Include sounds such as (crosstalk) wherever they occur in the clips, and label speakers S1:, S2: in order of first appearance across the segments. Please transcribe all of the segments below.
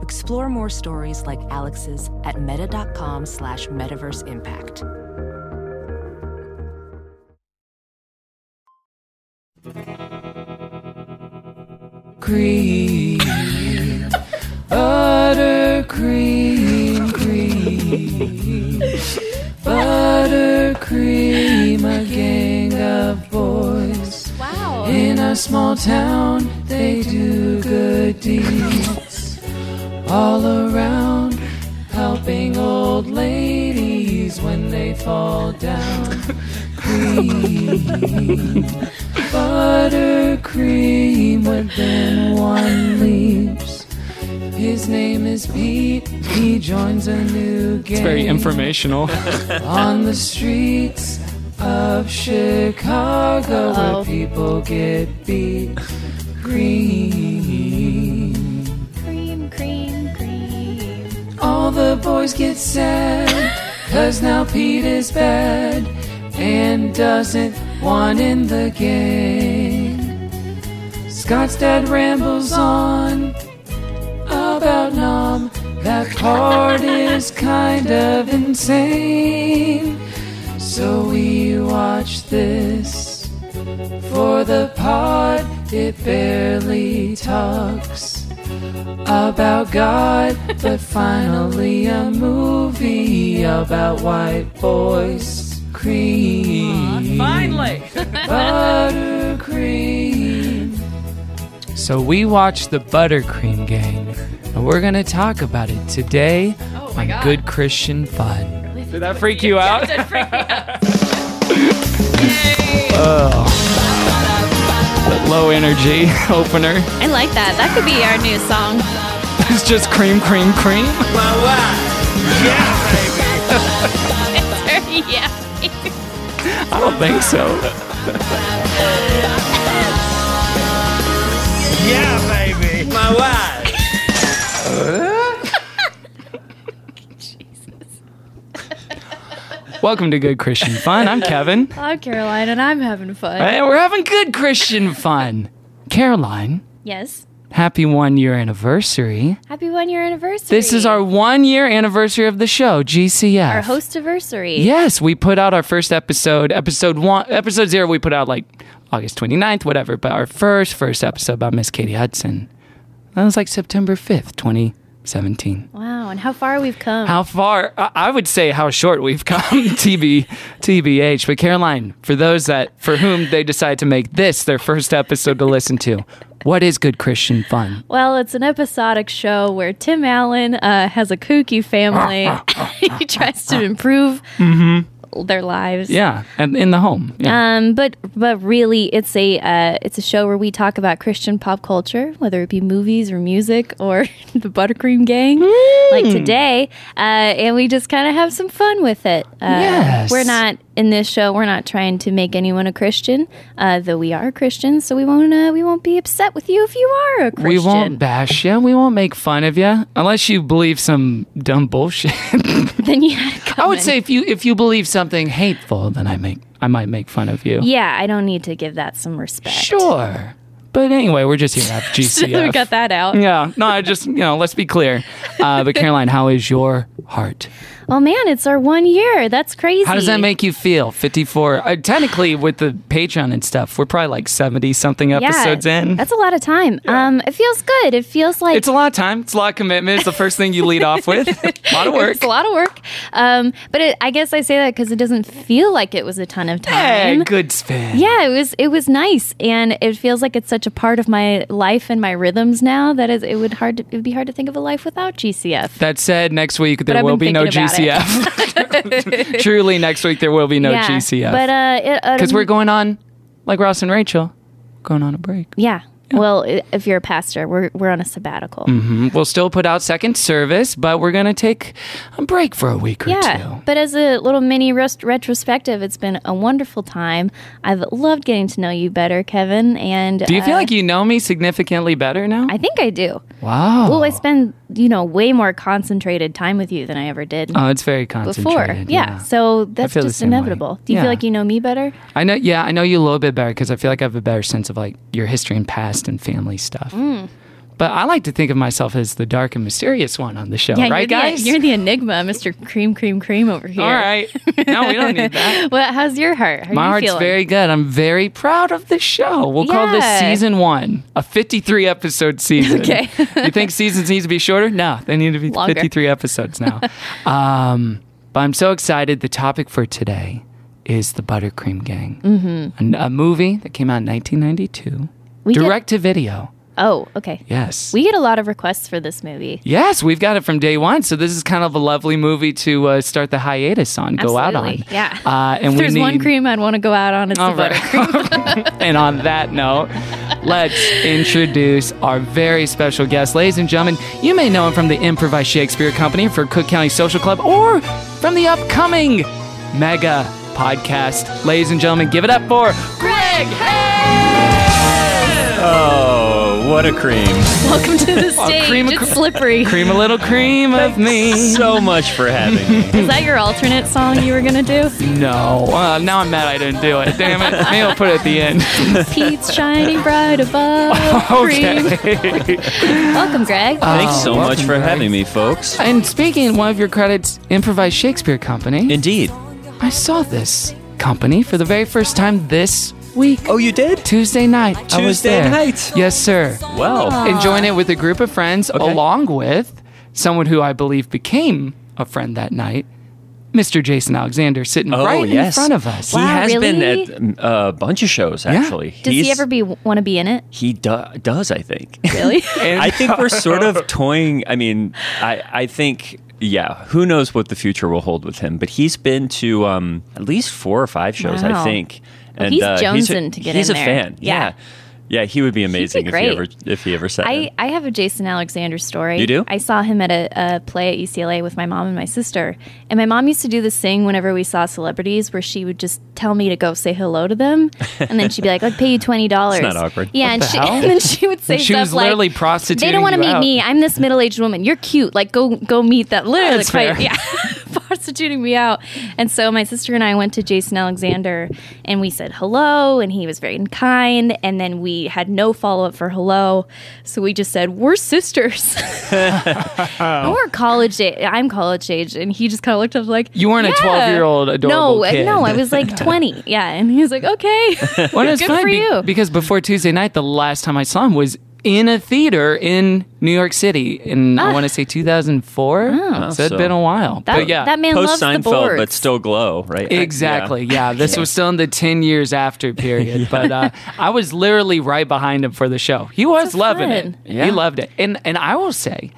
S1: Explore more stories like Alex's at meta.com slash metaverse impact.
S2: cream, butter cream, cream, butter cream. A gang of boys
S3: Wow.
S2: in a small town. They do good deeds all around, helping old ladies when they fall down. Cream buttercream, but then one leaves. His name is Pete. He joins a new gang. It's
S4: Very informational. (laughs)
S2: on the streets of Chicago,
S3: Uh-oh.
S2: where people get beat. Green.
S3: Cream, cream, cream.
S2: All the boys get sad, cause now Pete is bad and doesn't want in the gang. Scott's dad rambles on about Nom. That part is kind of insane. So we watch this for the pod. It barely talks about God, but finally a movie about white boys. Cream. finally! Buttercream. So we watched the Buttercream Gang, and we're going to talk about it today on Good Christian Fun. Oh Did that freak you (laughs) out?
S4: Low energy
S2: (laughs)
S4: opener.
S3: I like that. That could be our new song. (laughs)
S4: It's just cream, cream, cream.
S3: yeah.
S4: I don't think so. (laughs) Welcome to Good Christian Fun. I'm Kevin,
S3: I'm Caroline and I'm having fun.
S4: and we're having good Christian fun. Caroline,
S3: Yes.
S4: happy one year anniversary.
S3: Happy one year anniversary.
S4: This is our one year anniversary of the show, GCF.
S3: our host anniversary.
S4: Yes, we put out our first episode, episode one, episode zero, we put out like August 29th, whatever, but our first, first episode about Miss Katie Hudson. That was like September 5th, 2017.
S3: Wow. And how far we've come.
S4: How far, I I would say how short we've (laughs) come, TB, TBH. But Caroline, for those that, for whom they decide to make this their first episode to listen to, what is good Christian fun?
S3: Well, it's an episodic show where Tim Allen uh, has a kooky family. (laughs) he tries to improve their lives.
S4: Mm-hmm. Yeah, and in the home. Yeah.
S3: Um, but but really, it's a uh, it's a show where we talk about Christian pop culture, whether it be movies or music or (laughs) the Buttercream Gang,
S4: Hmm.
S3: like today, uh, and we just kind of have some fun with it. Uh,
S4: Yes.
S3: we're not in this show. We're not trying to make anyone a Christian, uh, though we are Christians, so we won't uh, we won't be upset with you if you are a Christian.
S4: We won't bash you. We won't make fun of you unless you believe some dumb bullshit.
S3: (laughs) then you had to come
S4: I would
S3: in.
S4: say if you if you believe something hateful, then I make I might make fun of you.
S3: yeah. I don't need to give that some respect.
S4: Sure, but anyway, we're just here to have
S3: (laughs) So
S4: GCF.
S3: (laughs) we got that out.
S4: Yeah, no, I just you know let's be clear. Uh,
S3: (laughs)
S4: but Caroline, how is your heart?
S3: Oh man, it's our one year. That's crazy.
S4: How does that make you feel? Fifty four. Uh, technically, with the Patreon and stuff, we're probably like seventy something episodes in.
S3: That's a lot of time. Um, it feels good. It feels like
S4: it's a lot of time. It's a lot of commitment. It's the first thing you lead off
S3: (laughs)
S4: with. a lot of work.
S3: It's a lot of work. Um, but it, I guess I say that because it doesn't feel like it was a ton of time.
S4: Hey, good spin.
S3: yeah, it was. It was nice, and it feels like it's such a part of my life and my rhythms now that is, it would hard. To, it would be hard to think of a life without GCF.
S4: That said, next week there
S3: I've
S4: will be
S3: been
S4: no
S3: thinking about
S4: GCF.
S3: (laughs)
S4: Truly, next week there will be no
S3: yeah,
S4: GCF.
S3: But uh, it- uh,
S4: because we're going on like Ross and Rachel, going on a break.
S3: yeah. Well, i- if you're a pastor, we're, we're on a sabbatical.
S4: We'll still put out second service, but we're going to take a break for a week or
S3: Yeah,
S4: two.
S3: but as a little mini rest- retrospective, it's been a wonderful time. I've loved getting to know you better, Kevin. And
S4: Do you feel
S3: uh,
S4: like you know me significantly better now?
S3: I think I do.
S4: wow.
S3: Well, I spend you know way more concentrated time with you than I ever did
S4: oh, it's very
S3: before.
S4: concentrated.
S3: Yeah, so that's
S4: feel the
S3: just
S4: same way.
S3: inevitable. Do you
S4: Yeah.
S3: feel like you know me better?
S4: I know. Yeah, I know you a little bit better because I feel like I have a better sense of like your history and past and family stuff.
S3: Mm.
S4: But I like to think of myself as the dark and mysterious one on the show,
S3: you're
S4: right,
S3: the,
S4: guys?
S3: You're the enigma, Mr. Cream Cream Cream over here.
S4: All right. No, we don't need
S3: (laughs)
S4: that.
S3: Well, how's your heart? How are
S4: My
S3: you
S4: heart's
S3: feeling?
S4: very good. I'm very proud of the show. We'll call this
S3: Yeah.
S4: season one, a 53 episode season.
S3: Okay.
S4: (laughs) you think seasons need to be shorter? No, they need to be
S3: Longer.
S4: 53 episodes
S3: (laughs)
S4: now. um, but I'm so excited. The topic for today is the Buttercream Gang, mm-hmm. a, movie that came out in 1992,
S3: We get-
S4: direct to video.
S3: Oh, okay.
S4: Yes.
S3: We get a lot of requests for this movie.
S4: Yes, we've got it from day one. So this is kind of a lovely movie to uh, start the hiatus on, go out on.
S3: Absolutely, yeah. (laughs)
S4: Uh, and
S3: If
S4: we
S3: there's one
S4: need-
S3: cream I'd want to go out on, it's
S4: All
S3: the
S4: right.
S3: buttercream.
S4: and on that note, let's introduce our very special guest. Ladies and gentlemen, you may know him from the Improvised Shakespeare Company for Cook County Social Club or from the upcoming mega podcast. Ladies and gentlemen, give it up for Greg Hayes!
S5: Oh, what a cream.
S3: Welcome
S4: (laughs)
S3: to the stage.
S4: Oh, cream-
S3: it's slippery.
S4: Cream a little cream of me.
S5: So much for having me.
S3: Is that your alternate song you were
S4: (laughs)
S3: gonna do?
S4: No. Uh, now I'm mad I didn't do it. Damn it. Maybe I'll put it at the end. (laughs)
S3: Pete's shining bright above cream.
S4: okay.
S3: Welcome, Greg.
S5: Thanks so much
S4: welcome,
S5: for
S4: guys.
S5: having me, folks.
S4: And speaking, one of your credits, Improvised Shakespeare Company.
S5: Indeed.
S4: I saw this company for the very first time this week.
S5: Oh, you did?
S4: Tuesday night. I was
S5: Tuesday
S4: there.
S5: night.
S4: Yes, sir.
S5: Wow.
S4: Enjoying it with a group of friends,
S5: Okay.
S4: along with someone who I believe became a friend that night, Mr. Jason Alexander, sitting
S5: Oh,
S4: right
S5: yes.
S4: in front of us.
S5: He
S3: Wow,
S5: has been
S3: really?
S5: at um, a bunch of shows, actually.
S3: Does
S5: He's-
S3: he ever be want to be in it?
S5: He do- does, I (laughs) think.
S3: Really?
S5: I think we're sort (laughs) of toying. I mean, I, I think, yeah, who knows what the future will hold with him, but he's been to um, at least four or five shows,
S3: Wow.
S5: I think.
S3: Well,
S5: And uh,
S3: he's
S5: he's a,
S3: jonesing to get
S5: he's
S3: in
S5: a
S3: there.
S5: fan.
S3: Yeah.
S5: Yeah. Yeah, he would be amazing if he
S3: great.
S5: ever if he ever said
S3: I, I have a Jason Alexander story.
S5: You do?
S3: I saw him at a, a play at UCLA with my mom and my sister. And my mom used to do this thing whenever we saw celebrities where she would just tell me to go say hello to them. And then she'd be like, I'd pay you $20.
S5: It's not awkward.
S3: Yeah. And,
S4: the
S3: she,
S4: hell?
S3: (laughs) and then she would say
S4: She
S3: stuff
S4: was literally
S3: like,
S4: prostituting
S3: They don't want to
S4: you
S3: meet
S4: out."
S3: me. I'm this middle aged woman. You're cute. Like, go go meet that. Literally,
S4: That's
S3: quite,
S4: fair.
S3: yeah. (laughs) prostituting me out. And so my sister and I went to Jason Alexander and we said hello and he was very kind and then we had no follow up for hello. So we just said,
S4: (laughs)
S3: We're sisters. And we're college age I'm college age and he just kinda looked up like
S4: You weren't a 12-year-old adorable
S3: No, uh,
S4: kid.
S3: no, I was
S4: (laughs)
S3: like twenty. Yeah. And he was like, Okay.
S4: Well, it's
S3: Good
S4: funny
S3: for
S4: be-
S3: you.
S4: because before Tuesday night, the last time I saw him was in a theater in New York City in I want to say 2004. so it's
S5: Oh, So-
S4: been a while.
S3: Ah. Oh. That,
S4: but yeah,
S3: that man loves
S5: Post
S3: the
S5: Seinfeld,
S3: boards.
S5: but still glow, right?
S4: Exactly. Yeah.
S5: Yeah.
S4: This was still in the 10 years after
S5: (laughs)
S4: period. But uh, I was literally right behind him for the show. He was
S3: so
S4: loving
S3: fun.
S4: it.
S5: Yeah.
S4: He loved it. And, and I will say,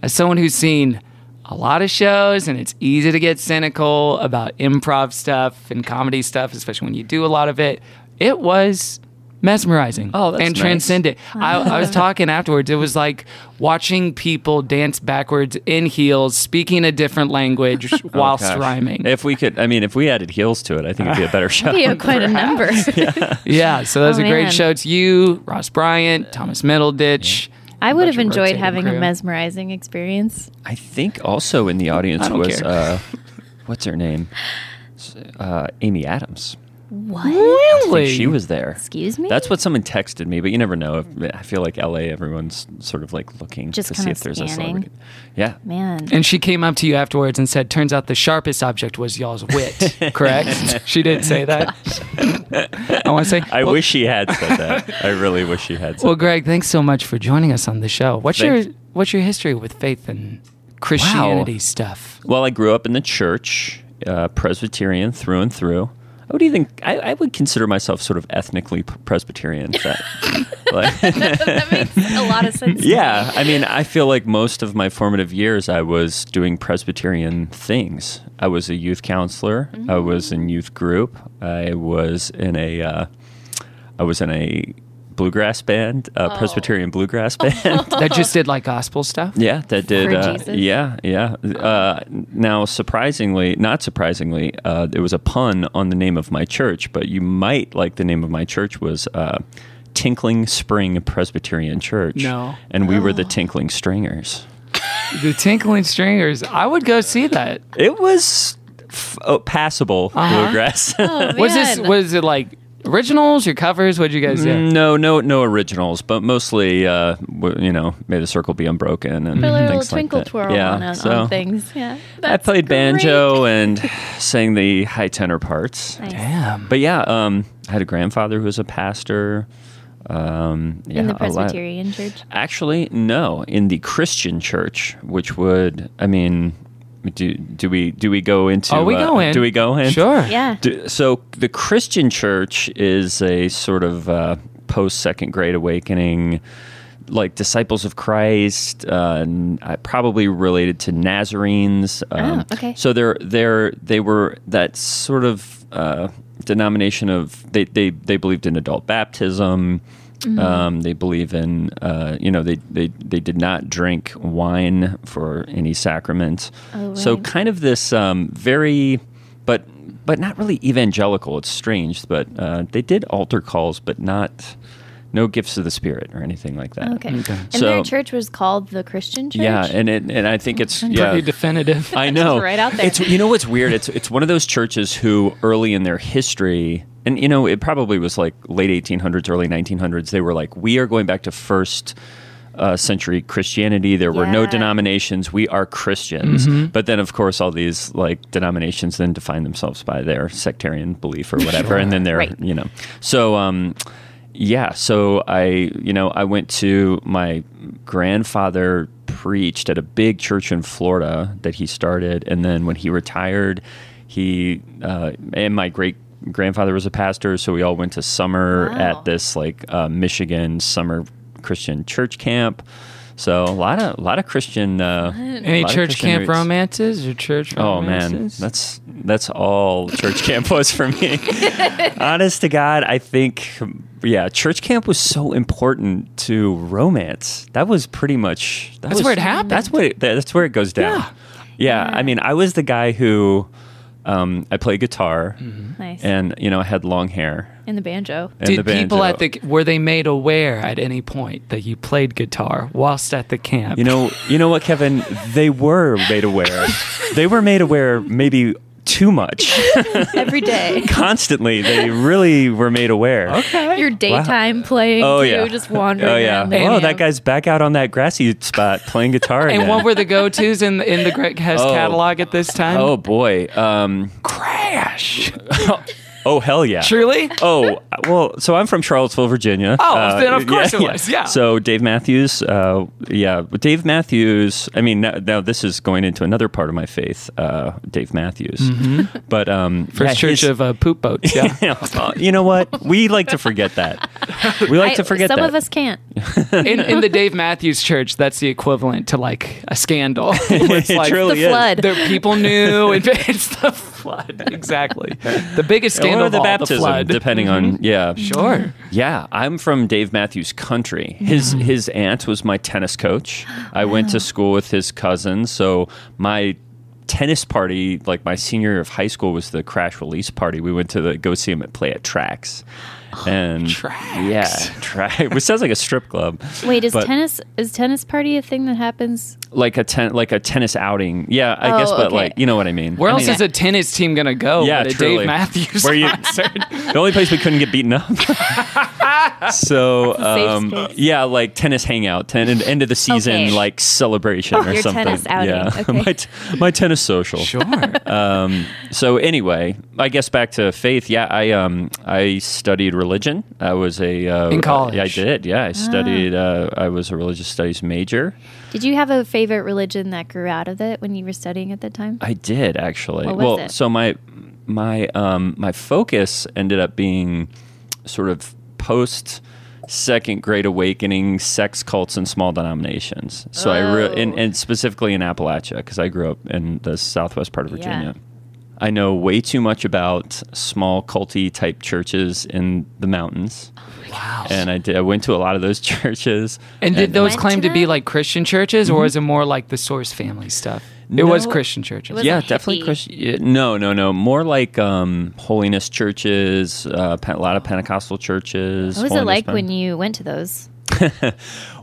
S4: as someone who's seen a lot of shows and it's easy to get cynical about improv stuff and comedy stuff, especially when you do a lot of it, it was mesmerizing
S5: Oh, that's
S4: and
S5: nice.
S4: transcendent. I,
S5: (laughs)
S4: I was talking afterwards. It was like watching people dance backwards in heels, speaking a different
S5: (laughs)
S4: language whilst
S5: Oh, Gosh.
S4: rhyming.
S5: If we could, I mean, if we added heels to it, I think it'd be a
S4: (laughs)
S5: better
S3: (laughs)
S5: show.
S3: yeah, quite a number.
S4: Yeah, so that was
S3: Oh,
S4: a great
S3: man.
S4: show. It's you, Ross Bryant, Thomas Middleditch.
S3: I would have
S4: of
S3: enjoyed
S4: rotating
S3: having a
S4: crew.
S3: mesmerizing experience.
S5: I think also in the audience
S4: don't
S5: was
S4: care.
S5: uh, what's her name, S- uh, Amy Adams.
S3: What?
S5: I think she was there.
S3: Excuse me?
S5: That's what someone texted me, but you never know. I feel like LA, everyone's sort of like looking
S3: Just
S5: to
S3: kinda
S5: see if there's a
S3: scanning.
S5: celebrity. Yeah,
S3: Man.
S5: (laughs)
S3: (laughs)
S4: And she came up to you afterwards and said, Turns out the sharpest object was y'all's wit,
S5: (laughs)
S4: correct? she did say that. I want to say,
S5: I wish she had said that. I really wish
S4: (laughs)
S5: she had said.
S4: well, Greg, thanks so much for joining us on the show. What's
S5: Thanks.
S4: your what's your history with faith and Christianity stuff?
S5: that. well, I grew up in the church, uh, Presbyterian through and through. I would even I, I would consider myself sort of ethnically Presbyterian. if That, like-
S3: that makes a lot of sense.
S5: (laughs) Yeah, I mean, I feel like most of my formative years I was doing Presbyterian things. I was a youth counselor. I was in youth group. I was in a, uh, I was in a bluegrass band, a Presbyterian bluegrass band.
S4: that just did like gospel
S5: (laughs)
S4: stuff.
S5: yeah, that did.
S3: For
S5: uh,
S3: Jesus?
S5: yeah, yeah. Uh, now, surprisingly, not surprisingly, uh, there was a pun on the name of my church, but you might like the name of my church was uh, Tinkling Spring Presbyterian Church.
S4: No.
S5: and we were the
S3: Oh.
S5: Tinkling Stringers.
S4: The Tinkling Stringers. I would go see that.
S5: It was f- oh, passable
S3: Uh-huh.
S5: bluegrass.
S3: Oh.
S4: Was this was it like originals or covers? What'd you guys do?
S5: (laughs) No, no, no originals, but mostly, uh, w- you know, may the circle be unbroken and
S3: a little
S5: things
S3: twinkle
S5: like that.
S3: twirl
S5: yeah,
S3: on, on
S5: so
S3: things. Yeah,
S5: I
S3: That's
S5: played
S3: great.
S5: banjo and sang the high tenor parts.
S4: Damn.
S5: But yeah, um, I had a grandfather who was a pastor. Um, yeah,
S3: in the
S5: a lot-
S3: Presbyterian Church.
S5: Actually, no, in the Christian church, which would, I mean, do do we do we go into?
S4: Are Oh, we
S5: uh,
S4: going?
S5: Do we go in?
S4: Sure.
S3: Yeah,
S5: Do, so the Christian church is a sort of uh, post second grade awakening, like disciples of Christ, uh, n- uh, probably related to Nazarenes. Um,
S3: okay.
S5: So they're they're they were that sort of uh, denomination of they, they they believed in adult baptism.
S3: Mm-hmm.
S5: Um, they believe in, uh, you know, they, they, they did not drink wine for any sacrament.
S3: Oh,
S5: So
S3: right.
S5: kind of this um, very, but but not really evangelical. It's strange, but uh, they did altar calls, but not no gifts of the spirit or anything like that.
S3: okay. And
S5: So-
S3: their church was called the Christian Church.
S5: Yeah, and it, and I think it's yeah.
S4: Pretty
S3: (laughs)
S4: definitive.
S5: I know.
S3: right out there.
S5: It's you know what's weird? It's it's one of those churches who early in their history and you know, it probably was like late 1800s, early 1900s. They were like, we are going back to first uh, century Christianity. There were no
S3: Yeah. Mm-hmm.
S5: denominations. We are Christians. But then, of course, all these like denominations then define themselves by their sectarian belief or whatever. And then they're,
S3: Right.
S5: you know. So, um, yeah, so I, you know, I went to my grandfather preached at a big church in Florida that he started, and then when he retired, he uh, and my great grandfather was a pastor, so we all went to summer at this like uh, Michigan summer Christian church camp. So a lot of a lot of Christian. Uh,
S4: Any
S5: lot of
S4: church
S5: Christian
S4: camp
S5: roots.
S4: romances or church
S5: Oh
S4: romances?
S5: man, that's that's all church camp was for me.
S4: (laughs)
S5: Honest to God, I think yeah, church camp was so important to romance. That was pretty much that
S4: That's
S5: was-
S4: where it happened.
S5: That's what it, that's where it goes down. Yeah. I mean, I was the guy who um, I played guitar
S4: Mm-hmm.
S3: nice.
S5: and you know I had long hair.
S3: and the banjo.
S5: And
S4: Did
S5: the
S4: people at
S5: banjo.
S4: the were they made aware at any point that you played guitar whilst at the camp?
S5: You know, you know what, Kevin? They were made aware. they were made aware maybe
S4: (laughs)
S5: too much.
S3: (laughs) Every
S5: (laughs)
S3: day,
S5: Constantly, they really were made aware. Okay.
S3: your daytime playing.
S5: Oh
S3: too,
S5: yeah.
S3: just wandering.
S5: (laughs) Oh yeah.
S3: around the
S5: Oh, that
S3: camp.
S5: guy's back out on that grassy spot playing guitar
S4: (laughs) (laughs)
S5: again.
S4: and what were the go tos in in the Greg Hess
S5: Oh.
S4: catalog at this time?
S5: Oh boy. Um.
S4: crash!
S5: (laughs) Oh hell yeah.
S4: Truly,
S5: Oh well. So I'm from Charlottesville, Virginia. Uh,
S4: Oh, then
S5: (laughs)
S4: of course it was, yeah.
S5: So Dave Matthews. Uh, yeah. But Dave Matthews. I mean, now, now this is going into another part of my faith. Uh, Dave Matthews. But um,
S4: Mm-hmm. first
S5: yeah,
S4: church
S5: his-
S4: of uh, poop boats. Yeah,
S5: (laughs) Yeah. you know what? We like to
S4: (laughs)
S5: forget that. We like
S3: I-
S5: to forget
S3: some
S5: that.
S3: of us
S5: (laughs)
S3: can't.
S4: in, in the Dave Matthews Church, that's the equivalent to like a
S5: (laughs)
S4: scandal. (laughs) It's
S5: It
S4: like
S5: truly
S3: The
S5: is.
S3: flood.
S4: The people knew. and (laughs) It's the flood. Exactly. The biggest scandal
S5: Or
S4: of
S5: the
S4: all,
S5: baptism,
S4: the flood. Mm-hmm.
S5: depending on yeah. (laughs)
S4: Sure.
S5: Yeah, I'm from Dave Matthews Country. His
S4: Mm-hmm.
S5: his aunt was my tennis coach. I went to school with his cousin, so my tennis party, like my senior year of high school, was the crash release party. We went to the, go see him at play
S4: (gasps)
S5: at Tracks, and yeah, tra- (laughs) which sounds like a strip club.
S3: Wait, is
S5: But-
S3: tennis is tennis party a thing that happens?
S5: Like a ten, like a tennis outing. Yeah, I guess,
S3: Oh,
S5: but
S3: okay.
S5: like you know what I mean.
S4: Where
S5: I
S4: else
S5: mean,
S4: is a tennis team gonna go?
S5: Yeah,
S4: but a
S5: truly.
S4: Oh, Dave Matthews (laughs)
S5: Where you-
S4: concert?
S5: (laughs) the only place we couldn't get
S4: (laughs)
S5: beaten up. so
S3: safe
S5: um,
S3: space.
S5: yeah, like tennis hangout, ten, end of the season,
S3: Okay.
S5: like celebration or
S3: Your
S5: something.
S3: tennis outing,
S5: Yeah, (laughs)
S3: okay.
S5: my, t- my tennis social.
S3: (laughs)
S4: Sure.
S5: So anyway, I guess back to faith. Yeah, I um I studied religion. I was a uh,
S4: In college.
S5: I did. Yeah,
S3: Ah.
S5: I studied. Uh, I was a religious studies major.
S3: Did you have a favorite religion that grew out of it when you were studying at that time?
S5: I did actually.
S3: What was
S5: well,
S3: it?
S5: so my my um my focus ended up being sort of post second grade awakening sex cults and small denominations. So I
S3: Oh.
S5: re- and, and specifically in Appalachia because I grew up in the southwest part of Virginia. I
S3: Oh
S5: know way too much about small culty type churches in the mountains.
S4: Wow.
S5: And I did. I went to a lot of those (laughs) churches.
S4: And did those
S3: Went
S4: claim
S3: to
S4: to, be
S3: that?
S4: like Christian churches, or was it more like the Source Family stuff? It was
S5: Mm-hmm. No.
S4: Christian churches.
S3: was-
S5: yeah,
S3: like
S5: definitely
S3: hippie.
S5: Christian. yeah, No, no, no. More like um, holiness churches, uh, pe- a lot of Pentecostal churches.
S3: What was it
S5: holiness
S3: like
S5: pen-
S3: when you went to those?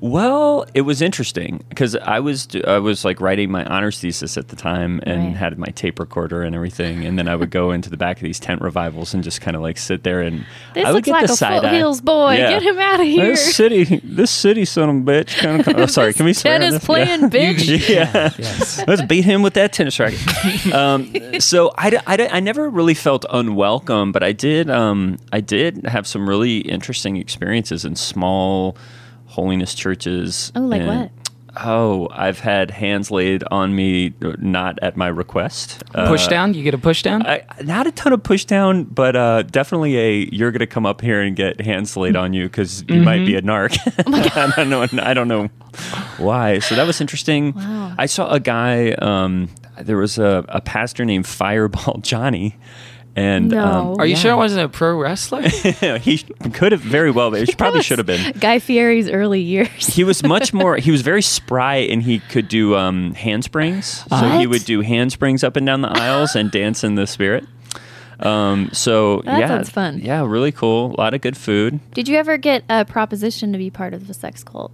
S5: Well, it was interesting because I was do- I was like writing my honors thesis at the time and
S3: Right.
S5: had my tape recorder and everything, and then I
S3: (laughs)
S5: would go into the back of these tent revivals and just kind of like sit there and
S3: This
S5: I would
S3: looks
S5: get
S3: like
S5: the
S3: a
S5: side eye.
S3: Foothills boy.
S5: Yeah.
S3: Get him out of here.
S5: This city, this city, son of a bitch.
S3: (laughs)
S5: Kind of, oh, sorry, can we swear? on
S3: Ted is
S5: this? (laughs)
S3: playing bitch.
S5: yeah.
S4: yes.
S5: Let's beat him with that tennis racket. um, so I, d- I d- I never really felt unwelcome, but I did um, I did have some really interesting experiences in small holiness churches.
S3: Oh, like
S5: and-
S3: what?
S5: Oh, I've had hands laid on me, uh, not at my request. (laughs) Uh,
S4: push down. You get a push down.
S5: I, not a ton of push down, but uh, definitely a you're going to come up here and get hands laid on you because you might be a narc. (laughs) I don't know. I don't know why. So that was interesting.
S3: Wow.
S5: I saw a guy. Um, there was a, a pastor named Fireball (laughs) Johnny, and
S3: No.
S4: Are you
S5: yeah.
S4: sure it wasn't a pro
S5: (laughs)
S4: wrestler?
S5: he could have very well been. He probably should have been.
S3: Guy Fieri's early years. (laughs)
S5: He was much more. He was very spry, and he could do um, handsprings. So he
S3: What?
S5: would do handsprings up and down the aisles and dance in the spirit. Um, so
S3: That
S5: yeah,
S3: sounds fun.
S5: Yeah, really cool. A lot of good food. (laughs)
S3: Did you ever get a proposition to be part of a sex cult?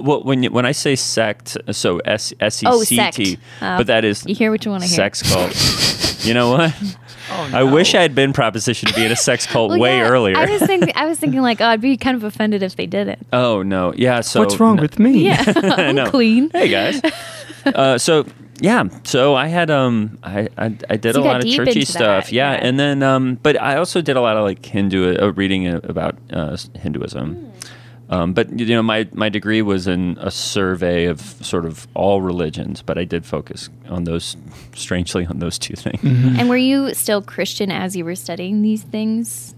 S5: Well, when you, when I say sect, so S S E C T,
S3: sect. Oh.
S5: but that is
S3: You hear what you want to hear.
S5: sex cult. you know what?
S4: Oh,
S3: (laughs)
S5: I wish I had been propositioned to be in a sex cult
S3: Well,
S5: way
S3: yeah,
S5: earlier.
S3: I was thinking, I was thinking like, oh, I'd be kind of offended if they did it.
S5: (laughs) oh no, yeah. So
S4: What's wrong
S5: no-
S4: with me?
S3: Yeah,
S4: (laughs)
S3: (laughs) I'm
S5: know.
S3: clean.
S5: Hey
S3: (laughs)
S5: guys. uh, so yeah, so I had um I I, I did
S3: So you
S5: a
S3: got
S5: lot of
S3: deep
S5: churchy
S3: into that,
S5: stuff, yeah.
S3: yeah.
S5: and then um but I also did a lot of like Hindu uh, reading about uh,
S3: Hmm.
S5: Hinduism. Um, but you know, my, my degree was in a survey of sort of all religions, but I did focus on those, (laughs) strangely, on those two things.
S3: And were you still Christian as you were studying these things?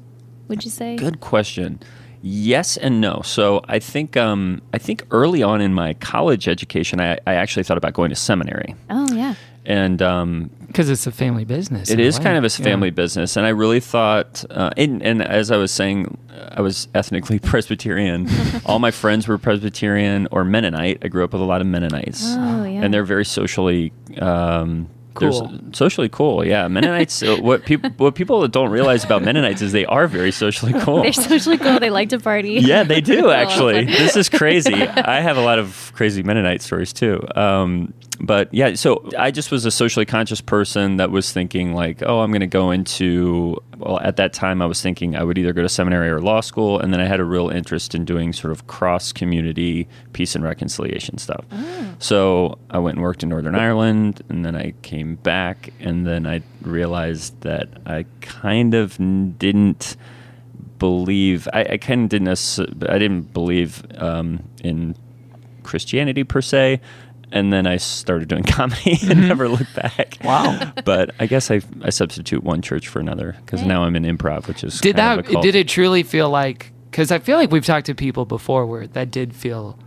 S3: Would you say?
S5: Good question. Yes and no. So I think um, I think early on in my college education, I, I actually thought about going to seminary,
S3: Oh yeah.
S5: and um,
S4: Because it's a family business.
S5: It
S4: in
S5: is
S4: way.
S5: kind of a family
S4: Yeah.
S5: business, and I really thought, uh, and, and as I was saying, I was ethnically (laughs) Presbyterian. All my friends were Presbyterian or Mennonite. I grew up with a lot of Mennonites,
S3: Oh, yeah.
S5: and they're very socially um, they're
S4: Cool.
S5: so- socially cool, yeah. Mennonites. uh, what people what people don't realize about Mennonites is they are very socially cool.
S3: They're socially cool. They like to party.
S5: Yeah,
S3: (laughs)
S5: they do actually. this is crazy. I have a lot of crazy Mennonite stories too. Um, but yeah, so I just was a socially conscious person that was thinking like, oh, I'm going to go into. Well, at that time, I was thinking I would either go to seminary or law school, and then I had a real interest in doing sort of cross community peace and reconciliation stuff. So I went and worked in Northern Ireland, and then I came back, and then I realized that I kind of n- didn't believe I, I kind of didn't necess- I didn't believe um, in Christianity per se, and then I started doing (laughs) comedy and never looked back.
S4: Mm-hmm. Wow.
S5: But I guess I, I substitute one church for another because now I'm in improv, which is
S4: Did
S5: kind
S4: that?
S5: Of a cult.
S4: Did it truly feel like? Because I feel like we've talked to people before where that did feel.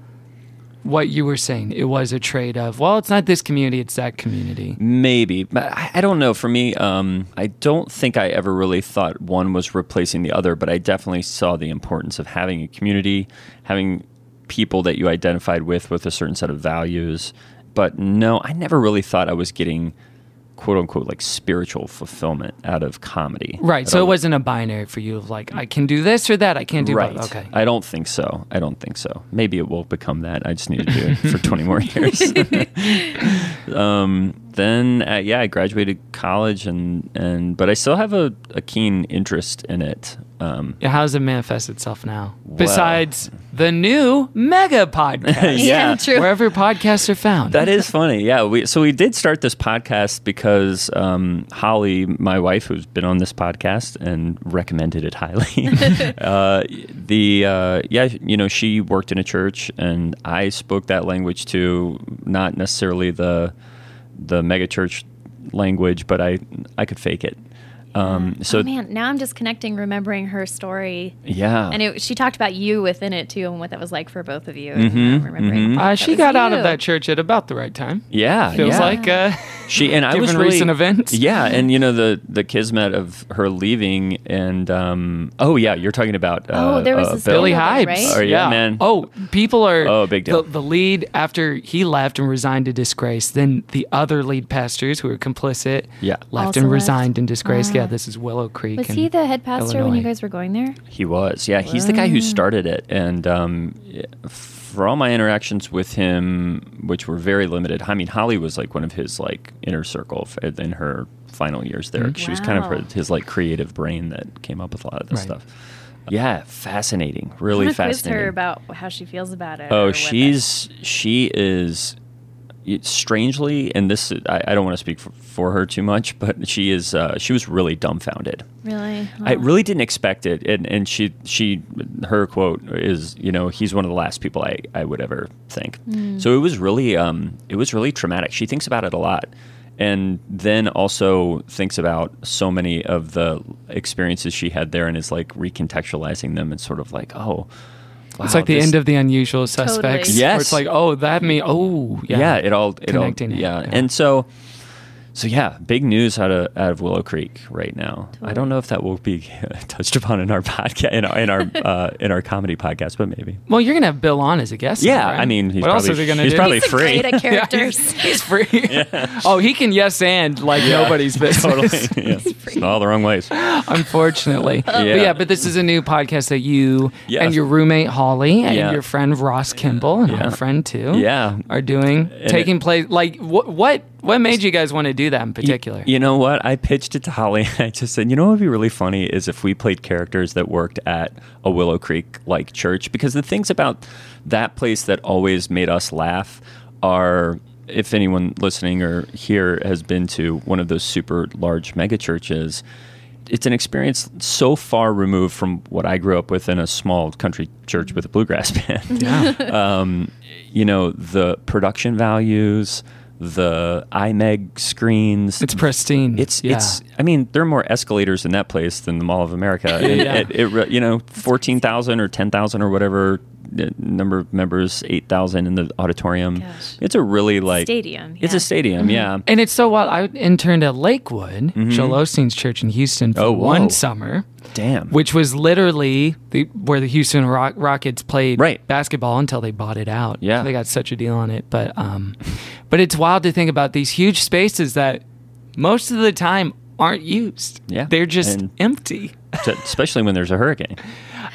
S4: What you were saying, it was a trade of well, it's not this community, it's that community.
S5: Maybe, but I, I don't know. For me, um, I don't think I ever really thought one was replacing the other, but I definitely saw the importance of having a community, having people that you identified with with a certain set of values. But no, I never really thought I was getting quote unquote like spiritual fulfillment out of comedy.
S4: Right.
S5: I
S4: So it
S5: don't-
S4: wasn't a binary for you of like I can do this or that. I can't do
S5: Right.
S4: both. Okay.
S5: I don't think so. I don't think so. Maybe it will become that. I just need to do it for
S4: (laughs)
S5: 20 more years. (laughs) um, then, uh, yeah, I graduated college, and, and but I still have a, a keen interest in it. Um,
S4: Yeah, How does it manifest itself now? Besides the new mega
S5: (laughs)
S4: podcast,
S5: Yeah.
S3: True. Oh,
S4: wherever podcasts are found.
S5: That is funny. Yeah. We, so we did start this podcast because um, Holly, my wife, who's been on this podcast and recommended it highly. (laughs) uh, the uh, yeah, you know, she worked in a church, and I spoke that language too. Not necessarily the the megachurch language, but I I could fake it. Um, so
S3: oh man, now I'm just connecting, remembering her story,
S5: yeah,
S3: and it, she talked about you within it too, and what that was like for both of
S5: Mm-hmm,
S3: you. and I'm remembering.
S4: uh, she
S3: was
S4: got out
S3: you.
S4: of that church at about the right time.
S5: yeah,
S4: Feels
S5: yeah.
S4: like uh,
S5: She and I was
S4: Different
S5: really,
S4: recent events?
S5: (laughs) Yeah, and you know the the kismet of her leaving and um oh yeah, you're talking about uh,
S3: Oh, there was
S5: uh,
S3: this
S5: Bill.
S4: (laughs) Billy
S3: Bill
S4: Hypes.
S3: Hyde, right?
S5: Oh, yeah, man.
S4: Oh, people are.
S5: Oh, big deal.
S4: The, the lead after he left and resigned in disgrace. Then the other lead pastors who were complicit.
S5: Yeah.
S4: Left
S3: Also
S4: and
S3: left. Uh-huh.
S4: resigned in disgrace. yeah, this is Willow Creek.
S3: Was
S4: and
S3: he the head pastor when you
S4: Illinois.
S3: guys were going there?
S5: He was, yeah. He's the guy who started it, and um, for all my interactions with him, which were very limited, I mean, Holly was like one of his like inner circle f- in her final years there. She was kind of
S3: Wow.
S5: her, his like creative brain that came up with a lot of this
S4: Right.
S5: stuff. Yeah, fascinating,
S3: I
S5: really
S3: wanna quiz
S5: fascinating.
S3: her about how she feels about it. or
S5: Oh,
S3: with it.
S5: she's she is strangely, and this I, I don't want to speak for, for her too much, but she is uh, she was really dumbfounded.
S3: really.
S5: I
S3: Oh.
S5: really didn't expect it, and and she she her quote is you know he's one of the last people I I would ever think.
S3: Hmm.
S5: So it was really um it was really traumatic. She thinks about it a lot, and then also thinks about so many of the experiences she had there, and is like recontextualizing them and sort of like oh. Wow,
S4: It's like the
S5: this-
S4: end of the Unusual Suspects.
S3: Totally.
S4: where
S5: Yes.
S4: it's like, oh, that mean, oh, yeah.
S5: yeah, it all it
S4: Connecting
S5: all
S4: it,
S5: yeah.
S4: yeah.
S5: and so so yeah big news out of out of willow creek right now i don't know if that will be (laughs) touched upon in our podcast in our in our uh, in our comedy podcast but maybe
S4: Well, you're gonna have Bill on as a guest.
S5: yeah
S4: now, right?
S5: i mean he's
S4: what
S5: probably
S4: else is he gonna
S5: he's
S4: do?
S5: probably
S3: He's a
S5: free
S3: great
S4: (laughs)
S3: at characters.
S4: He's free.
S5: (laughs)
S4: Oh, he can yes and like nobody's business. (laughs)
S5: totally yeah. in all the wrong ways
S3: (laughs)
S4: Unfortunately, but yeah, but this is a new podcast that you
S5: Yeah.
S4: and your roommate Holly and
S5: Yeah.
S4: your friend Ross Kimball and
S5: Yeah.
S4: our friend too,
S5: Yeah.
S4: are doing taking
S5: it-
S4: place. Like what what what made you guys want to do that in particular?
S5: You know what? I pitched it to Holly and I just said, you know what would be really funny is if we played characters that worked at a Willow Creek like church because the things about that place that always made us laugh are if anyone listening or here has been to one of those super large mega churches, it's an experience so far removed from what I grew up with in a small country church with a bluegrass (laughs) band Um, you know the production values the imeg screens
S4: It's pristine.
S5: it's
S4: Mm, yeah.
S5: it's i mean there are more escalators in that place than the mall of america
S4: (laughs)
S5: And
S4: Yeah.
S5: it, it re- you know 14000 or 10000 or whatever uh, number of members 8000 in the auditorium
S3: Gosh.
S5: it's a really like
S3: Stadium,
S5: it's
S3: yeah.
S5: a stadium
S4: Mm-hmm.
S5: yeah
S4: And it's so wild. I interned at Lakewood, Joel Osteen's church in Houston, for
S5: Mm-hmm. Oh,
S4: one
S5: whoa.
S4: summer,
S5: damn
S4: which was literally the, where the Houston Rock, Rockets played
S5: Right.
S4: basketball until they bought it out.
S5: Yeah.
S4: they got such a deal on it. But um, but it's wild to think about these huge spaces that most of the time aren't used.
S5: Yeah.
S4: they're just
S5: And-
S4: empty. (laughs)
S5: So- especially when there's a hurricane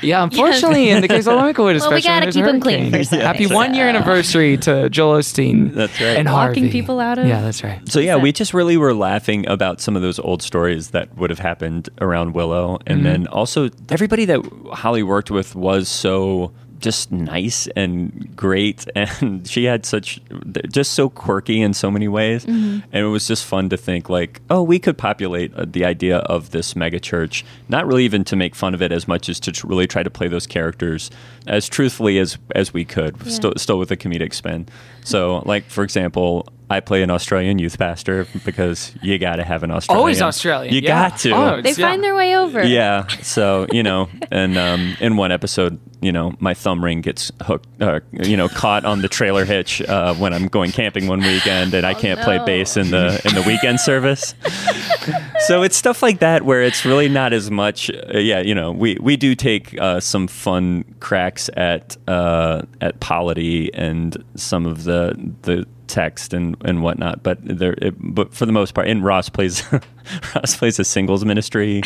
S4: Yeah, unfortunately, in the case
S3: (laughs)
S4: of Lakewood, especially
S3: gotta
S4: when there's a
S3: keep 'em clean
S4: hurricane.
S3: for a second,
S4: Happy one year anniversary to Joel Osteen.
S5: That's right.
S4: And
S3: Locking
S4: Harvey.
S3: people out of-
S4: Yeah, that's right.
S5: So yeah, we just really were laughing about some of those old stories that would have happened around Willow, and then also everybody that Holly worked with was so just nice and great, (laughs) and she had such just so quirky in so many ways, and it was just fun to think like, oh, we could populate uh, the idea of this mega church, not really even to make fun of it as much as to tr- really try to play those characters as truthfully as as we could, still still with a comedic spin. So like for example. I play an Australian youth pastor because you got to have an Australian.
S4: Always Australian.
S5: You
S4: yeah.
S5: got to.
S4: Oh,
S3: They
S4: it's- yeah.
S3: find their way over.
S5: yeah. So you know, and um, in one episode, you know, my thumb ring gets hooked, uh, you know, caught on the trailer hitch uh, when I'm going camping one weekend, and I can't play
S3: no.
S5: bass in the in the weekend service. (laughs) so it's stuff like that where it's really not as much. Uh, yeah, you know, we we do take uh, some fun cracks at uh, at polity and some of the the text and and whatnot, but there, it, but for the most part, and Ross plays (laughs) Ross plays a singles ministry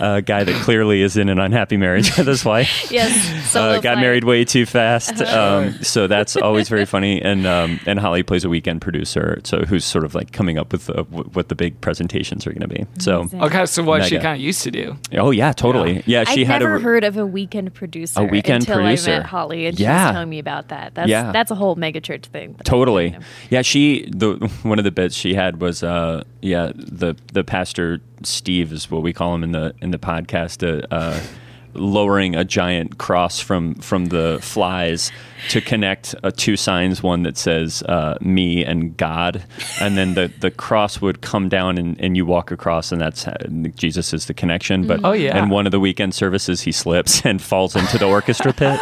S5: uh, guy that clearly is in an unhappy marriage (laughs) with his wife.
S3: Yes. Solo
S5: Uh, got
S3: flight.
S5: married way too
S3: Uh-huh.
S5: fast, um, so that's always very funny. And um, and Holly plays a weekend producer, so who's sort of like coming up with uh, w- what the big presentations are going to be. So
S4: Okay, so what she
S5: Mega.
S4: kind of used to do.
S5: Oh yeah, totally. Yeah, she
S3: I'd
S5: had
S3: never
S5: a.
S3: heard of a weekend producer.
S5: A weekend
S3: until I
S5: producer.
S3: met Holly, and she
S5: Yeah.
S3: was telling me about that. That's
S5: Yeah.
S3: that's a whole megachurch thing. but-
S5: Totally, yeah. She the (laughs) one of the bits she had was uh yeah the the pastor Steve is what we call him in the in the podcast uh, uh lowering a giant cross from from the flies to connect uh, two signs one that says uh, me and God and then the the cross would come down and, and you walk across and that's how, Jesus is the connection but
S4: Oh, yeah.
S5: and one of the weekend services he slips and falls into the orchestra pit.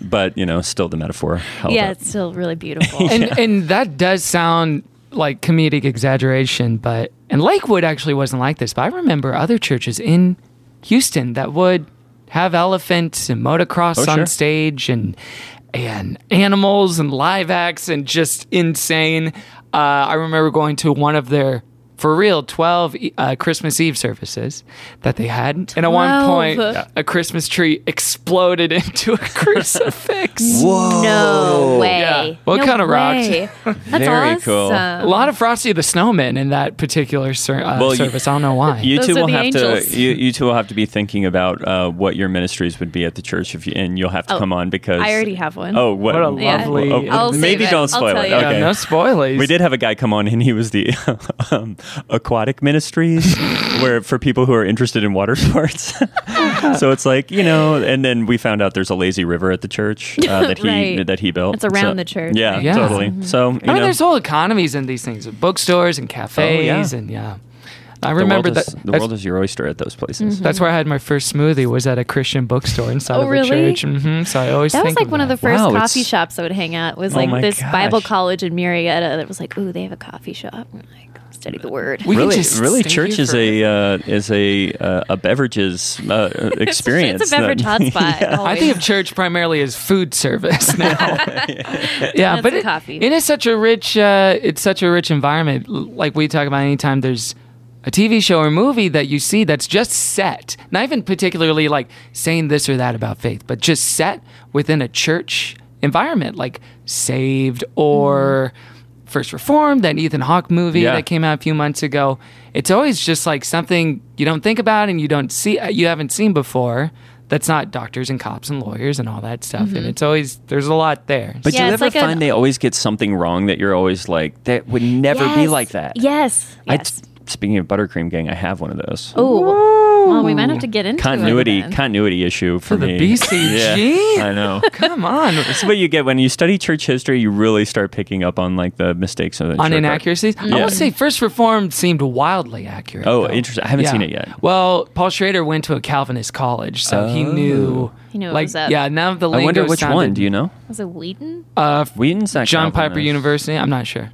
S5: but you know, still the metaphor held
S3: Yeah,
S5: up. (laughs)
S3: it's still really beautiful.
S4: and and that does sound like comedic exaggeration, but and Lakewood actually wasn't like this. But I remember other churches in Houston that would have elephants and motocross
S5: Oh,
S4: on
S5: sure.
S4: stage and and animals and live acts and just insane. Uh, I remember going to one of their for real 12 uh, Christmas Eve services that they had. And at one
S3: 12.
S4: point,
S3: Yeah.
S4: a Christmas tree exploded (laughs) into a crucifix.
S3: No way.
S4: Yeah. Well, it
S3: no
S4: kinda rocked.
S5: (laughs)
S3: way. That's
S5: Very
S3: awesome.
S5: cool.
S4: A lot of Frosty the Snowman in that particular ser- uh,
S5: Well, you-
S4: service. I don't know why.
S5: (laughs) You
S3: Those
S5: two
S3: are
S5: will
S3: the
S5: have
S3: angels.
S5: to. You, you two will have to be thinking about uh, what your ministries would be at the church, if you, and you'll have to
S3: Oh,
S5: come on because
S3: I already have one.
S5: Oh, what,
S4: What a
S3: Yeah.
S4: lovely-
S5: oh,
S3: I'll save
S5: maybe
S3: it.
S5: don't
S3: I'll
S5: spoil
S3: tell
S5: it.
S3: you.
S4: Yeah,
S5: Okay.
S4: no spoilies.
S5: We did have a guy come on, and he was the (laughs) um, aquatic ministries, where for people who are interested in water (laughs) sports. so it's like you know, and then we found out there's a lazy river at the church
S3: (laughs)
S5: uh, that he
S3: Right.
S5: that he built.
S3: It's around
S5: So-
S3: the church, Mm-hmm.
S5: Yeah,
S3: right?
S4: Yeah.
S5: totally.
S4: I
S5: So you
S4: mean,
S5: know,
S4: Oh,
S5: Oh,
S4: there's whole economies in these things, with bookstores and cafes, and yeah. I
S5: the
S4: remember
S5: world is,
S4: that.
S5: the
S4: that's,
S5: world is your oyster at those places.
S3: Mm-hmm.
S4: that's where I had my first smoothie. Was at a Christian bookstore inside
S3: Oh,
S4: of
S3: really?
S4: a church. hmm So I always
S3: That was
S4: think
S3: like one of the first
S5: Wow,
S3: coffee
S5: it's-
S3: shops I would hang out. Was
S5: Oh
S3: like
S5: my
S3: this Bible
S5: gosh.
S3: college in Marietta that was like, ooh, they have a coffee shop. We're like, study the word.
S4: We can
S5: really,
S4: just
S5: really,
S4: stay
S5: church
S4: here
S5: is
S4: for-
S5: a uh, is a uh, a beverages
S3: (laughs)
S5: uh, experience.
S3: It's a
S5: (laughs)
S3: beverage
S5: that-
S3: hotspot.
S4: I think of church primarily as food service (laughs) now. yeah,
S3: That's
S4: but
S3: the
S4: it,
S3: coffee.
S4: it is such a rich, uh, it's such a rich environment. L- Like we talk about anytime there's a TV show or movie that you see that's just set, not even particularly like saying this or that about faith, but just set within a church environment, like Saved or.
S3: Mm-hmm.
S4: First Reformed, that Ethan Hawke movie
S5: Yeah.
S4: that came out a few months ago. It's always just like something you don't think about and you don't see, uh, you haven't seen before. That's not doctors and cops and lawyers and all that stuff.
S3: Mm-hmm.
S4: And it's always there's a lot there.
S5: But
S3: Yeah, it's
S5: you ever
S3: like an-
S5: find they always get something wrong that you're always like, that would never be
S3: Yes.
S5: like that.
S3: Yes.
S5: I
S3: Yes.
S5: speaking of buttercream gang, I have one of those.
S3: oh, well, we might have to get into it
S5: continuity
S3: then.
S5: continuity issue for
S4: the
S5: me. (laughs)
S4: BCG?
S5: I know.
S4: Come on,
S5: This is what you get when you study church history. You really start picking up on like the mistakes of
S4: (laughs)
S5: the
S4: on
S5: church.
S4: inaccuracies. I
S5: Yeah.
S4: will say, First Reformed seemed wildly accurate.
S5: Oh,
S4: though.
S5: interesting. I haven't
S4: Yeah.
S5: seen it yet. Oh.
S4: Well, Paul Schrader went to a Calvinist college, so he knew.
S3: He knew it
S4: like,
S3: was up.
S4: Yeah, none of the
S5: I wonder
S4: lingo
S5: which
S4: sounded- uh,
S5: one. Do you know?
S3: Was it Wheaton?
S5: Wheaton's not
S4: John Piper
S5: Calvinist.
S4: University. I'm not
S5: (laughs)
S4: sure.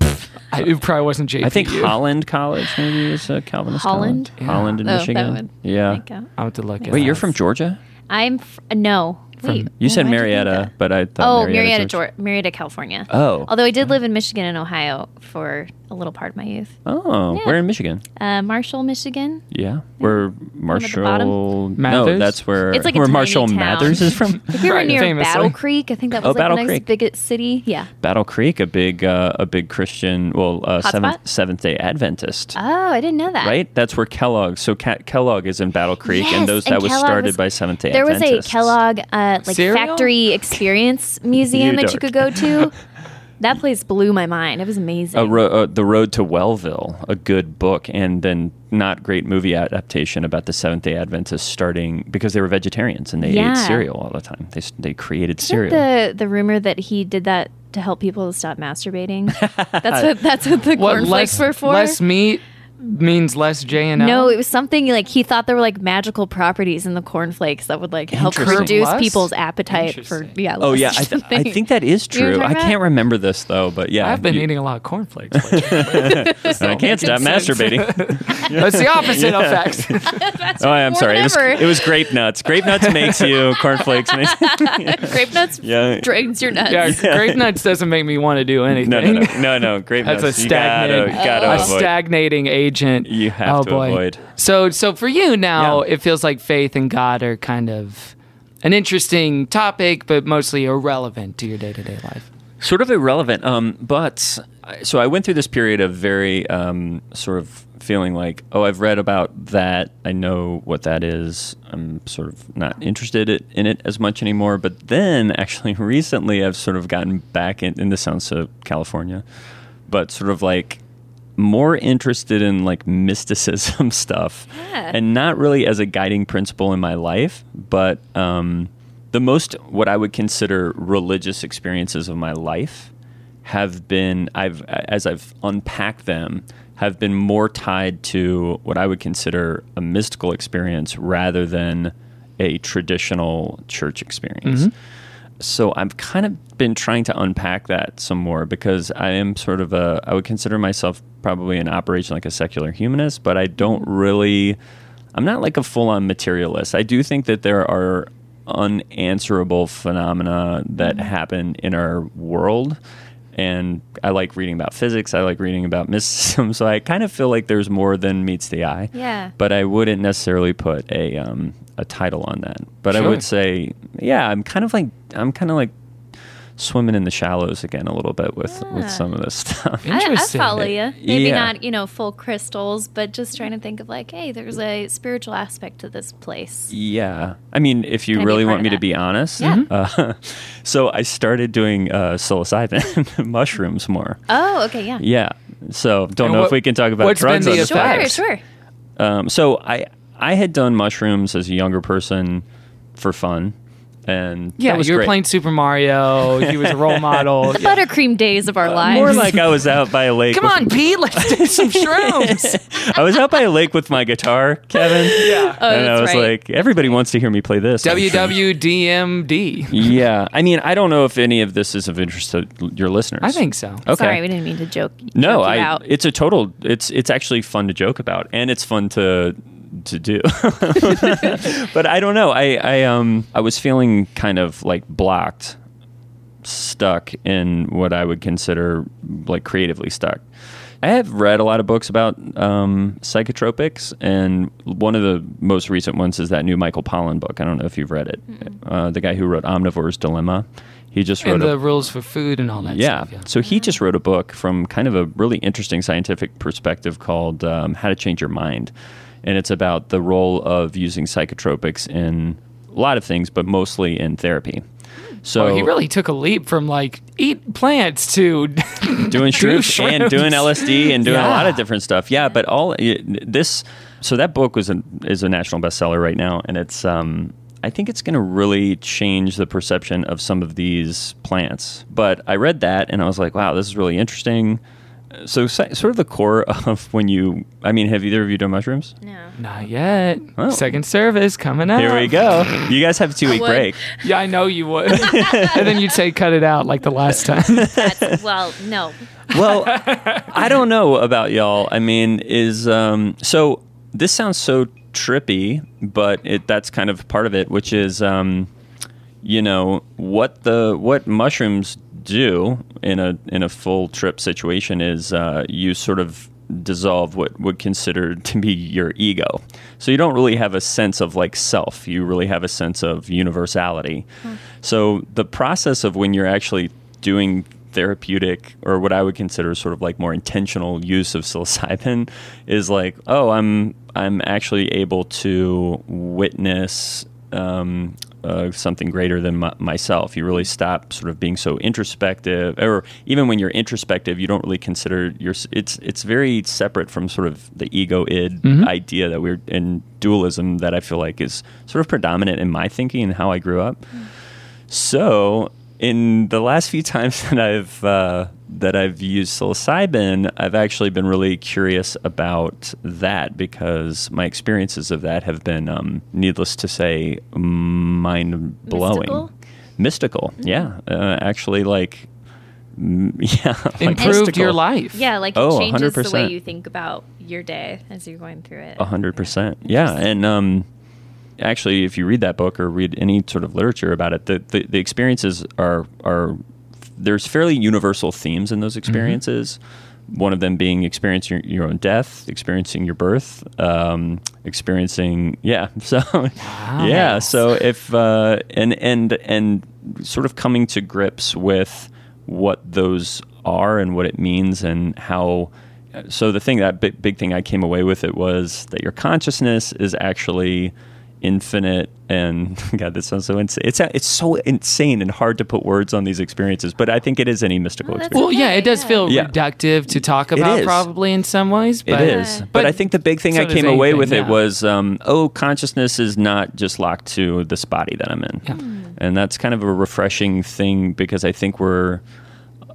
S4: I, it probably wasn't JPU.
S5: I think Holland College maybe is a Calvinist.
S3: Holland?
S5: college. Holland in
S3: Oh, that
S5: Michigan.
S3: would
S5: yeah.
S3: Like, uh,
S4: I have to look. it
S5: Wait, you're
S4: up.
S5: from Georgia?
S3: I'm f- no. Wait,
S5: you said
S3: why'd think
S5: Marietta,
S3: that?
S5: but I thought
S3: Oh,
S5: Marietta,
S3: Marietta,
S5: Georgia.
S3: Georgia, Marietta, California.
S5: Oh.
S3: although I did live in Michigan and Ohio for a little part of my youth.
S5: Oh,
S3: Yeah.
S5: we're in Michigan.
S3: Uh, Marshall,
S5: (laughs)
S3: Michigan.
S5: Yeah, where
S3: bottom.
S5: Marshall No,
S4: Mathers?
S5: that's where
S3: It's like a
S5: where
S3: tiny
S5: Marshall
S3: town.
S5: Mathers is from.
S3: (laughs) If you were
S4: Right,
S3: near
S4: famously.
S3: Battle Creek, I think that was
S5: Oh,
S3: like
S5: Battle
S3: a nice
S5: Creek.
S3: big city. Yeah.
S5: Battle Creek, a big uh, a big Christian, well, uh,
S3: Hotspot?
S5: seventh Seventh Day Adventist.
S3: Oh, I didn't know that.
S5: Right, that's where Kellogg. So Ca Kellogg is in Battle Creek,
S3: Yes,
S5: and those that was
S3: Kellogg
S5: started
S3: was-
S5: by Seventh Day
S3: There was
S5: Adventists.
S3: a Kellogg uh, like
S4: Cereal?
S3: factory experience
S5: (laughs)
S3: museum
S5: You
S3: that you could go to.
S5: (laughs)
S3: That place blew my mind. It was amazing.
S5: A ro- uh, the Road to Wellville, a good book, and then not great movie adaptation about the Seventh Day Adventists starting because they were vegetarians and they
S3: Yeah.
S5: ate cereal all the time. They s- they created
S3: Isn't
S5: cereal.
S3: the the rumor that he did that to help people to stop
S5: (laughs)
S3: masturbating? that's what that's what the
S4: What
S3: cornflakes
S4: less
S3: were for.
S4: less meat means less J and L.
S3: no, it was something like he thought there were like magical properties in the cornflakes that would like help
S5: Interesting.
S3: reduce
S4: Lust?
S3: people's appetite for
S4: Interesting.
S3: yeah.
S5: Oh
S3: lust or
S5: yeah, I, th- I
S3: something.
S5: think
S3: (laughs)
S5: that is
S3: You know what I'm
S5: true. I
S3: talking
S5: can't
S3: about?
S5: remember this though, but yeah,
S4: I've been
S5: you-
S4: eating a lot of
S5: (laughs)
S4: cornflakes. lately.
S5: and (laughs) I can't stop
S4: sense.
S5: masturbating.
S4: That's the opposite effects.
S5: oh, I'm
S3: more
S5: sorry. It
S3: than
S5: was,
S3: ever.
S5: it was grape nuts. Grape nuts
S3: (laughs)
S5: makes you cornflakes. Makes,
S3: (laughs) grape nuts
S5: (laughs) yeah.
S3: drains your nuts.
S4: Yeah, grape nuts doesn't make me want to do anything.
S5: No, no, no, no, no. Grape
S4: That's
S5: nuts.
S4: a
S5: you gotta,
S4: stagnant-
S5: gotta
S4: a
S5: avoid.
S4: stagnating agent.
S5: You have
S4: oh,
S5: to
S4: boy.
S5: avoid.
S4: So, so for you now,
S5: Yeah.
S4: it feels like faith and God are kind of an interesting topic, but mostly irrelevant to your day to day life.
S5: sort of irrelevant. Um, but I- so I went through this period of very um, sort of feeling like, oh, I've read about that. I know what that is. I'm sort of not interested i- in it as much anymore. But then, actually, (laughs) recently, I've sort of gotten back in, in the sounds of California, but sort of like more interested in like mysticism (laughs) stuff and not really as a guiding principle in my life but um, the most what i would consider religious experiences of my life have been i've as i've unpacked them have been more tied to what i would consider a mystical experience rather than a traditional church experience so I've kind of been trying to unpack that some more because I am sort of a I would consider myself probably an operation like a secular humanist, but I don't really I'm not like a full-on materialist. I do think that there are unanswerable phenomena that happen in our world and I like reading about physics, I like reading about (laughs) mysticism, so I kind of feel like there's more than meets the eye
S3: Yeah.
S5: but I wouldn't necessarily put a um, a title on that. But I
S4: Sure.
S5: would say, yeah, I'm kind of like I'm kind of like swimming in the shallows again a little bit with
S3: Yeah.
S5: with some of this stuff.
S3: I, I
S4: Interesting.
S3: follow you. Maybe
S5: Yeah.
S3: not, you know, full crystals, but just trying to think of like, hey, there's a spiritual aspect to this place.
S5: yeah, I mean, if you
S3: Can I be
S5: really
S3: a part
S5: want
S3: of
S5: me to
S3: that?
S5: be honest,
S3: Yeah.
S5: uh, (laughs) so I started doing uh, psilocybin (laughs) mushrooms more.
S3: Oh, okay, yeah.
S5: Yeah, so don't
S4: And
S5: know
S4: what-
S5: if we can talk about
S4: what's
S5: drugs.
S4: been
S5: on
S4: the
S5: this
S3: Sure,
S4: effect?
S5: podcast.
S3: sure.
S5: Um, so I I had done mushrooms as a younger person for fun, and
S4: Yeah,
S5: that was
S4: you were
S5: great.
S4: playing Super Mario. He was a (laughs) role model.
S3: The buttercream days of our lives.
S5: Uh, More like I was out by a lake.
S4: Come
S5: with-
S4: on, Pete, let's do some shrooms. (laughs)
S5: I was out by a lake with my guitar, Kevin. Yeah. and I
S3: Oh, that's
S5: was
S3: right.
S5: like, everybody wants to hear me play this. I'm sure.
S4: WWDMD.
S5: Yeah. I mean, I don't know if any of this is of interest to l- your listeners.
S4: I think so.
S5: Okay.
S3: Sorry, we didn't mean to joke. joke
S5: no,
S3: you
S5: I.
S3: Out.
S5: (laughs) It's a total. It's it's actually fun to joke about, and it's fun to to do. (laughs) but I don't know. I I um I was feeling kind of like blocked, stuck in what I would consider like creatively stuck. I have read a lot of books about um, psychotropics, and one of the most recent ones is that new Michael Pollan book. I don't know if you've read it. Uh, the guy who wrote Omnivore's Dilemma. He just wrote
S4: And
S5: a
S4: the rules for food and all that
S5: yeah.
S4: stuff.
S5: So he just wrote a book from kind of a really interesting scientific perspective called um, How to Change Your Mind. And it's about the role of using psychotropics in a lot of things, but mostly in therapy. So
S4: Well, Oh, he really took a leap from like eat plants to (laughs)
S5: doing
S4: do
S5: shrooms, and doing LSD and doing a lot of
S4: Yeah.
S5: different stuff. Yeah, but all this. So that book was a, is a national bestseller right now, and it's. Um, I think it's going to really change the perception of some of these plants. But I read that and I was like, wow, this is really interesting. So, si- sort of the core (laughs) of when you, I mean, have either of you done mushrooms?
S4: Not yet. Second service coming up.
S5: Here we go. You guys have a two week
S3: would.
S5: break.
S4: Yeah, Uh-huh. I know you
S5: (laughs)
S4: would. and then you'd say cut it out like the last time.
S3: That's, well, no.
S5: well, I don't know about y'all. I mean, is um, so this sounds so trippy, but it that's kind of part of it, which is um, you know what the what mushrooms do in a in a full trip situation is uh, you sort of dissolve what would consider (laughs) to be your ego. So you don't really have a sense of like self. You really have a sense of universality. So the process of when you're actually doing therapeutic or what I would consider sort of like more intentional use of (laughs) psilocybin is like, oh, I'm I'm actually able to witness um, uh, something greater than my, myself. You really stop sort of being so introspective, or even when you're introspective, you don't really consider your. It's it's very separate from sort of the ego id idea that we're in dualism that I feel like is sort of predominant in my thinking and how I grew up. So in the last few (laughs) times that I've uh, that I've used psilocybin, I've actually been really curious about that because my experiences of that have been, um, needless to say, mind blowing,
S3: Mystical?
S5: mystical. Yeah, uh, actually, like, m- (laughs) yeah, like
S4: Improved your
S5: mystical.
S4: life.
S3: Yeah, like
S5: Oh,
S3: it changes the way
S5: 100%.
S3: you think about your day as you're going through it.
S5: A hundred percent. Yeah, and um, actually, if you read that book or read any sort of literature about it, the the, the experiences are are there's fairly universal themes in those experiences. One of them being experiencing your, your own death, experiencing your birth, um, experiencing yeah. (laughs) So yeah. So if uh, and and and sort of coming to grips with what those are and what it means and how so the thing that big, big thing I came away with it was that your consciousness is actually infinite and (laughs) god that sounds so insane it's it's so insane and hard to put words on these experiences but i think it is any mystical
S3: Oh, that's
S5: experience
S4: Well, yeah, it does feel
S5: Yeah.
S4: reductive to talk about,
S5: is.
S4: probably in some ways. But,
S5: it is but, i think the big thing
S4: so
S5: i
S4: does
S5: came away
S4: anything,
S5: with it
S4: yeah.
S5: was um, oh consciousness is not just locked to this body that i'm in and that's kind of a refreshing thing because i think we're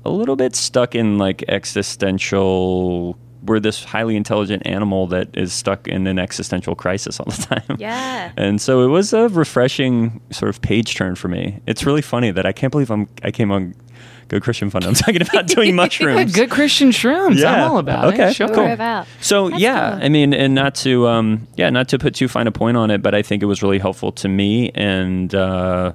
S5: a little bit stuck in like existential we're this highly intelligent animal that is stuck in an existential crisis all the (laughs) time.
S3: Yeah.
S5: And so it was a refreshing sort of page turn for me. It's really funny that I can't believe I'm I came on Good Christian Fun. I'm talking
S4: (laughs)
S5: about doing mushrooms.
S4: Good Christian shrooms.
S5: Yeah.
S4: I'm all about it.
S5: Okay,
S4: Sure.
S5: cool.
S3: Sure about.
S5: So
S3: That's
S5: yeah,
S3: cool.
S5: I mean, and not to um, yeah, not to put too fine a point on it, but I think it was really helpful to me, and uh,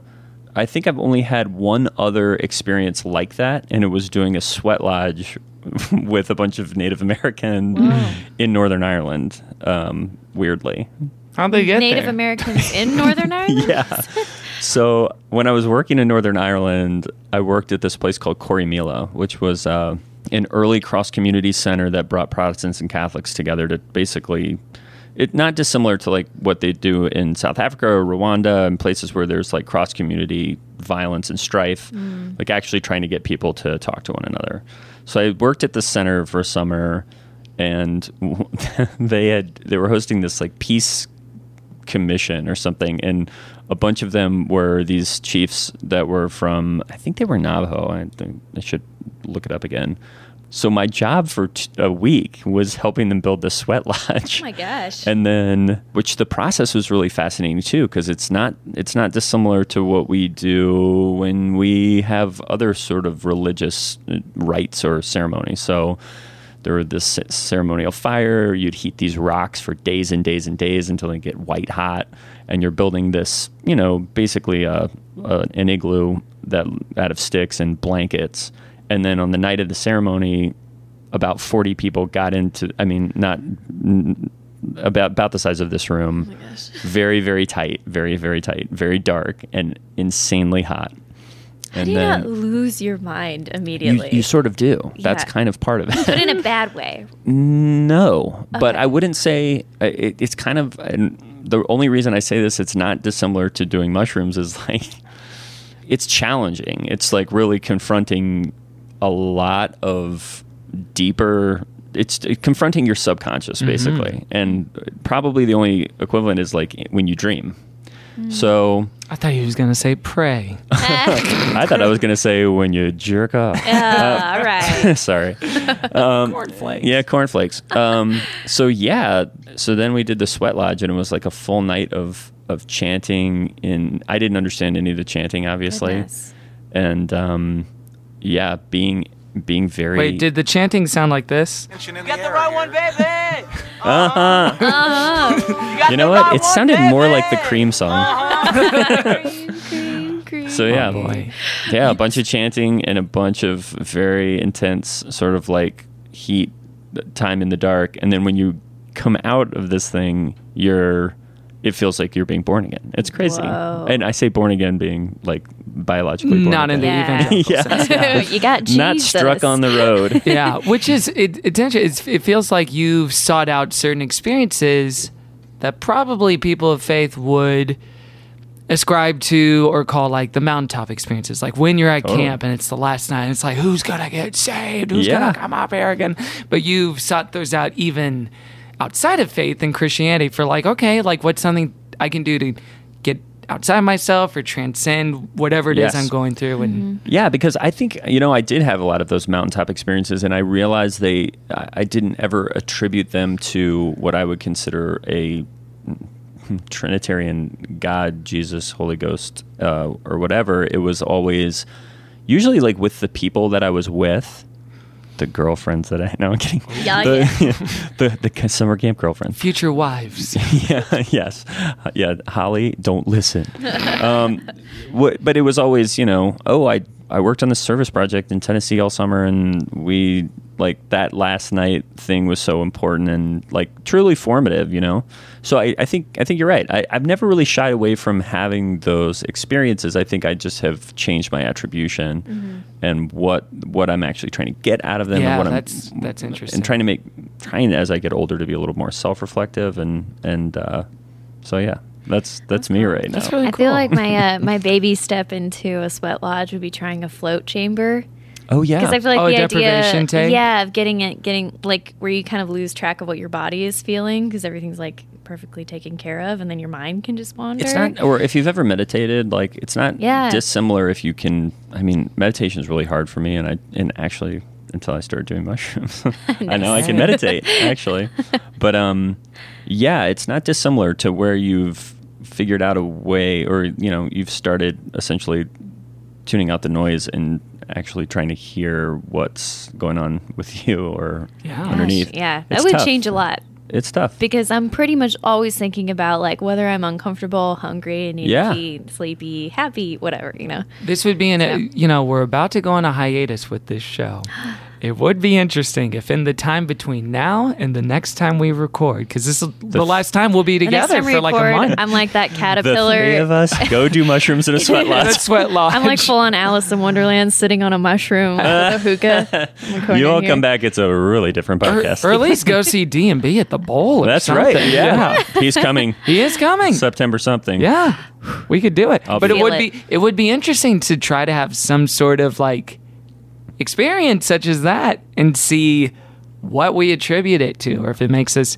S5: I think I've only had one other experience like that, and it was doing a sweat lodge (laughs) with a bunch of Native American in Northern Ireland. Um, weirdly,
S4: How'd they get
S3: Native
S4: there?
S3: Americans
S5: (laughs)
S3: in Northern Ireland.
S5: yeah. so when I was working in Northern Ireland, I worked at this place called Corrymeela, which was uh, an early cross community center that brought Protestants and Catholics together to basically. It not dissimilar to like what they do in South Africa or Rwanda and places where there's like cross community violence and strife, like actually trying to get people to talk to one another. So I worked at the center for a summer, and (laughs) they had they were hosting this like peace commission or something and a bunch of them were these chiefs that were from i think they were navajo i think i should look it up again so my job for t- a week was helping them build the sweat (laughs) lodge
S3: Oh my gosh.
S5: and then which the process was really fascinating too because it's not it's not dissimilar to what we do when we have other sort of religious uh, rites or ceremonies so there were this c- ceremonial fire you'd heat these rocks for days and days and days until they get white hot and you're building this you know basically a, a, an igloo that out of sticks and blankets and then on the night of the ceremony about 40 people got into i mean not n- about about the size of this room
S3: Oh (laughs)
S5: very very tight very very tight very dark and insanely hot
S3: How
S5: and
S3: do you not lose your mind
S5: you,
S3: immediately?
S5: you sort of do that's
S3: Yeah.
S5: kind of part of it
S3: but in
S5: (laughs)
S3: a bad way.
S5: no but
S3: Okay.
S5: i wouldn't say I- it, it's kind of and the only reason i say this it's not dissimilar to doing mushrooms is (laughs) like it's challenging it's like really confronting a lot of deeper it's uh, confronting your subconscious basically and probably the only equivalent is like when you dream so
S4: I thought he was going to say pray.
S5: i thought i was going to say when you jerk off Uh,
S3: Ah, all right.
S5: (laughs) Sorry. Um, cornflakes. Yeah, cornflakes. Um, so yeah, so then we did the sweat lodge, and it was like a full night of of chanting. In I didn't understand any of the chanting, obviously,
S3: Goodness.
S5: and um, yeah, being being very
S4: Wait, did the chanting sound like this?
S6: Got the right one, baby.
S3: Uh-huh.
S5: (laughs) you know what? It sounded more like the Cream song. (laughs) So yeah,
S4: Oh, boy.
S5: yeah, a bunch of chanting and a bunch of very intense sort of like heat time in the dark, and then when you come out of this thing, you're it feels like you're being born again. It's crazy,
S3: Whoa.
S5: and I say born again being like biologically born
S4: Not in the
S5: again.
S3: Yeah.
S4: evangelical
S5: (laughs) Yeah.
S4: sense. Yeah.
S3: you got Jesus.
S5: not struck on the road.
S4: yeah, which is it, it's interesting. It's, it feels like you've sought out certain experiences that probably people of faith would ascribe to or call like the mountaintop experiences. Like when you're at
S5: Totally.
S4: camp and it's the last night, and it's like who's gonna get saved? Who's
S5: Yeah.
S4: gonna come up here again? But you've sought those out even outside of faith and Christianity for like okay, like what's something I can do to get outside myself or transcend whatever it
S5: Yes.
S4: I'm going through and.
S5: Yeah, because I think you know I did have a lot of those mountaintop experiences, and I realized they I I didn't ever attribute them to what I would consider a Trinitarian God, Jesus, Holy Ghost, uh, or whatever. It was always usually like with the people that I was with, the girlfriends that I (laughs) no, I'm kidding.
S3: Yeah,
S5: the,
S3: yeah.
S5: (laughs) the the summer camp girlfriend
S4: future wives.
S5: (laughs) yeah, yes, Uh, yeah. Holly, don't listen. um, what, but it was always, you know, oh, I I worked on this service project in Tennessee all summer, and we like that last night thing was so important and like truly formative, you know. So I, I think I think you're right. I, I've never really shied away from having those experiences. I think I just have changed my attribution
S3: Mm-hmm.
S5: and what what I'm actually trying to get out of them and
S4: yeah,
S5: what I'm
S4: that's that's interesting.
S5: and trying to make trying as I get older to be a little more self reflective and and uh, so yeah, that's that's me right now.
S4: that's really
S3: Uh-huh. I
S4: cool.
S3: feel like
S4: (laughs)
S3: my uh,
S5: (laughs)
S3: my baby step into a sweat lodge would be trying a float chamber.
S5: oh yeah,
S3: Because I feel like
S4: Oh,
S3: the
S4: a
S3: idea,
S4: deprivation tank?
S3: yeah, of getting it, getting like where you kind of lose track of what your body is feeling because everything's like perfectly taken care of, and then your mind can just wander.
S5: Oh, it's not or if you've ever meditated, like it's not
S3: Yeah.
S5: dissimilar. If you can, I mean, meditation is really hard for me, and I and actually until I started doing mushrooms. (laughs) I know I can meditate
S3: (laughs)
S5: actually, but um, yeah, it's not dissimilar to where you've figured out a way, or you know, you've started essentially tuning out the noise and actually trying to hear what's going on with (laughs) you or
S4: Yeah.
S5: underneath.
S3: Oh Yeah, that
S5: It's
S3: would
S5: tough.
S3: change a lot
S5: It's tough.
S3: because I'm pretty much always thinking about like whether I'm uncomfortable, hungry, need
S5: Yeah.
S3: to eat, sleepy, happy, whatever. You know,
S4: This would be in a,
S3: Yeah.
S4: you know, we're about to go on a hiatus with this
S3: (gasps)
S4: show. It would be interesting if in the time between now and the next time we record, because this is the last time we'll be
S3: the next
S4: together
S3: time
S4: for
S3: we record,
S4: like a month.
S3: I'm like that
S5: (laughs) the three of
S3: caterpillar.
S5: us go do
S4: (laughs)
S5: mushrooms in a sweat
S4: That's
S5: lodge.
S4: sweat lodge.
S3: (laughs) I'm like full on Alice in Wonderland, sitting on a mushroom with a
S5: (laughs)
S3: hookah. I'm recording
S5: You all
S3: here.
S5: come back. It's a really different
S4: Or,
S5: podcast.
S4: or at least go see D and B at the bowl. Or
S5: That's
S4: something.
S5: right. Yeah, he's coming
S4: he is coming.
S5: September something.
S4: yeah, we could do it. but it
S3: Feel
S4: would
S3: it.
S4: be it would be interesting to try to have some sort of like experience such as that and see what we attribute it to, or if it makes us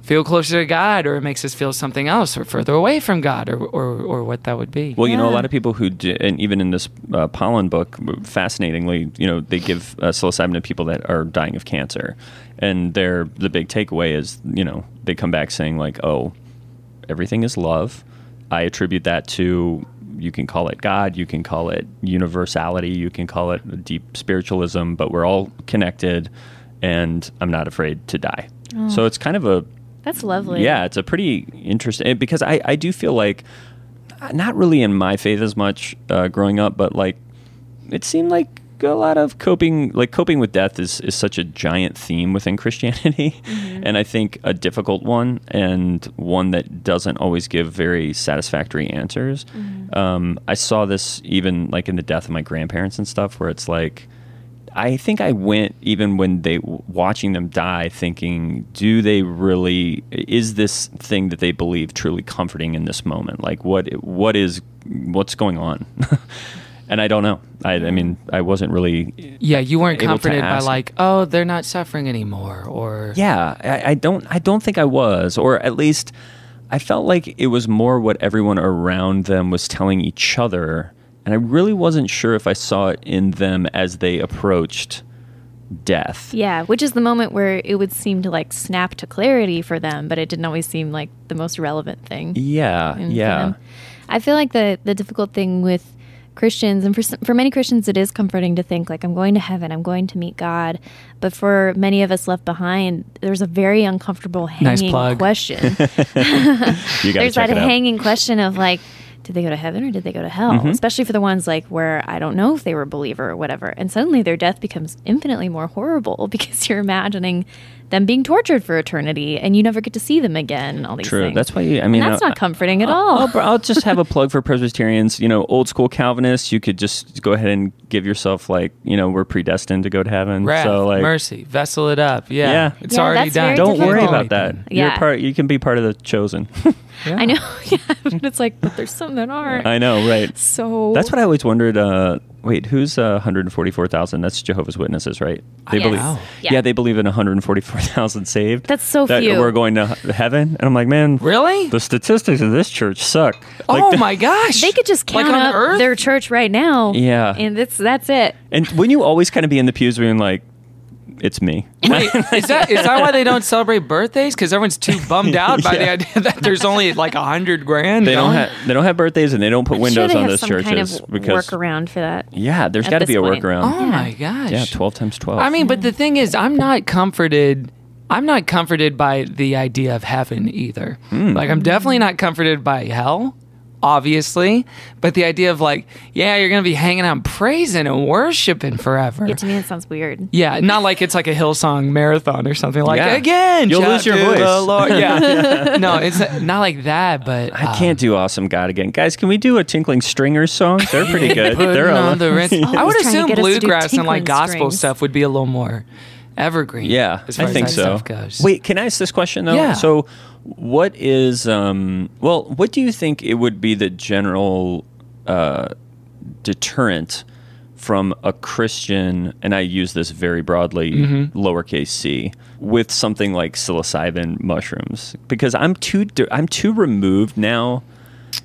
S4: feel closer to God, or it makes us feel something else, or further away from God, or or, or what that would be.
S5: Well, you know, a lot of people who, do, and even in this uh, pollen book, fascinatingly, you know, they give uh, psilocybin to people that are dying of cancer, and their the big takeaway is, you know, they come back saying like, oh, everything is love. I attribute that to you can call it God, you can call it universality, you can call it deep spiritualism, but we're all connected, and I'm not afraid to die. So it's kind of a
S3: That's lovely.
S5: yeah, it's a pretty interesting because I, I do feel like not really in my faith as much uh, growing up, but like it seemed like a lot of coping like coping with death is, is such a giant theme within (laughs) Christianity and I think a difficult one and one that doesn't always give very satisfactory answers. Um, I saw this even like in the death of my grandparents and stuff where it's like I think I went even when they watching them die, thinking, do they really? Is this thing that they believe truly comforting in this moment? Like, what what is what's going on? (laughs) and I don't know. I, I mean, I wasn't really.
S4: yeah, you weren't
S5: able to
S4: comforted by
S5: ask-
S4: like, oh, they're not suffering anymore, or
S5: Yeah, I, I don't. I don't think I was, or at least I felt like it was more what everyone around them was telling each other, and I really wasn't sure if I saw it in them as they approached death.
S3: Yeah, which is the moment where it would seem to like snap to clarity for them, but it didn't always seem like the most relevant thing.
S5: Yeah,
S3: for
S5: yeah.
S3: them. I feel like the the difficult thing with Christians and for some, for many Christians it is comforting to think like I'm going to heaven, I'm going to meet God, but for many of us left behind, there's a very uncomfortable
S4: Nice
S3: hanging
S4: plug. (laughs)
S3: question.
S5: (laughs) You
S3: there's
S5: got check
S3: that
S5: it out. Mm-hmm.
S3: hanging question of like did they go to heaven or did they go to hell? Especially for the ones like where I don't know if they were a believer or whatever. And suddenly their death becomes infinitely more horrible (laughs) because you're imagining them being tortured for eternity and you never get to see them again. and All these
S5: True.
S3: things.
S5: That's why you, I mean,
S3: and that's
S5: I-
S3: not comforting at
S5: I'll,
S3: all.
S5: I'll, I'll just have a plug for Presbyterians. You know, old school Calvinists, you could just go ahead and give yourself like, you know, we're predestined to go to heaven.
S4: wrath,
S5: so like,
S4: mercy, vessel it up. Yeah,
S5: Yeah.
S4: it's
S3: Yeah,
S4: already
S3: that's
S4: done.
S3: very
S5: don't worry
S3: difficult.
S5: about that. You're
S3: Yeah.
S5: part. You can be part of the chosen.
S3: (laughs)
S5: (laughs)
S3: I know, (laughs) yeah, but it's like, but there's some that aren't.
S5: I know,
S3: (laughs)
S5: right?
S3: so
S5: That's what I always wondered. Uh, wait, who's uh, 144,000? That's Jehovah's Witnesses, right? They
S3: Yes.
S5: believe.
S3: Wow.
S5: Yeah.
S3: Yeah.
S5: they believe in 144,000 saved.
S3: That's so
S5: that
S3: few.
S5: We're going to he- heaven, and I'm like, man,
S4: Really?
S5: The statistics of this church suck. Like,
S4: oh
S5: the-
S4: my gosh!
S3: they could just
S4: Like
S3: count
S4: on
S3: up
S4: Earth?
S3: their church right now.
S5: (laughs) Yeah.
S3: and that's that's it.
S5: And when you always kind of be in the pews being like, it's me.
S4: Wait, is that is that why they don't celebrate birthdays? Because everyone's too
S5: (laughs)
S4: bummed out by the
S5: Yeah.
S4: idea that there's only like a hundred grand.
S5: They don't
S4: going.
S5: have they don't have birthdays and they don't put
S3: I'm sure
S5: windows
S3: they
S5: on
S3: have
S5: those
S3: some
S5: churches
S3: kind of
S5: because
S3: workaround for that.
S5: yeah, there's
S3: at
S5: got to
S3: this
S5: be a
S3: point.
S5: workaround.
S4: Oh my gosh!
S5: Yeah, twelve times twelve.
S4: I mean, but the thing is, I'm not comforted. I'm not comforted by the idea of heaven either.
S5: Hmm.
S4: Like, I'm definitely not comforted by hell, obviously. But the idea of like, yeah, you're gonna be hanging out, praising and worshiping forever.
S3: Yeah, to me, that sounds weird.
S4: Yeah, not like it's like a Hillsong marathon or something like
S5: Yeah.
S4: again.
S5: You'll
S4: shout
S5: lose your
S4: to
S5: voice.
S4: the Lord."
S5: (laughs)
S4: Yeah. no, it's not like that. But
S5: I can't do awesome God again, guys. Can we do a Tinkling Stringers song?
S3: (laughs)
S5: They're pretty good. They're all (laughs)
S4: on the wrist. I
S3: always
S4: would
S3: trying to
S4: assume
S3: get us to do
S4: bluegrass and like
S3: tinkling
S4: gospel
S3: strings.
S4: stuff would be a little more evergreen.
S5: yeah.
S4: as far
S5: I
S4: as
S5: think
S4: that
S5: so.
S4: Stuff goes.
S5: Wait, can I ask this question though?
S4: Yeah.
S5: So, what is um? Well, what do you think it would be the general uh, deterrent from a Christian? And I use this very broadly,
S4: Mm-hmm.
S5: lowercase c, with something like psilocybin mushrooms, because I'm too de- I'm too removed now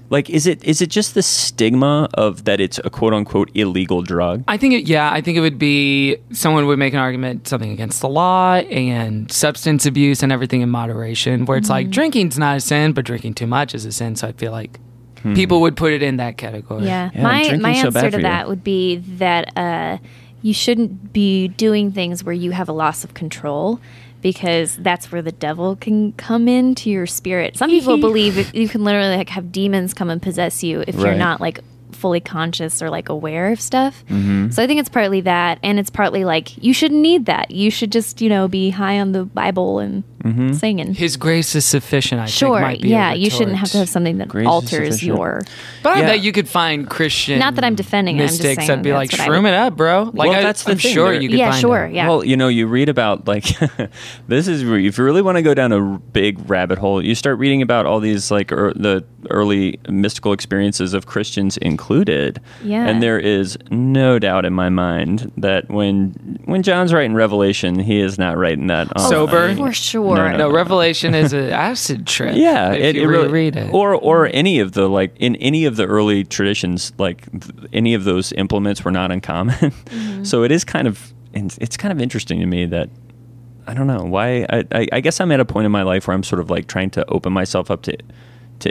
S5: Like, is it is it just the stigma of that it's a quote unquote illegal drug?
S4: I think, it, yeah, I think it would be someone would make an argument something against the law and substance abuse and everything in moderation, where it's
S3: Mm-hmm.
S4: like drinking's not a sin, but drinking too much is a sin. So I feel like
S5: Hmm.
S4: people would put it in that category.
S3: Yeah.
S5: Yeah,
S3: my
S5: drinking's
S3: my
S5: so
S3: answer
S5: bad
S3: to
S5: for you.
S3: that would be that uh, you shouldn't be doing things where you have a loss of control because that's where the devil can come into your spirit. Some
S5: (laughs)
S3: people believe that you can literally like have demons come and possess you if you're
S5: Right.
S3: not like fully conscious or like aware of stuff.
S5: Mm-hmm.
S3: So I think it's partly that and it's partly like you shouldn't need that. You should just, you know, be high on the Bible and
S5: Mm-hmm.
S3: singing.
S4: His grace is sufficient, I think.
S3: Sure.
S4: might be a
S3: Yeah, you shouldn't have to have
S4: retort.
S3: something that
S5: Grace is
S3: alters
S5: sufficient.
S3: your
S4: But
S5: Yeah.
S4: I bet you could find Christian.
S3: Not that I'm defending it, I'm just
S4: mystics
S3: saying
S4: that'd be like,
S3: that's what I
S4: shroom
S3: would-
S4: it up, bro. Like,
S5: Well,
S4: I,
S5: that's the
S4: I'm
S5: thing,
S4: sure
S5: there-
S4: you could
S3: Yeah,
S4: find
S3: sure.
S4: it.
S3: Yeah.
S5: Well, you know, you read about like (laughs) this is where- if you really want to go down a r- big rabbit hole, you start reading about all these like er, the early mystical experiences of Christians included.
S3: Yeah.
S5: And there is no doubt in my mind that when when John's writing Revelation, he is not writing that on
S4: Sober?
S3: for sure.
S5: No,
S4: No, Revelation is
S5: (laughs)
S4: an acid trip.
S5: Yeah,
S4: if you
S5: really-
S4: reread it. Mm.
S5: or or any of the like in any of the early traditions, like th- any of those implements were not uncommon. (laughs)
S4: Mm-hmm.
S5: so it is kind of and it's kind of interesting to me that I don't know why I, I I guess I'm at a point in my life where I'm sort of like trying to open myself up to to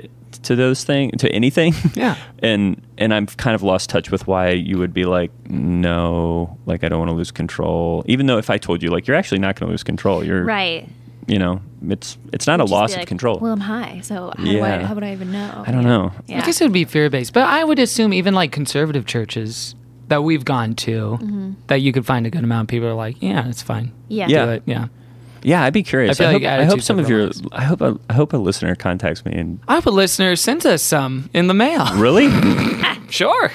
S5: to those things to anything. (laughs)
S4: Yeah.
S5: and and I've kind of lost touch with why you would be like no, like I don't want to lose control. Even though if I told you like you're actually not going to lose control, you're
S3: Right.
S5: you know, it's it's not a
S3: Just be
S5: loss of
S3: like,
S5: control.
S3: Well, I'm high, so how, do
S5: Yeah.
S3: I, how would I even know?
S5: I don't know.
S3: Yeah.
S4: I guess it would be fear based, but I would assume even like conservative churches that we've gone to, that you could find a good amount of people are like, yeah, it's fine.
S3: Mm-hmm. yeah.
S5: Yeah.
S4: Do it. Yeah.
S5: Yeah, I'd be
S4: I
S5: curious.
S4: feel
S5: I,
S4: like
S5: hope, I hope
S4: attitudes
S5: some
S4: have
S5: of your.
S4: relaxed.
S5: I hope a, I hope a listener contacts me and
S4: I have a listener sends us some in the mail.
S5: really.
S4: (laughs)
S5: (laughs)
S4: Sure.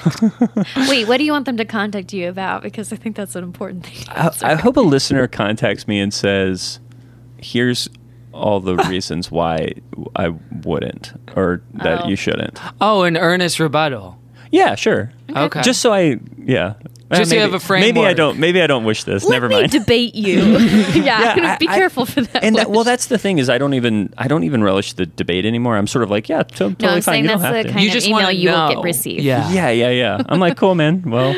S3: Wait, what do you want them to contact you about? Because I think that's an important thing.
S5: I, Uh, I hope a listener contacts me and says, "Here's
S4: (laughs)
S5: all the reasons why I wouldn't or that you shouldn't."
S4: oh, an earnest rebuttal.
S5: Yeah, sure.
S4: Okay.
S5: Just so I, yeah. Eh,
S4: Just so you have a
S5: Maybe I
S4: framework.
S5: don't. Maybe I don't wish this.
S3: Let
S5: Never
S3: me
S5: mind.
S3: debate you.
S5: (laughs)
S3: yeah, I'm gonna
S5: I-
S3: (laughs) be
S5: I-
S3: careful for that.
S5: and that, well,
S3: one.
S5: that's the thing is I don't even I don't even relish the debate anymore. I'm sort of like, yeah, to- totally
S3: no, I'm
S5: fine.
S3: saying
S5: you
S3: that's
S5: don't have
S3: the
S5: to.
S3: kind
S4: You
S3: of
S4: just
S3: email
S4: wanna
S3: you will
S4: know.
S3: get received.
S4: Yeah.
S5: yeah, yeah, yeah. I'm like, cool, man. Well,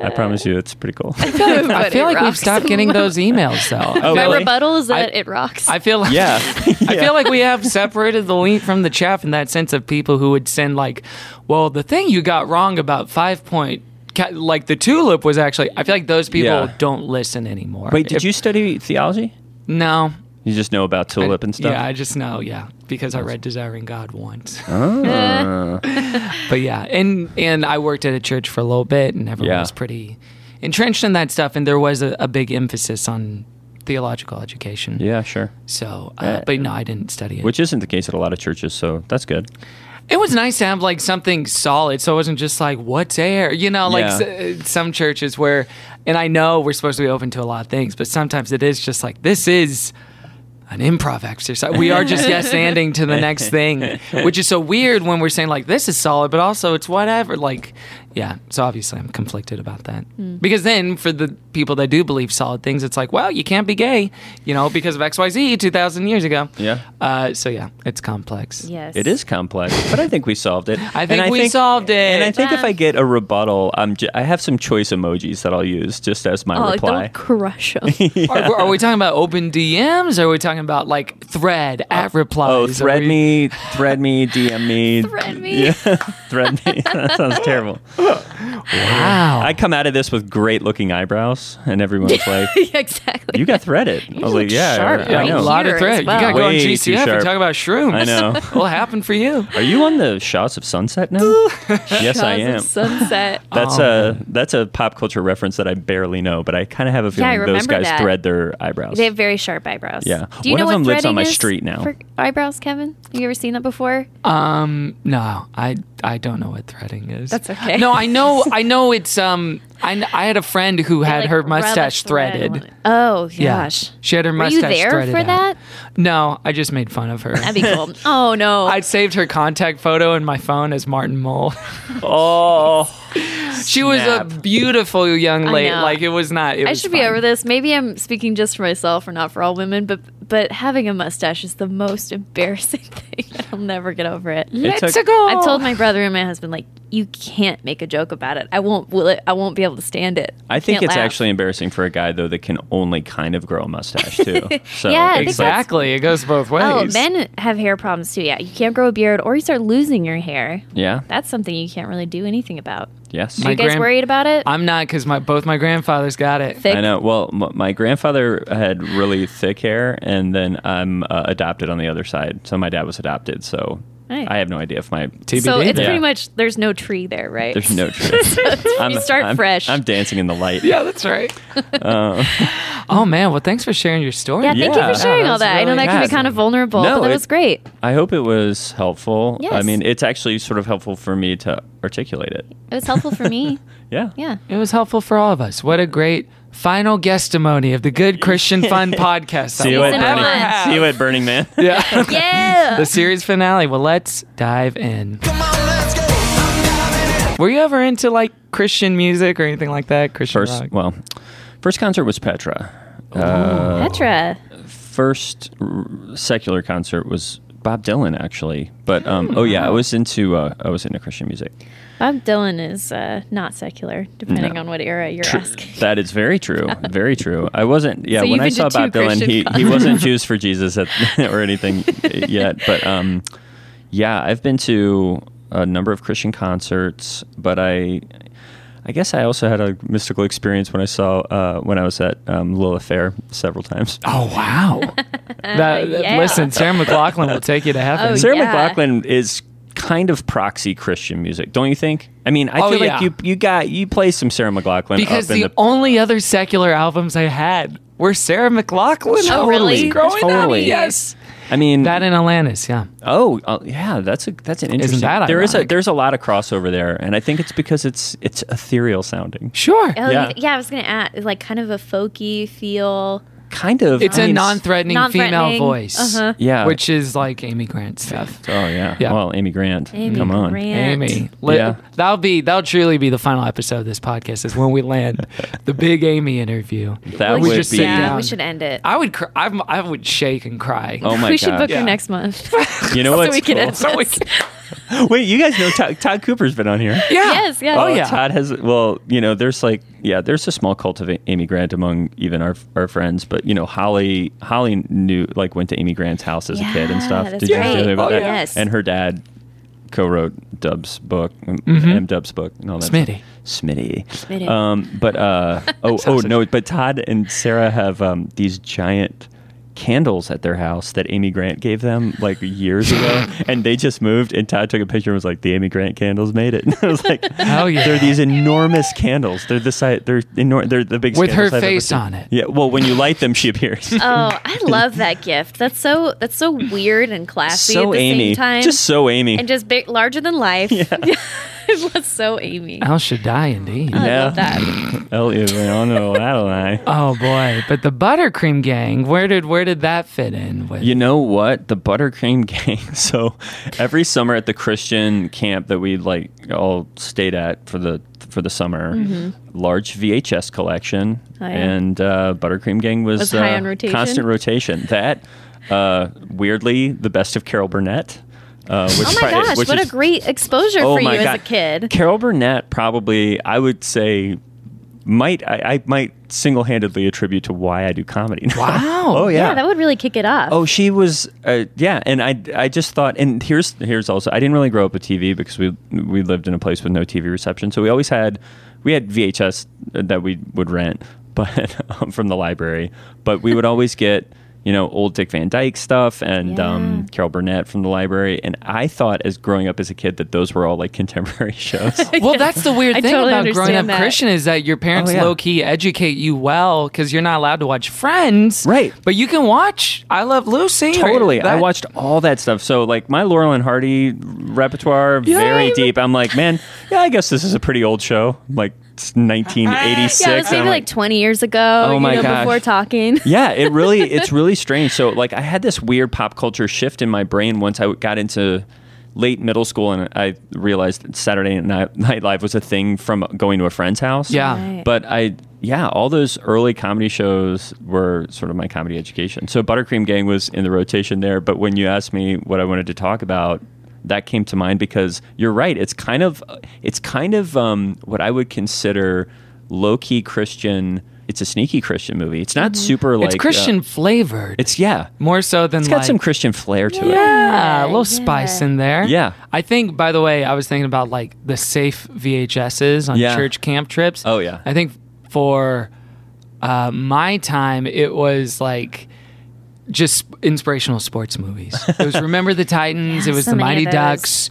S5: I promise you, it's pretty
S3: (laughs)
S5: cool.
S4: I
S3: (laughs) But
S4: feel
S3: it
S4: like we've
S3: rocks.
S4: stopped
S3: (laughs)
S4: getting those emails though. I feel
S3: My
S5: really?
S4: like-
S3: rebuttal is that
S4: I-
S3: it rocks.
S4: I feel like
S5: Oh,
S4: (laughs)
S5: Yeah.
S4: I feel like we have separated the wheat from the chaff in that sense of people who would send like, well, the thing you got wrong about five point, ca- like the tulip was actually. I feel like those people
S5: Yeah.
S4: don't listen anymore.
S5: Wait, did
S4: If-
S5: you study theology?
S4: No.
S5: You just know about tulip and stuff.
S4: Yeah, I just know. Yeah, because I read Desiring God once.
S5: Ah.
S4: (laughs) but yeah, and and I worked at a church for a little bit, and everyone
S5: Yeah.
S4: was pretty entrenched in that stuff, and there was a, a big emphasis on theological education.
S5: yeah, sure.
S4: So, uh, but no, I didn't study it.
S5: Which isn't the case at a lot of churches, so that's good.
S4: It was nice to have like something solid, so it wasn't just like what's air, you know, like
S5: Yeah.
S4: s- uh, some churches where, and I know we're supposed to be open to a lot of things, but sometimes it is just like this is an improv exercise. We are just
S5: (laughs)
S4: yes anding to the next thing, which is so weird when we're saying like this is solid, but also it's whatever. Like, yeah. So obviously I'm conflicted about that because then for the people that do believe solid things, it's like, well, you can't be gay, you know, because of X Y Z two thousand years ago.
S5: Yeah.
S4: Uh, so yeah, it's complex.
S3: yes,
S5: It is complex, but I think we solved it.
S4: (laughs) I think we solved it. Ah.
S5: And I think if I get a rebuttal, I'm j- I have some choice emojis that I'll use just as my
S3: Oh,
S5: reply.
S3: don't crush
S5: (laughs)
S3: 'em. (laughs)
S4: Are, are we talking about open DMs? Or are we talking about like thread at replies?
S5: Oh,
S4: Are
S5: thread
S4: we-
S5: me, thread me,
S4: (laughs)
S5: DM me, (laughs)
S3: Thread me.
S5: Yeah, thread me. (laughs) that sounds terrible.
S4: Wow.
S5: I come out of this with great looking eyebrows, and everyone's
S4: (laughs)
S5: like,
S3: Yeah, exactly.
S5: "You got threaded." I was like,
S3: look
S5: "Yeah,
S3: sharp
S5: I,
S4: yeah,
S5: I
S3: right
S4: a
S5: know."
S4: lot of
S3: here
S4: thread.
S3: as well.
S4: You gotta go on
S5: Way too
S4: GCF and
S5: sharp.
S4: talk about shrooms.
S5: I
S4: (laughs)
S5: know.
S4: What'll happen for you?
S5: Are you on the shots of
S3: (laughs)
S5: sunset now? yes,
S3: Shaws of
S5: I
S3: Oh.
S5: am.
S3: Sunset.
S5: That's a that's a pop culture reference that I barely know, but I kind of have a
S3: Yeah, I
S5: feeling those
S3: remember
S5: guys
S3: that.
S5: thread their eyebrows.
S3: They have very sharp eyebrows.
S5: Yeah.
S3: Do you
S5: One
S3: know
S5: of
S3: what
S5: them lives
S3: threading
S5: on my
S3: is
S5: street now.
S3: For eyebrows, Kevin, you ever seen that before?
S4: Um, no, I I don't know what threading is.
S3: That's okay.
S4: No, I know
S3: (laughs)
S4: I know it's um I, kn- I had a friend who had
S3: like,
S4: her
S3: rub a
S4: mustache
S3: thread on
S4: threaded.
S3: it. Oh
S4: Yeah.
S3: gosh.
S4: She had her
S3: Were you
S4: mustache
S3: there
S4: threaded
S3: for
S4: out.
S3: that?
S4: No, I just made fun of her.
S3: That'd be
S4: (laughs)
S3: cool. Oh
S4: (laughs)
S3: no.
S4: I saved her contact photo in my phone as Martin Mole.
S5: oh,
S4: She was a
S5: Snap.
S4: beautiful young
S3: I
S4: lady.
S3: know.
S4: Like it was not. It
S3: I
S4: was
S3: should be
S4: fine.
S3: over this. Maybe I'm speaking just for myself or not for all women, but but having a mustache is the most embarrassing (laughs) thing. I'll never get over it.
S5: Let's
S4: go.
S3: I've told my brother and my husband like you can't make a joke about it. I won't will it, I won't be able to stand it.
S5: I think
S3: Can't
S5: it's
S3: laugh.
S5: actually embarrassing for a guy though that can only kind of grow a mustache
S3: (laughs)
S5: too. So
S3: Yeah, I think
S5: it's like-
S4: Exactly. It goes both ways.
S3: Oh, men have hair problems too. Yeah, you can't grow a beard or you start losing your hair.
S5: yeah,
S3: That's something you can't really do anything about.
S5: yes.
S3: Are you guys
S4: grand-
S3: worried about it?
S4: I'm not because my both my grandfathers got it.
S3: Thick?
S5: I know. Well, m- my grandfather had really thick hair, and then I'm uh, adopted on the other side. So my dad was adopted. So
S3: Right.
S5: I have no idea if my
S3: So
S4: TBD.
S3: it's
S5: Yeah.
S3: pretty much there's no tree there, right?
S5: there's no truth.
S3: (laughs) you start
S5: I'm-
S3: fresh.
S5: I'm dancing in the
S4: (laughs)
S5: light. Uh,
S4: Yeah, that's right. oh man, well thanks for sharing your story.
S3: yeah, thank you
S5: Yeah.
S3: for sharing
S4: Yeah,
S3: all
S4: that's
S3: that. I know
S4: really
S3: that can be
S4: fascinating.
S3: kind of vulnerable,
S5: No,
S3: but that
S5: it-
S3: was great.
S5: I hope it was helpful. I
S3: Yes.
S5: mean, it's actually sort of helpful for me to articulate it.
S3: It was helpful for
S4: (laughs)
S3: me.
S5: (laughs) Yeah.
S3: Yeah.
S4: It was helpful for all of us. What a great final guestimony of the Good Christian
S3: (laughs)
S4: Fun podcast.
S5: See you, at
S3: Season
S5: Burning,
S3: one.
S5: see you at Burning Man.
S4: yeah.
S3: (laughs) Yeah.
S4: (laughs) the series finale. Well, let's dive in. Were you ever into like Christian music or anything like that? Christian
S5: First,
S4: rock?
S5: well, first concert was Petra. Uh,
S3: Oh.
S4: Uh,
S3: Petra.
S5: First r- secular concert was Bob Dylan, actually. But um, oh
S3: Ah.
S5: yeah, I was into uh, I was into Christian music.
S3: Bob Dylan is uh, not secular, depending
S5: No.
S3: on what era you're
S5: Tru-
S3: asking.
S5: That is very true. Very true. I wasn't. Yeah,
S3: So
S5: when
S3: you've
S5: I
S3: been to
S5: saw
S3: two
S5: Bob Dylan,
S3: Christian
S5: he, he
S3: concerts.
S5: wasn't Jews for Jesus at, (laughs) or anything yet. But um, yeah, I've been to a number of Christian concerts, but I. I guess I also had a mystical experience when I saw uh, when I was at um, Lilith Fair several times.
S4: Oh
S3: (laughs)
S4: wow! That- that-
S3: Yeah.
S4: Listen, Sarah McLaughlin will take you to heaven.
S3: Oh,
S5: Sarah
S3: yeah.
S5: McLaughlin is kind of proxy Christian music, don't you think? I mean, I
S4: Oh,
S5: feel
S4: yeah.
S5: like you you got you play some Sarah McLaughlin
S4: because
S5: up in
S4: the, only other secular albums I had were Sarah McLaughlin.
S3: Oh,
S4: albums
S3: really?
S4: Growing
S5: Totally.
S4: up, yes.
S5: I mean
S4: That and Alanis, yeah.
S5: Oh, uh, yeah, that's a that's an interesting.
S4: that
S5: there is a
S4: ironic?
S5: there's a lot of crossover there, and I think it's because it's it's ethereal sounding,
S4: Sure.
S3: Oh,
S5: Yeah.
S3: yeah. yeah, I was going to add, like, kind of a folky feel.
S5: kind of.
S4: It's
S5: a
S4: a non-threatening, female
S3: non-threatening,
S4: voice,
S3: uh-huh.
S5: Yeah.
S4: which is like Amy Grant stuff.
S5: Oh yeah.
S4: Yeah.
S5: Well, Amy Grant,
S3: Amy
S5: come on.
S3: Grant.
S4: Amy, Let-
S5: Yeah.
S4: that'll be that'll truly be the final episode of this podcast. Is when we
S5: (laughs)
S4: land the big Amy interview.
S5: That
S4: We
S5: would
S4: just
S5: be. um,
S4: sit
S3: Yeah,
S4: down.
S3: we should end it.
S4: I would cry, I'm, I would shake and cry.
S5: Oh my
S3: we
S5: god.
S3: should book
S4: Yeah.
S3: her next
S5: (laughs)
S3: month.
S5: You know
S3: so
S5: what's
S3: we can
S5: cool?
S3: end
S5: (laughs)
S4: So we
S3: this.
S4: can-
S5: Wait, you guys know Todd, Todd Cooper's been on here.
S4: yeah.
S3: Yes, yes.
S4: Oh yeah.
S5: Todd has well, you know, there's like yeah, there's a small cult of A- Amy Grant among even our our friends, but you know, Holly Holly knew like went to Amy Grant's house as a kid and
S3: Yeah,
S5: stuff.
S3: that's
S5: Did you guys
S3: right.
S5: know about
S3: Oh,
S5: that?
S3: yeah. Yes.
S5: And her dad co-wrote Dub's book, M- M. Dub's book, and all that.
S4: Mm-hmm. Smitty.
S5: stuff. Smitty.
S3: Smitty.
S5: Um,
S4: (laughs)
S5: but uh, oh oh
S4: Sausage.
S5: no, but Todd and Sarah have um, these giant candles at their house that Amy Grant gave them like
S4: (laughs)
S5: years ago and they just moved and Todd took a picture and was like the Amy Grant candles made it. (laughs) And I was
S4: (laughs)
S5: like
S4: Hell yeah.
S5: they're these enormous candles. They're the size. They're enor- They're the big
S4: With her
S5: candles I've ever
S4: face
S5: seen.
S4: on it.
S5: Yeah. Well, when you light them, she appears. (laughs)
S3: Oh, I love that gift. That's so that's so weird and classy at
S5: so
S3: the
S5: Amy,
S3: same time.
S5: just so Amy.
S3: and just big, larger than life. (laughs) it was so Amy.
S4: El Shaddai, indeed.
S3: I
S5: Oh, yeah.
S3: love that. Oh
S5: El Elionel Adonai.
S4: Oh boy, but the buttercream gang, where did where did that fit in with?
S5: You know what? The buttercream (laughs) gang. So every summer at the Christian camp that we like all stayed at for the for the summer, large VHS collection,
S3: Mm-hmm. Oh, yeah.
S5: and uh, buttercream gang was,
S3: Was high
S5: uh,
S3: on rotation?
S5: constant rotation. That uh, weirdly, the best of Carol Burnett. Uh, which
S3: Oh my
S5: pri-
S3: gosh,
S5: which
S3: what
S5: is Oh
S3: a great exposure for you as a kid.
S5: Carol Burnett probably, I would say, might I, I might single handedly attribute to why I do comedy. now.
S4: Wow.
S5: oh
S3: (laughs)
S5: yeah.
S3: Yeah, that would really kick it off.
S5: Oh, she was, uh, yeah, and I, I just thought, and here's, here's also, I didn't really grow up with TV because we, we lived in a place with no TV reception, so we always had, we had VHS that we would rent, (laughs) but um, from the library, but we would always get, you know, old Dick Van Dyke stuff and um, Carol Burnett from the library, and I thought as growing up as a kid that those were all like contemporary (laughs) shows.
S4: Well, that's the weird
S3: (laughs) I
S4: thing
S3: totally
S4: about growing up
S3: understand that.
S4: Christian is that your parents
S5: Oh, yeah.
S4: low key educate you well because you're not allowed to watch Friends,
S5: Right.
S4: But you can watch I Love Lucy. or
S5: Totally. I
S4: that-
S5: watched all that stuff. So like my Laurel and Hardy repertoire, very deep. I'm like, man, yeah, I guess this is a pretty old show. Like it's 1986.
S3: Uh, yeah, it was
S5: and I'm
S3: maybe like 20 years ago,
S5: Oh my
S3: you know,
S5: gosh.
S3: before talking.
S5: yeah, it really it's really strange. So like I had this weird pop culture shift in my brain once I got into late middle school, and I realized that Saturday Night Night Live was a thing from going to a friend's house.
S4: Yeah.
S3: Right.
S5: But I, yeah, all those early comedy shows were sort of my comedy education. So Buttercream Gang was in the rotation there. But when you asked me what I wanted to talk about, that came to mind because you're right. It's kind of, it's kind of um, what I would consider low key Christian. It's a sneaky Christian movie. It's not super like
S4: it's Christian
S5: uh,
S4: flavored.
S5: it's yeah.
S4: more so than
S5: It's got
S4: like,
S5: some Christian flair to it.
S4: Yeah, Uh, a little spice in there.
S5: Yeah.
S4: I think, by the way, I was thinking about like the safe VHSs on
S5: Yeah.
S4: church camp trips.
S5: Oh, yeah.
S4: I think for uh, my time, it was like just inspirational sports movies. It
S5: (laughs)
S4: was Remember the Titans,
S3: Yeah,
S4: it was
S3: so
S4: The
S3: many
S4: Mighty
S3: of those.
S4: Ducks,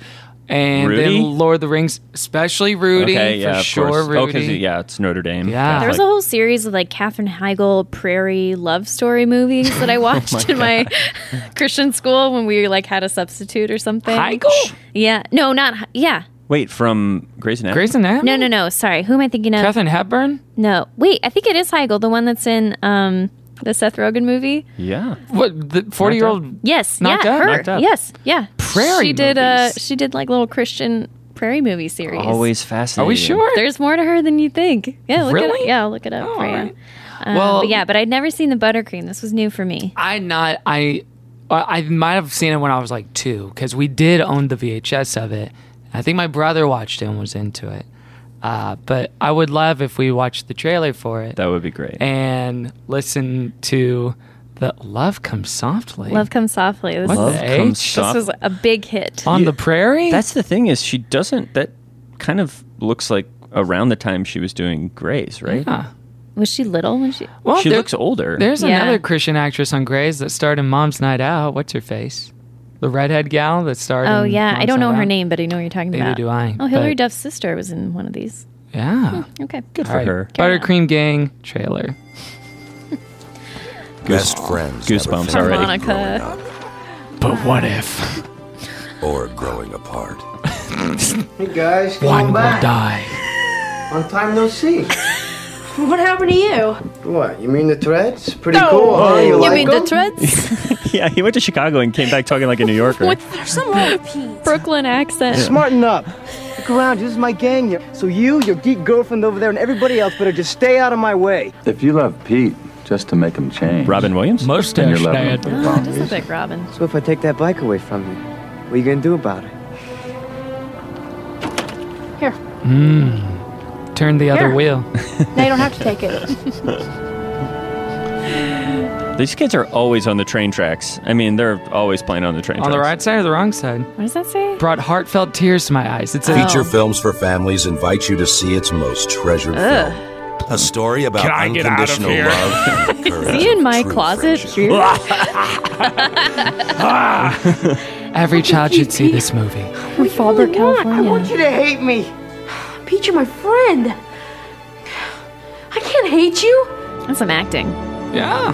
S4: and
S5: Rudy?
S4: then Lord of the Rings, especially Rudy,
S5: Okay, yeah,
S4: for
S5: of
S4: sure.
S5: course.
S4: Rudy.
S5: Oh, 'cause, yeah, it's Notre Dame.
S4: Yeah.
S3: There was a
S5: Catholic.
S3: whole series of like Katherine Heigl prairie love story movies
S4: (laughs)
S3: that I watched
S4: Oh
S3: in my (laughs) Christian school when we like had a substitute or something.
S4: Heigl?
S3: Yeah. No, not He- yeah.
S5: Wait, from Grey's Anatomy.
S4: Grey's Anatomy?
S3: No, no, no. Sorry. Who am I thinking of?
S4: Catherine Hepburn?
S3: No. Wait, I think it is Heigl, the one that's in um the Seth Rogen movie.
S5: Yeah.
S4: What, the 40 year old
S3: Yes.
S4: Knocked
S3: yeah,
S4: Up?
S3: her.
S4: Knocked Up.
S3: Yes. Yeah.
S4: Prairie
S3: She
S4: movies.
S3: did uh she did like little Christian prairie movie series.
S5: Always fascinating.
S4: Are we sure?
S3: There's more to her than you think. Yeah, look it
S4: Really?
S3: up. Yeah, I'll look it up
S4: Oh,
S3: for
S4: all
S3: you.
S4: right.
S3: Um,
S4: Well-
S3: but yeah, but I'd never seen the buttercream. This was new for me.
S4: I not I I I might have seen it when I was like two because we did own the VHS of it. I think my brother watched it and was into it. Uh, but I would love if we watched the trailer for it
S5: That would be great.
S4: and listen to the "Love Comes Softly."
S3: Love comes softly. This,
S4: What
S5: Love
S4: the
S5: comes
S4: H?
S5: soft-
S3: this was a big hit.
S4: on the prairie.
S5: That's the thing is she doesn't. That kind of looks like around the time she was doing Grey's, right?
S4: yeah.
S3: Was she little when she?
S4: Well,
S5: She
S4: there-
S5: looks older.
S4: There's
S3: Yeah.
S4: another Christian actress on Grey's that starred in Mom's Night Out. What's her face? The redhead gal that starred.
S3: Oh
S4: in
S3: yeah, I
S4: Mom's
S3: don't know
S4: Night
S3: her
S4: Out.
S3: name, but I know what you're talking
S4: Neither
S3: about.
S4: do I,
S3: Oh, Hillary
S4: but-
S3: Duff's sister was in one of these.
S4: Yeah.
S3: Okay.
S5: Good for
S4: All right.
S5: her.
S4: Buttercream Gang trailer.
S7: Best friends. never
S5: Goosebumps
S7: felt like
S3: already.
S7: growing
S4: But what if?
S7: up or growing apart.
S8: Hey guys, come
S4: One
S8: on
S4: will
S8: back.
S4: die.
S8: Long time no see.
S9: What happened to you?
S8: What? You mean the threads? Pretty cool. Huh? You,
S3: Oh, You
S8: like
S3: mean the
S8: them? (laughs)
S3: Threads?
S5: (laughs) Yeah, he went to Chicago and came back talking like a New Yorker.
S9: There's some repeat.
S3: Brooklyn accent.
S8: Smarten up. Look around. This is my gang. here. So you, your geek girlfriend over there, and everybody else better just stay out of my way.
S10: If you love Pete, just to make him change.
S5: Robin Williams.
S10: then you're
S4: Mustache
S10: loving him
S4: Dad.
S10: for the
S3: Oh,
S10: wrong
S3: it does look
S10: reason.
S3: like Robin.
S8: So if I take that bike away from you, what are you gonna do about it?
S9: Here.
S4: Turn the other
S9: Yeah.
S4: wheel.
S9: Now you don't have to take it.
S5: These kids are always on the train tracks. I mean, they're always playing on the train
S4: On
S5: tracks.
S4: the right side or the wrong side?
S3: What does that say?
S4: Brought heartfelt tears to my eyes. It's a
S7: Feature Films for Families invites you to see its most treasured film. A story about unconditional love.
S4: (laughs)
S7: and courage
S3: Is he in
S7: and
S3: my
S7: true
S3: closet?
S7: friendship.
S4: Ah!
S3: Weird.
S4: every child should see this movie.
S9: we
S3: Fallbrook, California.
S8: I want you to hate me.
S9: Pete, you're my friend. I can't hate you.
S3: That's some acting.
S4: Yeah.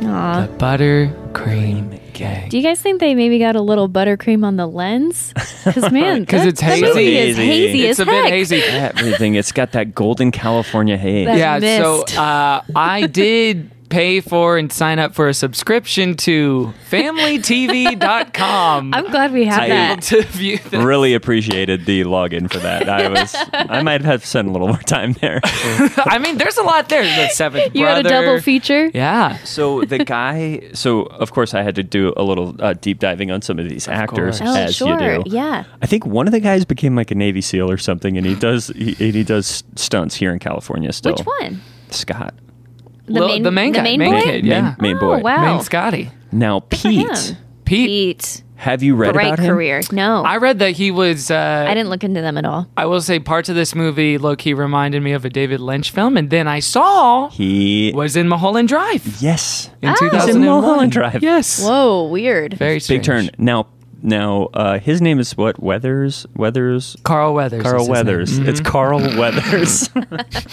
S4: The
S3: Aw.
S4: buttercream gang.
S3: Do you guys think they maybe got a little buttercream on the
S4: (laughs)
S3: lens? Because man,
S4: 'Cause
S3: that-
S4: it's
S3: that
S4: hazy.
S3: movie is
S5: Hazy.
S3: hazy
S4: It's
S3: as
S4: a bit
S3: heck. (laughs)
S4: hazy.
S5: Everything. It's got that golden California haze.
S3: That-
S4: Yeah,
S3: missed.
S4: so uh, I did pay for and sign up for a subscription to familytv.com.
S3: (laughs) I'm glad we have
S5: I-
S3: that.
S4: able to view the (laughs)
S5: Really appreciated the login for that. I was. I might have spent a little more time
S4: (laughs)
S5: there.
S4: I mean, there's a lot there. The seventh
S3: You had a double
S4: Brother.
S3: feature.
S4: Yeah.
S3: (laughs)
S5: So the guy, so of course I had to do a little uh, deep diving on some of these actors
S4: course.
S3: Oh,
S5: as
S3: sure.
S5: you do.
S3: Yeah.
S5: I think one of the guys became like a Navy SEAL or something, and he does he, and he does stunts here in California still.
S3: Which one?
S5: Scott,
S3: The
S4: Lil-
S3: main,
S4: the main guy, main
S3: boy?
S4: kid, yeah.
S5: main, main
S3: Oh,
S5: boy.
S3: wow.
S4: Main Scotty.
S5: Now
S3: for
S5: Pete,
S3: him.
S4: Pete.
S3: Pete.
S5: have you read
S3: Great
S5: about him?
S3: career. No.
S4: I
S3: I,
S4: read that he was uh,
S3: didn't look into them at all.
S4: I will say parts of this movie low key reminded me of a David Lynch film, and then I saw
S5: He
S4: was in Mulholland Drive
S5: yes,
S4: in
S5: he's in
S4: 2001.
S5: Mulholland Drive.
S4: Yes,
S3: Oh, Whoa, weird.
S4: very
S5: big
S4: strange.
S5: turn. Now now uh, his name is what Weathers Weathers
S4: Carl Weathers. Mm-hmm. is
S5: Carl
S4: his name.
S5: Weathers. It's Carl Weathers.
S4: (laughs)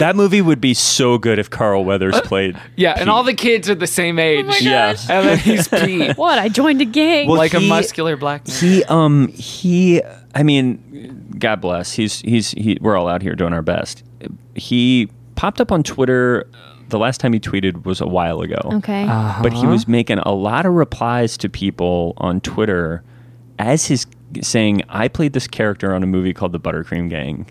S5: that movie would be so good if Carl Weathers played.
S4: Uh, Yeah, and all the kids are the same
S3: Oh
S4: age.
S5: yeah.
S4: and then (laughs) he's Pete,
S3: What? I joined a gang.
S5: Well,
S4: like a
S5: he-
S4: muscular black man.
S5: He um he I mean God bless. He's he's he we're all out here doing our best. He popped up on Twitter uh, the last time he tweeted was a while ago.
S3: Okay.
S4: uh,
S3: Uh-huh.
S5: But he was making a lot of replies to people on Twitter as his saying, I played this character on a movie called The Buttercream Gang,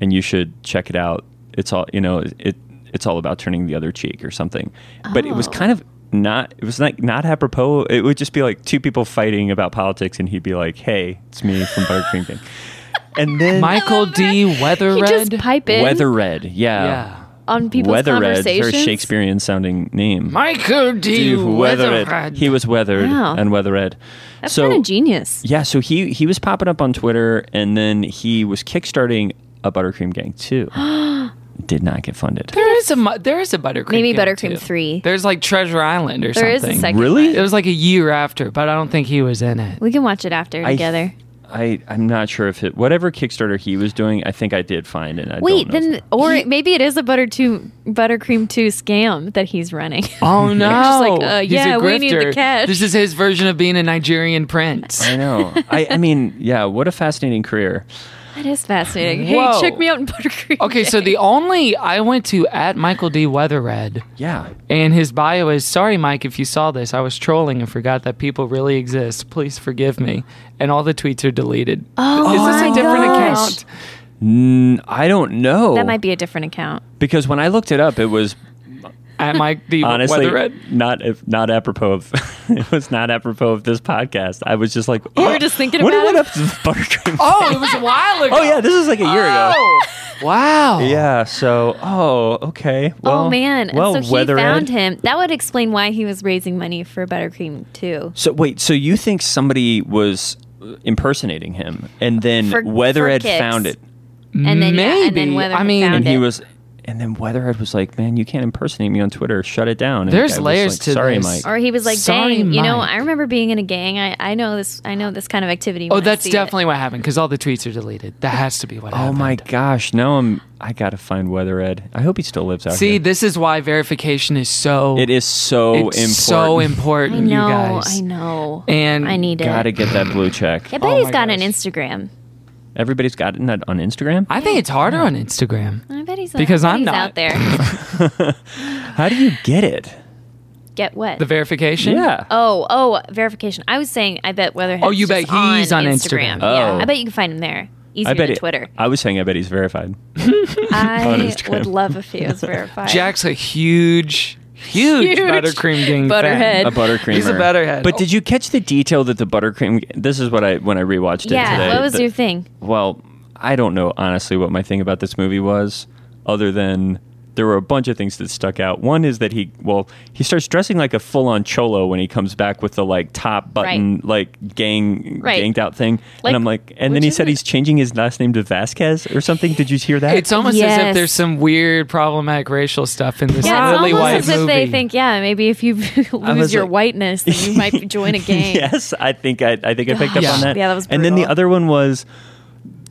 S5: and you should check it out. It's all, you know, it, it's all about turning the other cheek or something. But it was
S3: Oh.
S5: kind of not it was like not apropos. It would just be like two people fighting about politics and he'd be like, Hey, it's me from Buttercream
S3: (laughs)
S5: Gang. And then
S4: Michael D. Weatherred.
S3: He just pipe in
S5: Weatherred, yeah.
S4: Yeah.
S3: on people's
S5: Weatherred, very
S3: conversations.
S5: Shakespearean sounding name.
S4: Michael D.
S5: Dude,
S4: Weatherhead.
S5: He was weathered
S3: Wow.
S5: and weathered.
S3: That's kind of genius.
S5: Yeah, so he he was popping up on Twitter, and then he was kickstarting a Buttercream Gang
S3: (gasps)
S5: too. Did not get funded.
S4: There is a mu- there is a buttercream.
S3: Maybe
S4: game,
S3: Buttercream
S4: too.
S3: three.
S4: There's like Treasure Island or
S3: There is a
S4: something.
S3: second
S5: Really? one.
S4: It was like a year after, but I don't think he was in it.
S3: We can watch it after
S5: I-
S3: together.
S5: I I'm not sure if it whatever Kickstarter he was doing. I think I did find and I
S3: Wait,
S5: don't know
S3: then, or maybe it is a butter two, buttercream two scam that he's running.
S4: Oh no!
S3: just like, uh,
S4: He's
S3: yeah,
S4: a
S3: we need the
S4: grifter.
S3: cash.
S4: This is his version of being a Nigerian prince.
S3: (laughs)
S5: I know. I I mean, (laughs) yeah. What a fascinating career.
S3: (laughs) that is fascinating.
S4: Whoa.
S3: Hey, check me out in buttercream.
S4: Okay, so the only I went to at Michael D. Weatherred,
S5: Yeah.
S4: and his bio is sorry, Mike, if you saw this, I was trolling and forgot that people really exist. Please forgive me. And all the tweets are deleted.
S3: Oh,
S4: is this
S3: my
S4: a different
S3: gosh.
S4: account?
S5: Mm, I don't know.
S3: That might be a different account.
S5: because when I looked it up, it was
S4: At Mike D.
S5: honestly
S4: Weatherhead.
S5: not if not apropos of (laughs) it was not apropos of this podcast. I was just like,
S3: You were
S5: oh,
S3: just thinking
S5: what
S3: about
S5: went
S3: it?
S5: up to the Buttercream?
S4: Oh, it was a while
S3: (laughs)
S4: ago.
S5: Oh yeah, this is like a year
S3: Oh.
S5: ago.
S4: Wow.
S5: Yeah. So oh okay. Well,
S3: oh man! And
S5: Well,
S3: so he
S5: Weathered-
S3: found him. That would explain why he was raising money for buttercream two.
S5: So wait, so you think somebody was impersonating him, and then
S3: For- for
S5: Weatherhead
S3: kicks.
S5: found it,
S3: And then yeah, and
S4: Maybe.
S3: then Weatherhead
S4: I mean-
S3: found
S5: and he
S3: it.
S5: was. And then Weatherhead was like, "Man, you can't impersonate me on Twitter. Shut it down." And the
S4: There's
S5: guy was
S4: layers
S5: like,
S4: to
S5: Sorry,
S4: this.
S5: Mike.
S3: or he was like,
S4: Sorry,
S3: "Dang, you know,
S4: Mike.
S3: I remember being in a gang. I, I know this. I know this kind of activity."
S4: Oh,
S3: when I
S4: that's
S3: see it."
S4: definitely what happened because all the tweets are deleted. That has to be what
S5: Oh
S4: happened.
S5: my gosh! Now I'm. I gotta find Weatherhead. I hope he still lives out
S4: See,
S5: here.
S4: this is why verification is so
S5: it is so
S4: it's
S5: important.
S4: so important,
S3: I know.
S4: you guys.
S3: I know.
S4: And
S3: I need
S5: Gotta
S3: it.
S5: get that blue check.
S3: I bet
S4: Oh
S3: he's
S4: my
S3: got an
S4: gosh.
S3: Instagram.
S5: Everybody's gotten that on Instagram.
S4: I think it's harder on Instagram.
S3: I bet he's
S4: Because
S3: I bet
S4: I'm
S3: he's
S4: not.
S3: out
S4: (laughs)
S3: there.
S5: How do you get it?
S3: Get what?
S4: The verification?
S5: Yeah.
S3: oh, oh, verification. I was saying, I bet Weatherhead.
S4: Oh, you bet he's on Instagram.
S3: Yeah,
S5: Oh.
S3: I bet you can find him there. Easier
S5: I bet
S3: than
S4: (laughs)
S5: it-
S3: Twitter.
S5: I was saying I bet he's verified. on
S3: I
S5: Instagram.
S3: would love if
S4: (laughs)
S3: he was verified.
S4: Jack's a huge, huge,
S3: Huge
S4: buttercream gang
S3: butterhead.
S4: fan.
S5: A buttercreamer.
S4: He's a butterhead.
S5: But did you catch the detail that the buttercream? This is what I when I rewatched it
S3: yeah.
S5: today.
S3: What was
S5: the-
S3: your thing?
S5: Well, I don't know honestly what my thing about this movie was, other than there were a bunch of things that stuck out. One is that he, well, he starts dressing like a full-on cholo when he comes back with the like top button, like gang
S3: Right.
S5: ganged out thing,
S3: Like,
S5: and I'm like, and then
S3: which
S5: he
S3: is
S5: said
S3: it?
S5: he's changing his last name to Vasquez or something. Did you hear that?
S4: It's almost as if
S3: Yes.
S4: there's some weird problematic racial stuff in this
S3: Yeah,
S4: lily
S3: it's
S4: white
S3: almost as
S4: movie.
S3: if they think, yeah, maybe if you (laughs) lose
S5: was
S3: your
S5: like-
S3: whiteness, then you might
S5: (laughs)
S3: join a gang.
S5: yes, I think I, I think I picked up
S4: Gosh.
S5: on that.
S3: Yeah, that was
S5: And then the
S3: brutal.
S5: other one was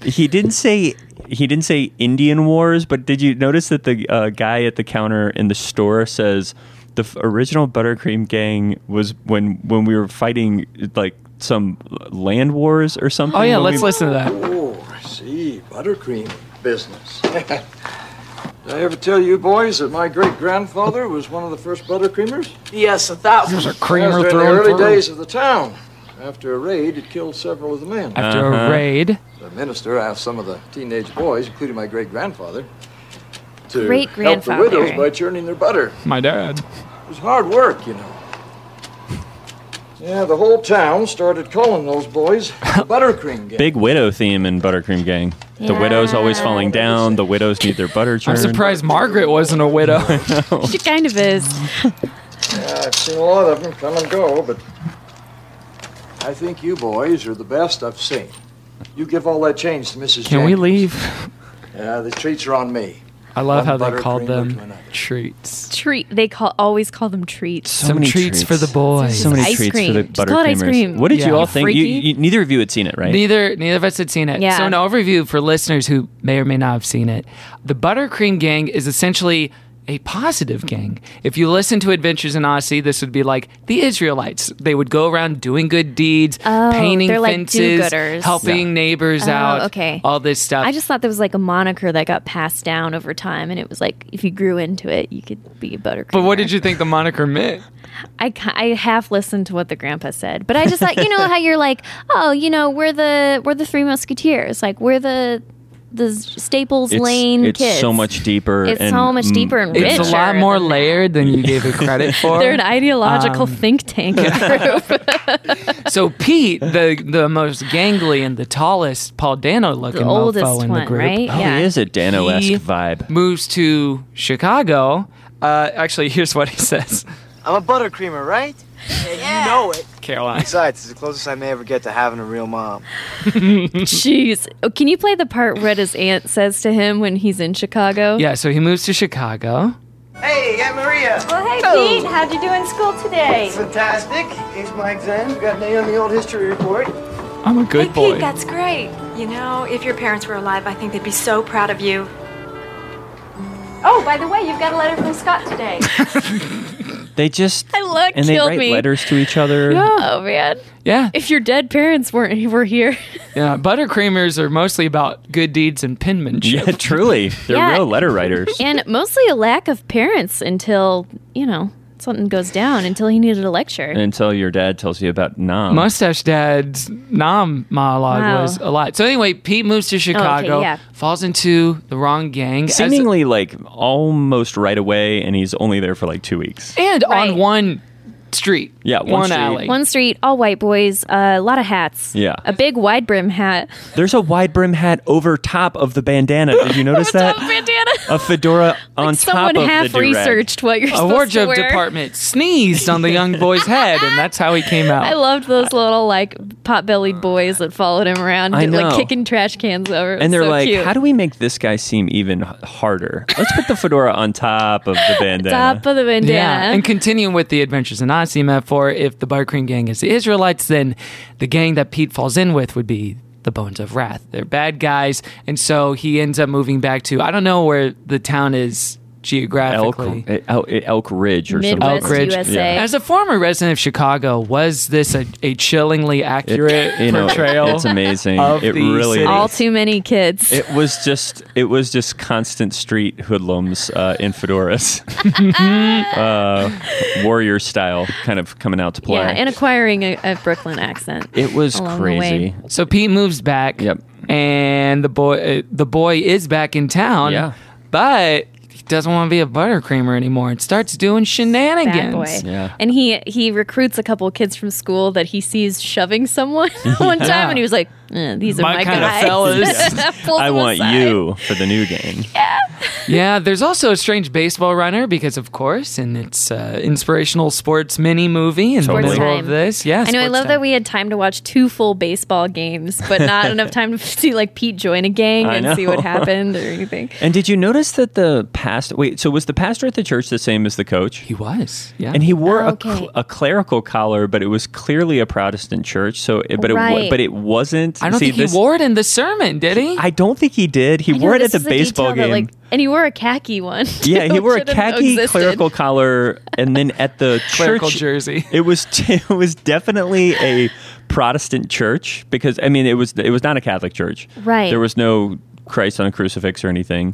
S5: he didn't say he didn't say Indian Wars, but did you notice that the uh, guy at the counter in the store says the f- original Buttercream Gang was when when we were fighting like some land wars or something.
S4: oh yeah,
S5: when
S4: let's
S5: we-
S4: listen to that.
S11: Oh, I see. Buttercream business. (laughs) Did I ever tell you boys that my great grandfather was one of the first buttercreamers?
S6: Yes, a thousand.
S4: There's a
S11: That
S4: creamer
S11: was during
S4: thrown
S11: the early
S4: through.
S11: days of the town. After a raid, it killed several of the men.
S4: After
S5: Uh-huh.
S4: a raid,
S11: The minister asked some of the teenage boys, including my great grandfather, to help the
S3: Great-grandfather.
S11: widows by churning their butter.
S4: my dad.
S11: It was hard work, you know. Yeah, the whole town started calling those boys the buttercream (laughs) gang.
S5: Big widow theme in Buttercream Gang. The widow's always falling down. The widows need their butter
S4: I'm
S5: churned.
S4: surprised Margaret wasn't
S11: (laughs)
S4: a widow.
S3: She kind of is.
S11: Yeah, I've seen a lot of them come and go, but I think you boys are the best I've seen. You give all that change to Mrs.
S4: Can we
S11: Jenkins.
S4: leave?
S11: Yeah, the treats are on me.
S4: I love
S11: One
S4: how they
S11: butter
S4: called
S11: creamer
S4: them
S11: to another.
S4: treats.
S3: Treat. They call always call them treats.
S5: So
S4: Some
S5: many
S4: treats for the boys.
S5: So many
S3: Ice
S5: treats for
S3: cream.
S5: the
S3: Just call it ice
S5: buttercreamers.
S3: cream.
S5: What did
S4: Yeah.
S5: you all
S4: You
S5: think? You,
S3: freaky.
S5: you, neither of you had seen it, right?
S4: Neither neither of us had seen it.
S3: Yeah.
S4: So an overview for listeners who may or may not have seen it. The Buttercream Gang is essentially a a positive gang. If you listen to Adventures in Odyssey, this would be like the Israelites. They would go around doing good deeds,
S3: Oh,
S4: painting
S3: they're like
S4: fences,
S3: do-gooders.
S4: helping
S3: Yeah.
S4: neighbors
S3: Oh,
S4: out,
S3: okay.
S4: all this stuff.
S3: I just thought there was like a moniker that got passed down over time, and it was like if you grew into it, you could be a buttercream.
S4: but what did you think the moniker meant?
S3: I, ki- I half listened to what the grandpa said, but I just thought you know how you're like, (laughs) oh, you know, we're the we're the three musketeers, like we're the the Staples
S5: It's-
S3: Lane
S5: it's
S3: kids.
S5: so much deeper.
S3: It's
S5: and
S3: so much
S5: m-
S3: deeper and
S4: It's a
S3: richer
S4: lot more layered than you gave it
S3: (laughs)
S4: credit for.
S3: They're an ideological
S4: Um,
S3: think tank (laughs) group.
S4: so Pete, the the most gangly and the tallest Paul Dano looking
S3: The oldest
S4: mofo in the
S3: one,
S4: group,
S3: right?
S5: Oh, he is a Dano-esque
S4: He
S5: vibe.
S4: moves to Chicago. Uh, actually, (laughs) here's what he says.
S12: I'm a buttercreamer, right? Yeah. You know it.
S4: Caroline.
S12: Besides, it's the closest I may ever get to having a real mom.
S3: Jeez, oh, can you play the part where his aunt says to him when he's in Chicago?
S4: Yeah, so he moves to Chicago.
S12: Hey, Aunt Maria.
S9: Well, hey, Pete, how'd you do in school today? Fantastic.
S8: Ace my exam. We got an A on the old history report.
S4: I'm a good
S9: Pete, that's great. You know, if your parents were alive, I think they'd be so proud of you. Oh, by the way, you've got a letter from Scott
S13: (laughs)
S9: today.
S5: They just
S3: I look
S5: and they
S3: killed
S5: write
S3: me.
S5: letters to
S3: (laughs)
S5: each other.
S3: Oh man.
S4: Yeah.
S3: If your dead parents weren't (laughs) were here.
S4: Yeah, buttercreamers are mostly about good deeds and penmanship.
S5: (laughs) Yeah, truly. They're
S3: Yeah.
S5: real letter writers.
S3: and mostly a lack of parents until, you know, something goes down until he needed a lecture.
S5: Until your dad tells you about Nam.
S4: Mustache Dad's nom monologue
S3: Wow. Oh,
S4: was a lot. So anyway, Pete moves to Chicago,
S3: yeah.
S4: falls into the wrong gang, as-
S5: Seemingly like almost right away, and he's only there for like
S3: (laughs)
S5: two weeks.
S4: and on one street.
S5: Yeah, one, street.
S3: One street, all white boys, uh, a lot of hats.
S5: Yeah.
S3: A big wide brim hat.
S5: There's a wide brim hat over top of the bandana.
S3: (laughs)
S5: Did you notice that?
S3: Bandana.
S5: A
S3: (laughs)
S5: fedora on top
S3: Someone
S5: of
S3: half
S5: the durag.
S3: researched what you're
S4: a
S3: supposed
S4: wardrobe
S3: to wear.
S4: department sneezed on the young boy's head, and that's how he
S3: (laughs)
S4: came out.
S3: I loved those little like pot-bellied boys that followed him around,
S5: I
S3: and, like
S5: know.
S3: kicking trash cans over. It was
S5: And they're
S3: so
S5: like,
S3: cute.
S5: how do we make this guy seem even h- harder? Let's put the fedora on top of the
S3: (laughs)
S5: bandana.
S3: Top of the bandana.
S4: Yeah, and continuing with the Adventures in Odyssey metaphor, if the Buttercream Gang is the Israelites, then the gang that Pete falls in with would be the Bones of Wrath. They're bad guys, and so he ends up moving back to I don't know where the town is
S5: Elk,
S4: geographically.
S5: eh, Elk, eh, Elk Ridge or
S4: Elk
S5: something.
S4: Ridge. As a former resident of Chicago, was this a, a chillingly accurate
S5: you know,
S4: portrayal?
S5: it's amazing.
S4: of
S5: It
S4: the
S5: really
S4: city?
S3: all too many kids.
S5: It was just it was just constant street hoodlums uh, in
S3: (laughs)
S5: fedoras, uh, warrior style, kind of coming out to play.
S3: Yeah, and acquiring a, a Brooklyn accent.
S5: it was
S3: along the
S5: crazy.
S3: way.
S4: So Pete moves back. Yep. And the boy, uh, the boy is back in town.
S5: Yeah.
S4: But he doesn't want to be a buttercreamer anymore and starts doing
S3: Bad boy.
S4: shenanigans.
S3: And he he recruits a couple of kids from school that he sees shoving someone (laughs) one
S5: Yeah.
S3: time, and he was like, eh, "These are
S4: My
S3: my,
S4: kind of
S3: guys."
S4: fellas.
S3: (laughs)
S5: (laughs)
S3: Pulls
S5: I
S3: them
S5: want
S3: aside.
S5: you for the new game.
S4: yeah. There's also a strange baseball runner because, of course, and it's uh, inspirational sports mini movie in
S3: Sports
S4: the middle
S3: time.
S4: of this. Yes.
S3: I know. I love that we had time to watch two full baseball games, but not
S5: (laughs)
S3: enough time to (laughs) see like Pete join a gang
S5: I
S3: and see what
S5: know. (laughs)
S3: happened or anything.
S5: And did you notice that the past? Wait, so was the pastor at the church the same as the coach? He
S4: was, yeah.
S5: And he wore a
S3: Oh, Okay.
S5: cl- a, clerical collar, but it was clearly a Protestant church. So, it, but it
S4: Right.
S5: wa- but it wasn't.
S4: I don't
S5: see,
S4: think
S5: this-
S4: he wore it in the sermon, did he?
S5: I don't think he did. He
S3: I know,
S5: wore it
S3: this
S5: at the
S3: is a
S5: baseball
S3: detail
S5: game.
S3: that, like- and he wore a khaki one.
S5: yeah, he
S3: (laughs) which
S5: wore a
S3: shouldn't have
S5: khaki
S3: existed.
S5: clerical collar, and then at the
S4: Clerical
S5: church (laughs)
S4: jersey.
S5: It was t- it was definitely a Protestant church because I mean it was it was not a Catholic church.
S3: Right.
S5: There was no Christ on a crucifix or anything.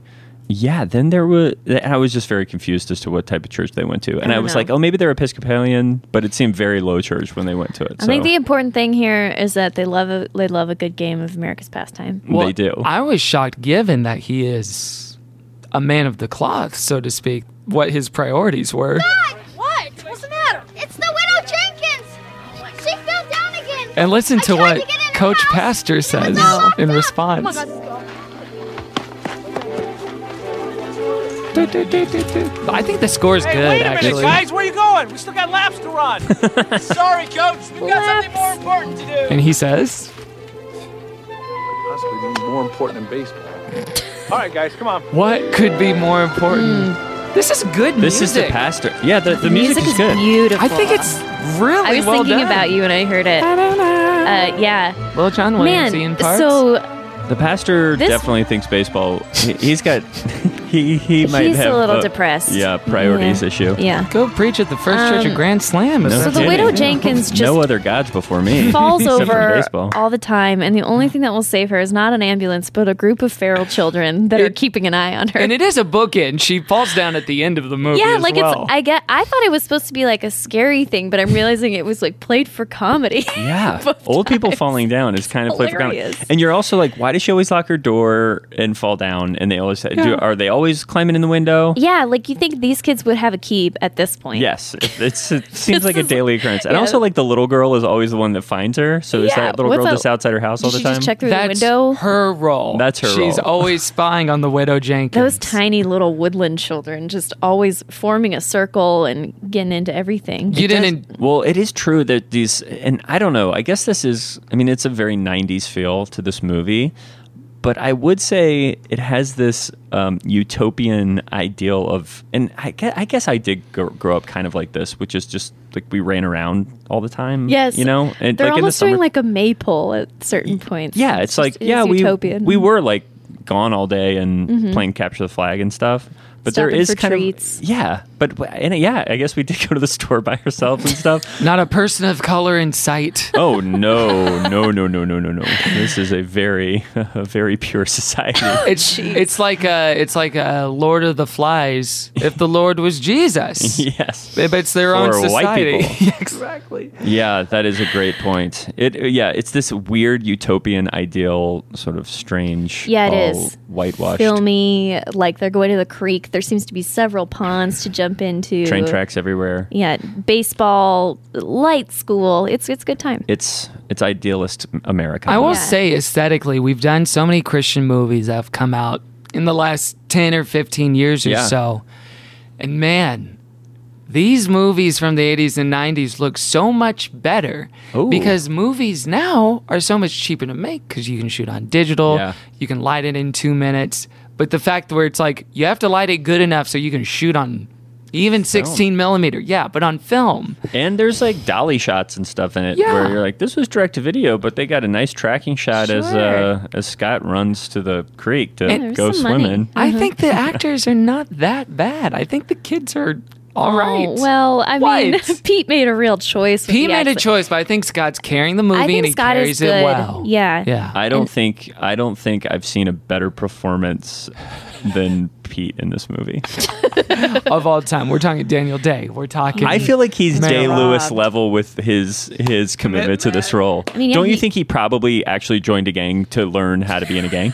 S5: Yeah, then there was. I was just very confused as to what type of church they went to, and I,
S3: don't
S5: was
S3: know.
S5: like, "Oh, maybe they're Episcopalian," but it seemed very low church when they went to it.
S3: I
S5: so
S3: think the important thing here is that they love a, they love a good game of America's pastime.
S5: they do.
S4: I was shocked given that he is a man of the cloth, so to speak, what his priorities were.
S13: What? What's the matter? It's the widow Jenkins. She fell down again.
S4: And listen to
S13: tried
S4: what
S13: to get in the
S4: Coach
S13: house.
S4: Pastor says
S13: all locked
S4: in
S13: up.
S3: Oh
S4: response.
S13: Come on, let's
S4: I think the score's
S6: Hey,
S4: good,
S6: wait a minute,
S4: actually.
S6: guys. Where you going? We still got laps to
S14: (laughs)
S6: run. Sorry, coach. We've got something more important to do.
S4: And he says,
S11: Possibly more important than baseball. All right, guys, come on.
S4: What could be more important?
S3: Hmm.
S4: This is good
S5: This
S4: music.
S5: is the pastor. Yeah, the, the, music, is, good.
S3: beautiful.
S4: I think it's really
S3: I was
S4: well
S3: thinking
S4: done.
S3: about you when I heard it. Uh, yeah,
S4: Well, John Williamsian
S3: man.
S4: parts.
S3: So
S5: The pastor
S3: This-
S5: definitely thinks baseball. he- He's got (laughs) he he might
S3: He's a
S5: have
S3: little depressed.
S5: Yeah, priorities
S3: Yeah.
S5: issue. (laughs)
S3: Yeah.
S4: Go preach at the first church
S3: Um,
S4: of Grand Slam.
S5: No
S3: So the
S5: kidding.
S3: widow Jenkins just
S5: no other gods before me
S3: (laughs) falls
S5: except for
S3: over
S5: baseball.
S3: all (laughs) the time, and the only thing that will save her is not an ambulance, but a group of feral children that are keeping an eye on her.
S4: (laughs) And it is a bookend. She falls down at the end of the movie.
S3: yeah,
S4: as
S3: like
S4: well.
S3: it's. I get. I thought it was supposed to be like a scary thing, but I'm realizing it was like played for comedy. (laughs)
S5: Yeah, old people falling down is kind of play for comedy.
S3: hilarious.
S5: And you're also like, why does she always lock her door and fall down? And they always do,
S3: Yeah.
S5: are they always climbing in the window?
S3: yeah, like you think these kids would have a key at this point.
S5: Yes, it-
S3: (laughs)
S5: it's, it seems like a daily occurrence. And
S3: yeah.
S5: also, like the little girl is always the one that finds her. So is
S3: Yeah,
S5: that little
S3: what's
S5: girl
S3: that-
S5: just outside her house all the
S3: she
S5: time?
S3: just check through the
S4: That's
S3: window?
S4: her role.
S5: That's her
S4: She's
S5: role.
S4: always spying on the widow Jenkins.
S3: Those tiny little woodland children just always forming a circle and getting into everything. It does-
S5: Well, it is true that these, and I don't know. I guess this is. I mean, it's a very '90s feel to this movie, but I would say it has this um, utopian ideal of, and I guess, I guess I did grow, grow up kind of like this, which is just like we ran around all the time.
S3: Yes,
S5: you know, and
S3: they're
S5: like in the
S3: almost
S5: summer.
S3: doing like a maypole at certain points.
S5: yeah, it's, like
S3: just-
S5: yeah, we
S3: utopian.
S5: we were like gone all day and
S3: Mhm.
S5: playing capture the flag and stuff. But there
S3: Stopping
S5: is
S3: for
S5: kind
S3: treats.
S5: of yeah, but and yeah, I guess we did go to the store by ourselves and stuff.
S4: Not a person of color in
S3: (laughs)
S4: sight.
S5: Oh no, no, no, no, no, no, no! This is a very, (laughs) a very pure society.
S4: (laughs) It's it's like uh it's like uh Lord of the Flies. If the Lord was
S5: (laughs)
S4: Jesus,
S5: yes,
S4: but it's their own
S5: For white
S4: society.
S5: people.
S4: Yeah, (laughs) exactly.
S5: Yeah, that is a great point. It yeah, it's this weird utopian ideal, sort of strange.
S3: Yeah, it
S5: all
S3: is.
S5: whitewashed.
S3: filmy. Like they're going to the creek. There seems to be several ponds to jump into.
S5: Train tracks everywhere.
S3: Yeah, baseball, light school. It's it's a good time.
S5: It's it's idealist America.
S4: I will say aesthetically, we've done so many Christian movies that have come out in the last 10 or 15 years or
S5: Yeah.
S4: so. And man, these movies from the 80s and 90s look so much better
S5: Ooh.
S4: because movies now are so much cheaper to make because you can shoot on digital,
S5: Yeah.
S4: you can light it in two minutes. But the fact where it's like you have to light it good enough so you can shoot on even 16 millimeter, yeah, but on film.
S5: And there's like dolly shots and stuff in it where
S4: Yeah.
S5: you're like, this was direct to video, but they got a nice tracking shot as
S4: Sure.
S5: uh, as Scott runs to the creek to
S4: And- There's
S5: go
S4: some money.
S5: swimming.
S4: I
S3: Mm-hmm.
S4: think the actors are not that bad. I think the kids are all
S3: Oh,
S4: right.
S3: well, I mean,
S4: What?
S3: (laughs) Pete made a real choice. with
S4: he
S3: the
S4: made a
S3: accent.
S4: choice, but I think Scott's carrying the
S3: I
S4: movie
S3: think
S4: and he
S3: Scott
S4: carries
S3: is good.
S4: it well.
S3: Yeah.
S4: Yeah.
S5: I don't think I don't think I've seen a better performance than Pete in this movie.
S4: of all time, we're talking Daniel Day. We're talking.
S5: I feel like he's
S4: Mel
S5: Day
S4: Robb.
S5: Lewis level with his his commitment to this role.
S3: I mean, yeah,
S5: don't you
S3: he-
S5: think he probably actually joined a gang to learn how to be in
S3: (laughs)
S5: a gang?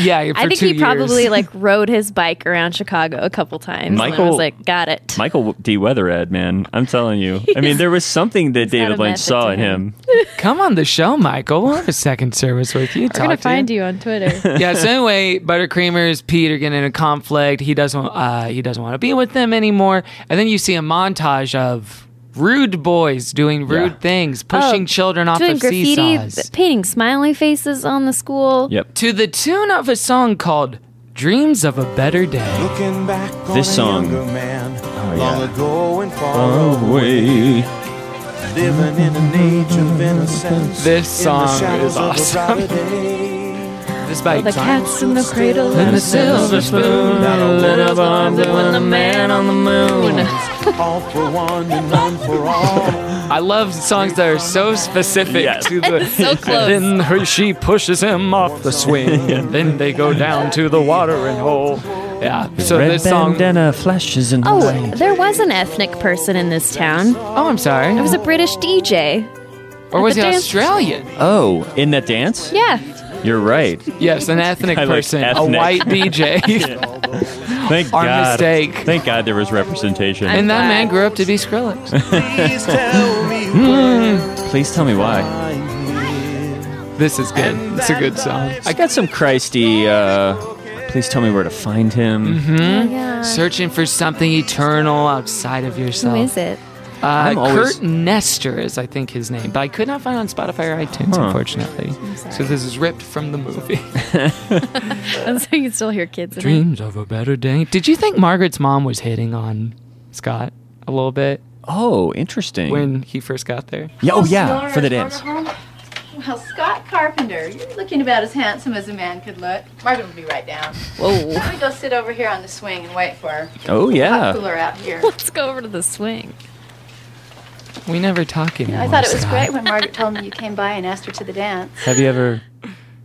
S4: Yeah, for
S3: I think
S4: two
S3: he
S4: years.
S3: probably like rode his bike around Chicago a couple times. and then
S5: Michael-
S3: was like, got it.
S5: Michael D. Weathered, man, I'm telling you. I mean, there was something that David
S3: got a
S5: Lynch
S3: method
S5: saw
S3: to
S5: in him.
S4: Come on the show, Michael. We'll have a second service with you.
S3: We're gonna
S4: Talk to you.
S3: find you on Twitter.
S4: yeah. So anyway, Buttercreamers, Pete are getting in a conflict. He doesn't. Uh, he doesn't want to be with them anymore. And then you see a montage of rude boys doing rude things, (laughs) pushing
S3: Oh,
S4: children off
S3: doing
S4: of
S3: graffiti,
S4: seesaws.
S3: th- painting smiley faces on the school.
S5: Yep.
S4: To the tune of a song called "Dreams of a Better Day."
S15: Looking back on
S4: This
S15: a
S4: song. Oh.
S15: younger man,
S7: Oh,
S4: yeah.
S15: long ago and far
S5: Away.
S15: away, living in an age
S4: (laughs)
S15: of innocence.
S4: This
S15: in
S4: song
S15: the shadows
S4: is
S15: of a
S4: awesome.
S15: brighter day.
S4: (laughs) This bike
S15: The
S4: time.
S15: cats
S3: in the cradle
S4: and the silver spoon, and the little bombs and when the man on the moon.
S15: all for one and none for all.
S4: I love songs that are so specific to the.
S3: (laughs)
S15: So
S4: (laughs)
S15: close.
S4: And then her- she pushes him off the swing, and then they go down to the watering hole. Yeah. So
S5: Red
S4: this song.
S5: bandana flashes in the
S3: Oh,
S5: light.
S3: there was an ethnic person in this town.
S4: Oh, I'm sorry.
S3: It was a British DJ.
S4: Or
S3: At
S4: was
S3: the
S4: he
S3: dance-
S4: Australian?
S5: Oh, in that dance?
S3: Yeah.
S5: You're right.
S4: Yes, an ethnic
S5: I like
S4: person,
S5: ethnic.
S4: a white DJ.
S5: Thank
S4: Our
S5: God.
S4: mistake.
S5: Thank God there was representation.
S4: (laughs) and that man grew up to be Skrillex.
S5: Please tell me why.
S4: This is good. It's a good song.
S5: I got some Christy. Uh, please tell me where to find him.
S4: Hmm? Searching for something eternal outside of yourself.
S3: Who is it? (laughs)
S4: Uh,
S5: I'm always-
S4: Kurt Nestor is, I think, his name, but I could not find it on Spotify or iTunes,
S5: Huh.
S4: unfortunately. So this is ripped from the movie.
S3: And so you can still hear kids. in
S4: (laughs)
S3: it.
S4: Dreams of a better day. Did you think Margaret's mom was hitting on Scott a little bit
S5: Oh, interesting.
S4: Mm. when he first got there?
S5: Yeah, oh, yeah, for the dance.
S16: Well, Scott Carpenter, you're looking about as handsome as a man could look. Margaret will be right down.
S3: Whoa.
S16: Let me go sit over here on the swing and wait for her.
S5: Oh,
S16: Hot
S5: yeah.
S16: cooler out here.
S3: Let's go over to the swing.
S4: We never talk
S16: You know,
S4: anymore.
S16: I thought it was
S4: Scott.
S16: great when Margaret told me you came by and asked her to the dance.
S5: Have you ever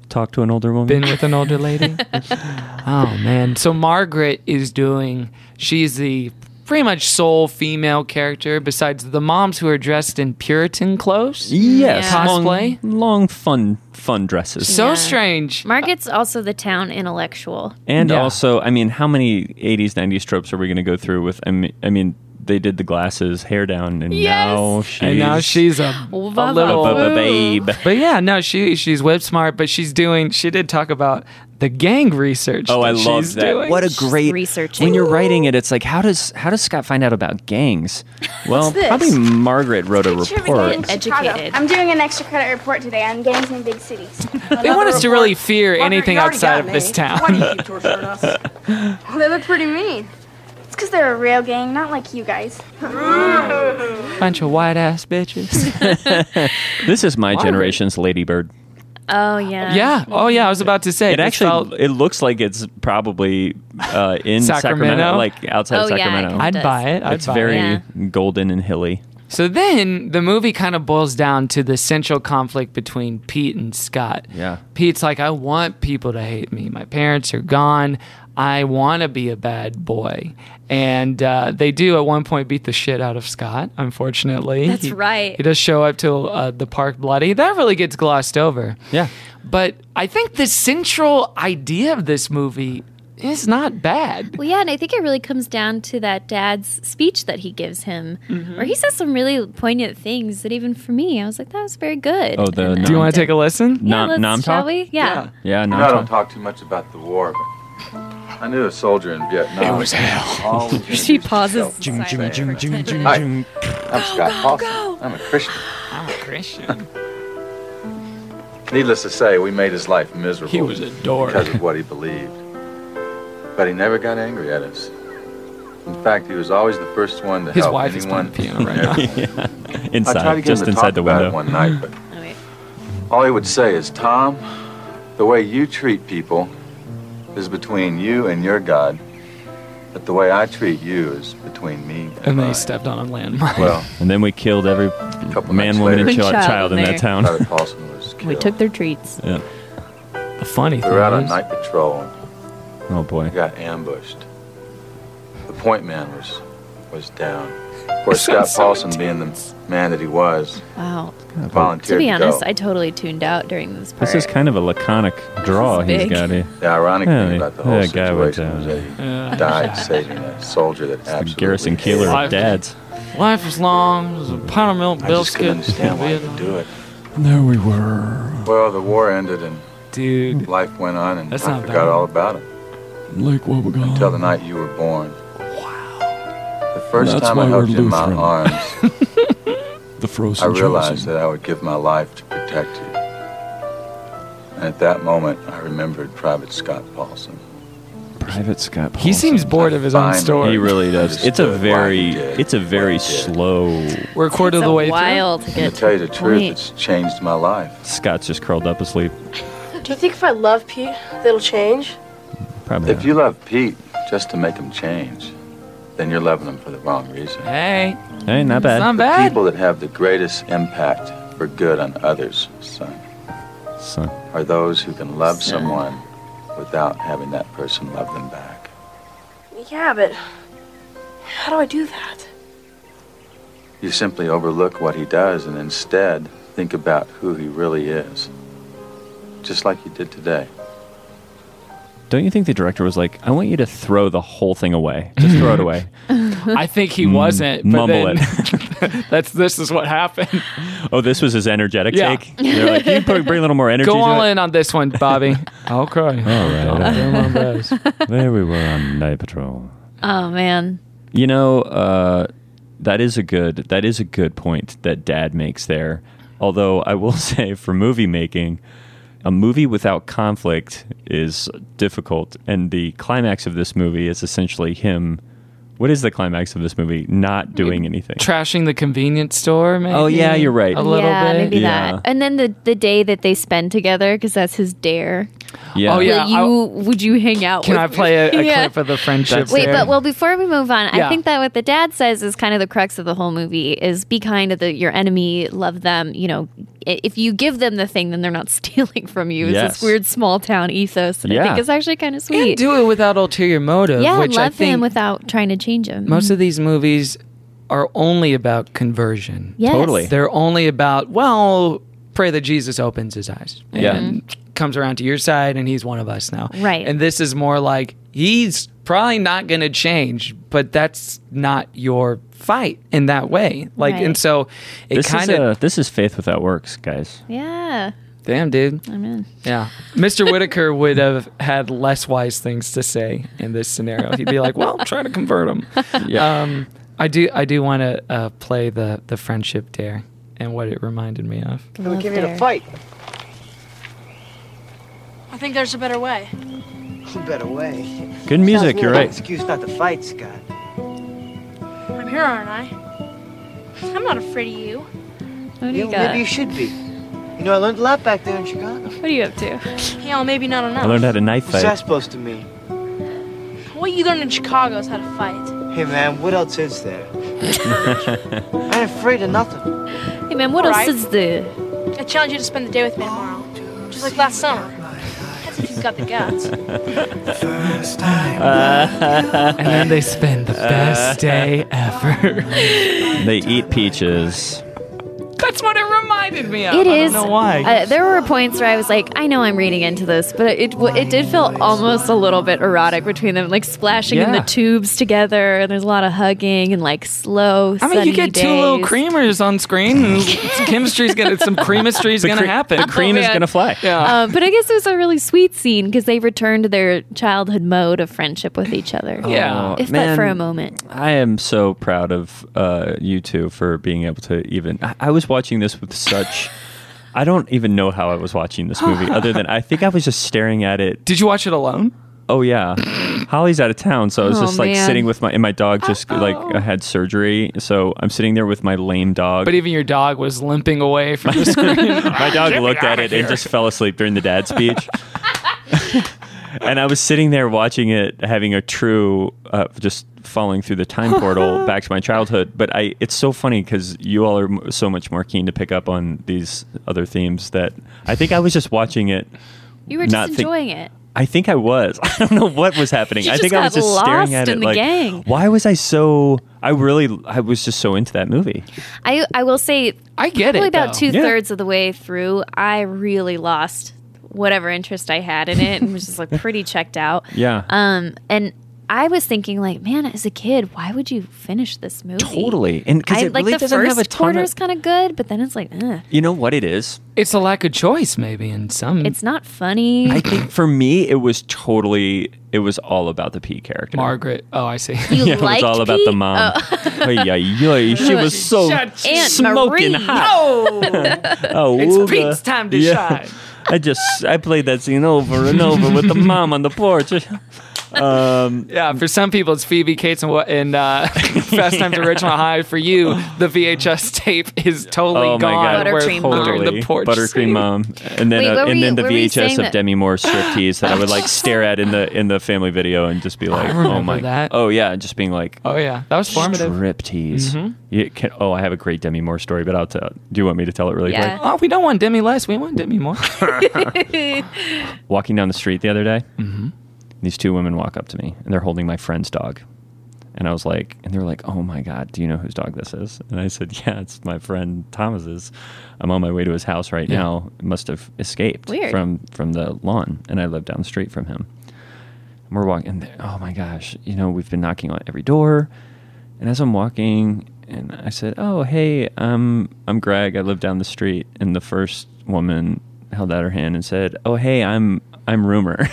S5: talked to an older woman?
S4: Been with an
S16: (laughs)
S4: older lady? oh man. So Margaret is doing she's the pretty much sole female character besides the moms who are dressed in Puritan clothes.
S5: Yes.
S4: Cosplay.
S5: Long, long fun, fun dresses.
S4: So strange.
S17: Margaret's also the town intellectual.
S5: And also, I mean, how many 80s, 90s tropes are we going to go through with? I mean, I mean, they did the glasses, hair down, and now she's.
S4: and now she's a, a
S5: a
S4: little
S5: babe.
S4: But yeah, no, she she's web smart, but she's doing. She did talk about the gang research.
S5: Oh, I
S4: that
S5: love
S4: she's
S5: that.
S4: doing.
S5: What a great researching. When you're writing it, it's like how does how does Scott find out about gangs? Well,
S13: What's this?
S5: probably Margaret wrote a report.
S13: Educated. I'm doing an extra credit report today on gangs in big cities.
S4: They want us to really fear anything
S13: you already
S4: outside
S13: got
S4: of
S13: me.
S4: this town.
S13: Why do
S4: (laughs)
S13: you keep torturing us? Well, they look pretty mean. It's because they're a real gang, not like you guys.
S4: Bunch of white ass bitches.
S5: this is my generation's Ladybird.
S17: Oh yeah.
S4: Yeah. Oh yeah. I was about to say
S5: It actually it looks like it's probably uh, in Sacramento,
S4: Sacramento?
S5: like outside of
S4: Oh, yeah, it
S5: Sacramento.
S4: kinda I'd does. buy it, I'd
S5: it's
S4: buy it.
S5: very
S4: Yeah.
S5: golden and hilly.
S4: So then the movie kind of boils down to the central conflict between Pete and Scott.
S5: Yeah.
S4: Pete's like, I want people to hate me. My parents are gone. I want to be a bad boy. And uh, they do at one point beat the shit out of Scott, unfortunately.
S3: That's
S4: He-
S3: right.
S4: He does show up to uh, the park bloody. That really gets glossed over.
S5: Yeah.
S4: But I think the central idea of this movie is not bad.
S17: Well, yeah, and I think it really comes down to that dad's speech that he gives him,
S10: Mm-hmm.
S17: where he says some really poignant things that even for me, I was like, that was very good.
S5: Oh, the
S4: Do you want to take a listen?
S17: Yeah, let's- shall we? Yeah.
S5: Yeah,
S10: You
S5: nom
S10: know, I
S5: chop.
S10: don't talk too much about the war, but I knew a soldier in Vietnam.
S5: It was
S10: hell.
S4: (laughs)
S17: She pauses.
S10: Jim,
S17: Jim, Jim, Jim, Jim,
S10: Hi,
S17: Jim.
S10: I'm Scott Paulson. I'm a Christian.
S4: I'm a Ah, Christian.
S10: Needless to say, we made his life miserable.
S4: He was a dork.
S10: Because of what he believed. But he never got angry at us. In fact, he was always the first one to
S4: His
S10: help
S4: wife is
S10: anyone.
S4: playing
S10: and
S4: piano right now.
S10: everyone.
S5: Inside,
S10: I tried to get
S5: just
S10: him to
S5: inside
S10: talk
S5: the
S10: about it
S5: window.
S10: one night, but all he would say is, Tom, the way you treat people is between you and your God, but the way I treat you is between me
S4: And they stepped on a landmine. (laughs)
S10: Well,
S5: and then we killed every man, woman, and
S10: Later.
S5: child, child in that town.
S10: Private Paulson was
S3: We
S10: killed.
S3: took their treats.
S5: Yeah. The funny
S10: We
S5: thing
S10: were out on
S5: is-
S10: night patrol.
S5: Oh boy.
S10: We got ambushed. The point man was was down. Of course,
S17: That
S4: (laughs)
S10: Scott
S17: sounds so
S10: Paulson, being the man that he was,
S17: Wow.
S10: volunteered
S17: To be
S10: go.
S17: honest, I totally tuned out during this part.
S5: This is kind of a laconic draw
S17: is
S5: he's
S17: big.
S5: got here.
S10: The ironic
S5: Yeah,
S10: thing about the whole
S5: that guy was,
S10: situation was that
S5: uh,
S10: he died saving a soldier that absolutely
S5: Garrison Keillor of dads.
S4: Life was long. It was a pound of milk
S10: I
S4: biscuit.
S10: just couldn't understand why they do it.
S4: There we were.
S10: Well, the war ended and
S4: dude,
S10: life went on, and
S4: That's
S10: I
S4: not
S10: forgot
S4: bad.
S10: all about it
S15: Like what we got.
S10: until the night you were born. Wow. The first
S15: That's
S10: time I
S15: why we're
S10: held you in my
S15: Lutheran.
S10: arms,
S15: The
S10: I
S15: frozen
S10: realized
S15: chosen.
S10: that I would give my life to protect you. And at that moment, I remembered Private Scott Paulson.
S5: Private Scott.
S4: He seems bored of his own
S10: Fine.
S4: story.
S5: He really does. It's a very, it's a very slow.
S4: We're a quarter of the way
S10: to tell you the truth, it's changed my life.
S5: Scott's just curled up asleep.
S18: Do you think if I love Pete, that'll change?
S10: Probably. If you love Pete just to make him change, then you're loving him for the wrong reason.
S4: Hey.
S5: Hey, not bad.
S4: Not
S10: The
S4: bad.
S10: people that have the greatest impact for good on others, son,
S5: son,
S10: are those who can love someone without having that person love them back.
S18: Yeah, but how do I do that?
S10: You simply overlook what he does and instead think about who he really is. Just like you did today.
S5: Don't you think the director was like, "I want you to throw the whole thing away. Just throw it away."
S4: (laughs) I think he
S5: Mm,
S4: wasn't. But
S5: mumble
S4: then, (laughs) that's this is what happened.
S5: Oh, this was his energetic
S4: Yeah.
S5: take. They're like, "You bring bring a little more energy."
S4: Go
S5: to
S4: all
S5: it."
S4: in on this one,
S5: (laughs)
S4: Bobby. okay. All
S5: right.
S4: I'll do my best.
S5: (laughs) there we were on night patrol.
S17: Oh man.
S5: You know, uh, that is a good that is a good point that Dad makes there. Although I will (laughs) say, for movie making, a movie without conflict is difficult, and the climax of this movie is essentially him What is the climax of this movie? Not doing anything.
S4: Trashing the convenience store, maybe.
S5: Oh, yeah, you're right.
S4: A little
S3: yeah,
S4: bit.
S3: maybe that. And then the the day that they spend together because that's his dare.
S4: Yeah. Oh, yeah,
S3: Will you would you hang out?
S4: Can
S3: with
S4: I play
S17: (laughs)
S4: a, a
S3: me? (laughs) Yeah.
S4: clip of the friendship?
S3: Wait,
S4: there?
S3: but well, before we move on, I
S4: Yeah.
S3: think that what the dad says is kind of the crux of the whole movie: is be kind to the, your enemy, love them. You know, i- if you give them the thing, then they're not (laughs) stealing from you. It's
S4: Yes.
S3: this weird small town ethos that I
S4: Yeah.
S3: think is actually kind of
S4: And
S3: sweet.
S4: do it without ulterior motive.
S3: yeah,
S4: which I
S3: love
S4: think
S3: him without trying to change him.
S4: most of these movies are only about conversion.
S3: Yes. Totally.
S4: They're only about, well, pray that Jesus opens his eyes and
S3: Yeah.
S4: comes around to your side and he's one of us now.
S3: Right.
S4: And this is more like he's probably not going to change, but that's not your fight in that way. Like
S3: Right.
S4: and so it
S5: This is
S4: kind of
S5: a- this is faith without works, guys.
S3: yeah,
S4: Damn, dude.
S3: I'm in.
S4: Yeah. Mr. Whitaker would have had less wise things to say in this scenario. He'd be like, well, try to convert him.
S5: Yeah.
S4: Um, I do I do want to uh, play the, the friendship dare and what it reminded me of.
S16: I'm gonna give
S8: you the
S16: a
S8: Love
S16: fight.
S18: I think there's a better way.
S8: Better way.
S5: Good music, you're right.
S8: Excuse not to fight, Scott.
S18: I'm here, aren't I? I'm not afraid of you. What
S8: Yeah, Maybe you should be. You know, I learned a lot back there in Chicago.
S3: What are you up to?
S18: Yeah, well, maybe not enough.
S5: I learned how to knife
S8: What's that
S5: fight.
S8: supposed to mean?
S18: What you learned in Chicago is how to fight.
S8: Hey, man, what else is
S5: (laughs)
S8: there? I ain't afraid of nothing.
S3: Hey man, what
S18: All
S3: else
S18: right.
S3: is there?
S18: I challenge you to spend the day with me tomorrow, just like last summer. That's if you've got the guts.
S4: and then they spend the best day ever.
S5: They eat peaches.
S4: (laughs) That's what it reminded me of.
S3: It
S4: I
S3: is.
S4: Don't know why.
S3: Uh, there were points where I was like, I know I'm reading into this, but it w- it did feel almost a little bit erotic between them, like splashing in the
S4: Yeah.
S3: tubes together, and there's a lot of hugging and like slow.
S4: I mean, you
S3: sunny
S4: get two little
S3: days.
S4: creamers on screen.
S3: (laughs)
S4: And some chemistry's gonna, some chemistry's
S5: The
S4: gonna
S5: cre-
S4: happen.
S5: the cream
S3: Oh,
S5: is gonna fly.
S4: Yeah.
S3: Um, but I guess it was a really sweet scene because they returned to their childhood mode of friendship with
S4: (laughs)
S3: each other.
S5: Yeah.
S3: if but
S5: Oh, Man.
S3: for a moment.
S5: I am so proud of uh, you two for being able to even. I, I was watching this with such.
S3: (laughs)
S5: I don't even know how I was watching this
S3: (sighs)
S5: movie, other than I think I was just staring at it.
S4: Did you watch it alone?
S5: Oh
S3: (sniffs)
S5: yeah, Holly's out of town, so I was
S3: Oh,
S5: just like
S3: man.
S5: sitting with my and my dog just like I had surgery, so I'm sitting there with my lame dog.
S4: But even your dog was limping away from the screen.
S5: my dog looked at it and just fell asleep during the
S3: (laughs)
S5: dad speech. and I was sitting there watching it, having a true, uh, just falling through the time
S3: (laughs)
S5: portal back to my childhood. But I, it's so funny because you all are m- so much more keen to pick up on these other themes that I think I was just watching it.
S3: You were just
S5: not think-
S3: enjoying it.
S5: I think I was. (laughs) I don't know what was happening.
S3: You
S5: I
S3: just
S5: think I was
S3: got
S5: just staring
S3: lost
S5: at
S3: in
S5: it
S3: the
S5: like,
S3: gang.
S5: why was I so? I really, I was just so into that movie.
S3: I I will say
S4: I get it,
S3: probably about
S5: though.
S3: two
S5: Yeah.
S3: thirds of the way through. I really lost whatever interest I had in it and was just like pretty
S4: (laughs)
S3: checked out.
S5: Yeah.
S3: Um, and I was thinking like, man, as a kid, why would you finish this movie?
S5: Totally. And because
S3: I-
S5: it
S3: like
S5: really
S3: the
S5: doesn't
S3: first
S5: have a ton
S3: quarter
S5: of,
S3: is kind of good, but then it's like, eh,
S5: You know what it is?
S4: it's a lack of choice, maybe in some.
S3: it's not funny.
S5: I think for me, it was totally. It was all about the P character.
S4: Margaret. Oh, I
S3: (laughs)
S4: see.
S3: You
S5: (laughs) yeah, (laughs) it was
S3: liked
S5: all about the
S3: Pete?
S5: mom. (laughs)
S3: Oh.
S5: Oh. yeah, yeah, she was so
S4: Shut your-
S3: Aunt
S5: smoking
S3: Marie.
S5: hot. (laughs) Oh,
S4: It's
S5: ooga.
S4: Pete's time to shine.
S5: I just I played that scene over and over with the mom on
S3: (laughs)
S5: the porch. Oh Um,
S4: Yeah, for some people it's Phoebe Cates and, what- and
S3: (laughs)
S4: uh, Fast Times at Ridgemont High. For you, the
S3: (laughs)
S4: VHS tape is totally
S5: oh my
S4: gone.
S5: god,
S4: where
S3: Buttercream
S4: the-
S3: Mom.
S4: The porch
S5: buttercream
S4: scene.
S5: mom, and then
S3: Wait,
S5: uh,
S3: what were
S5: and then
S3: you-
S5: the
S3: what were you saying
S5: VHS of
S3: that-
S5: Demi Moore's striptease that I
S3: (gasps)
S5: would like stare at in the in the family video and just be like, oh
S4: remember
S5: my,
S4: that.
S5: oh yeah, and just being like,
S4: Oh yeah, that was formative. Mm-hmm.
S5: Striptease. You can- oh, I have a great Demi Moore story, but I'll tell. Do you want me to tell it really
S3: Yeah.
S5: quick?
S4: Oh, we don't want Demi less. We want Demi
S3: (laughs)
S4: more.
S5: Walking down the street the other day,
S4: Mm-hmm.
S5: these two women walk up to me and they're holding my friend's dog, and I was like, and they're like, oh my god, do you know whose dog this is? And I said, (laughs) yeah, it's my friend Thomas's. I'm on my way to his house right
S4: Yeah.
S5: now. It must have escaped
S3: Weird.
S5: from from the lawn, and I live down the street from him. And we're walking. And they're- oh my gosh, you know, we've been knocking on every door. And as I'm walking, and I said, "Oh, hey, um, I'm Greg. I live down the street." And the first woman held out her hand and said, "Oh, hey, I'm I'm Rumor." (laughs)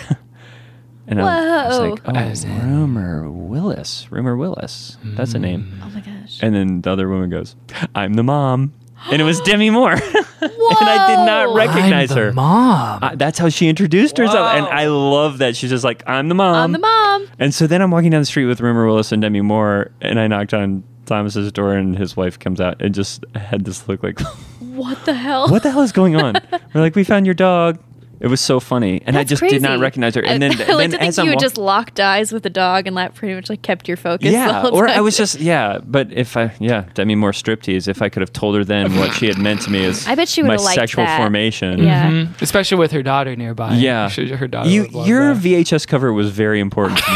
S5: and I was
S3: Whoa.
S5: like, "Oh, Rumor Willis. Rumor Willis. That's a name."
S4: Hmm.
S3: oh my gosh.
S5: And then the other woman goes, "I'm the mom." and
S3: (gasps)
S5: it was Demi Moore. (laughs) and I did not recognize
S4: I'm the
S5: her.
S4: Mom.
S5: Uh, that's how she introduced herself. And I love that. She's just like, I'm the mom.
S3: I'm the mom.
S5: And so then I'm walking down the street with Rumor Willis and Demi Moore, and I knocked on Thomas's door, and his wife comes out and just had this look like, (laughs)
S3: What the hell?
S5: What the hell is going on? We're like, We found your dog. It was so funny. And I
S3: That's
S5: just did not
S3: crazy.
S5: recognize her. And
S3: I,
S5: then,
S3: I (laughs) like
S5: then
S3: to think
S5: as
S3: you
S5: I'm
S3: had
S5: wa-
S3: just locked eyes with the dog and that pretty much like kept your focus. the
S5: yeah,
S3: whole
S5: or
S3: time.
S5: I was just yeah. But if I yeah, Demi Moore striptease. If I could have told her then what she had meant to me is
S3: I bet she
S5: my
S3: would've liked
S5: sexual
S3: that.
S5: formation.
S3: Yeah.
S4: Mhm. Especially with her daughter nearby.
S5: Yeah,
S4: She- her daughter.
S5: You
S4: would love
S5: your VHS cover was very important
S3: (laughs)
S5: to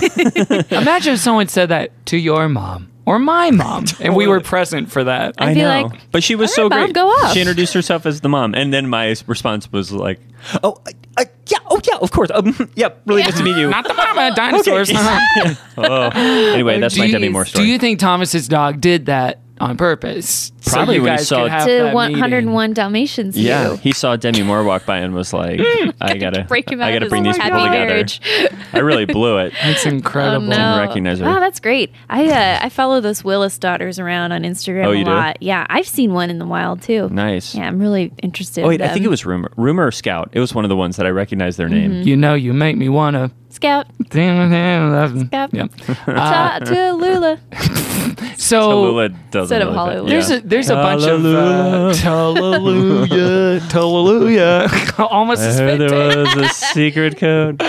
S5: me.
S4: that. Imagine if someone said that to your mom or
S5: (laughs)
S4: my mom, and we were present for that.
S5: I know, but she was
S4: "All
S5: so
S4: right, Mom,
S5: great.
S4: go off."
S5: She introduced herself as the mom, and then my response was like, "Oh, uh, uh, yeah, oh yeah, of course, um, (laughs) yep, really nice to
S4: (laughs)
S5: meet you."
S4: Not the mama dinosaurs. (laughs)
S5: Okay. oh, anyway, that's my Demi
S4: Jeez.
S5: Moore story.
S4: Do you think Thomas's dog did that on purpose? So
S5: Probably
S4: you
S5: when he
S4: guys
S5: saw
S4: could have
S3: to
S4: that
S3: 101 Dalmatians.
S5: Yeah,
S3: you.
S5: he saw Demi Moore walk by and was like,
S4: Hmm.
S5: "I gotta,
S3: break him out
S5: I
S3: of
S5: gotta
S3: his
S5: bring these
S3: happy
S5: people together."
S3: marriage. (laughs)
S5: I really
S4: (laughs)
S5: blew it.
S4: That's
S3: Oh,
S4: incredible.
S3: no.
S5: Didn't recognize her.
S3: Wow, that's great. I uh, I follow those Willis daughters around on Instagram
S5: Oh,
S3: a
S5: you do?
S3: lot. Yeah, I've seen one in the wild too.
S5: Nice.
S3: Yeah, I'm really interested.
S5: Oh wait,
S3: in
S5: I think it
S3: them.
S5: was rumor, rumor or scout. It was one of the ones that I recognized their name.
S3: Mhm.
S4: You know, you make me wanna.
S3: Scout.
S4: Yep.
S3: Scout.
S5: (laughs)
S3: Ta- Tallulah.
S4: So
S5: Tallulah doesn't
S3: Instead of really Hollywood. fit.
S4: There's a,
S3: Yeah.
S4: there's a bunch of uh, (laughs) Hallelujah, Hallelujah. (laughs) Almost
S5: I
S4: a
S5: heard
S4: spit
S5: there
S4: take. (laughs)
S5: was a secret code.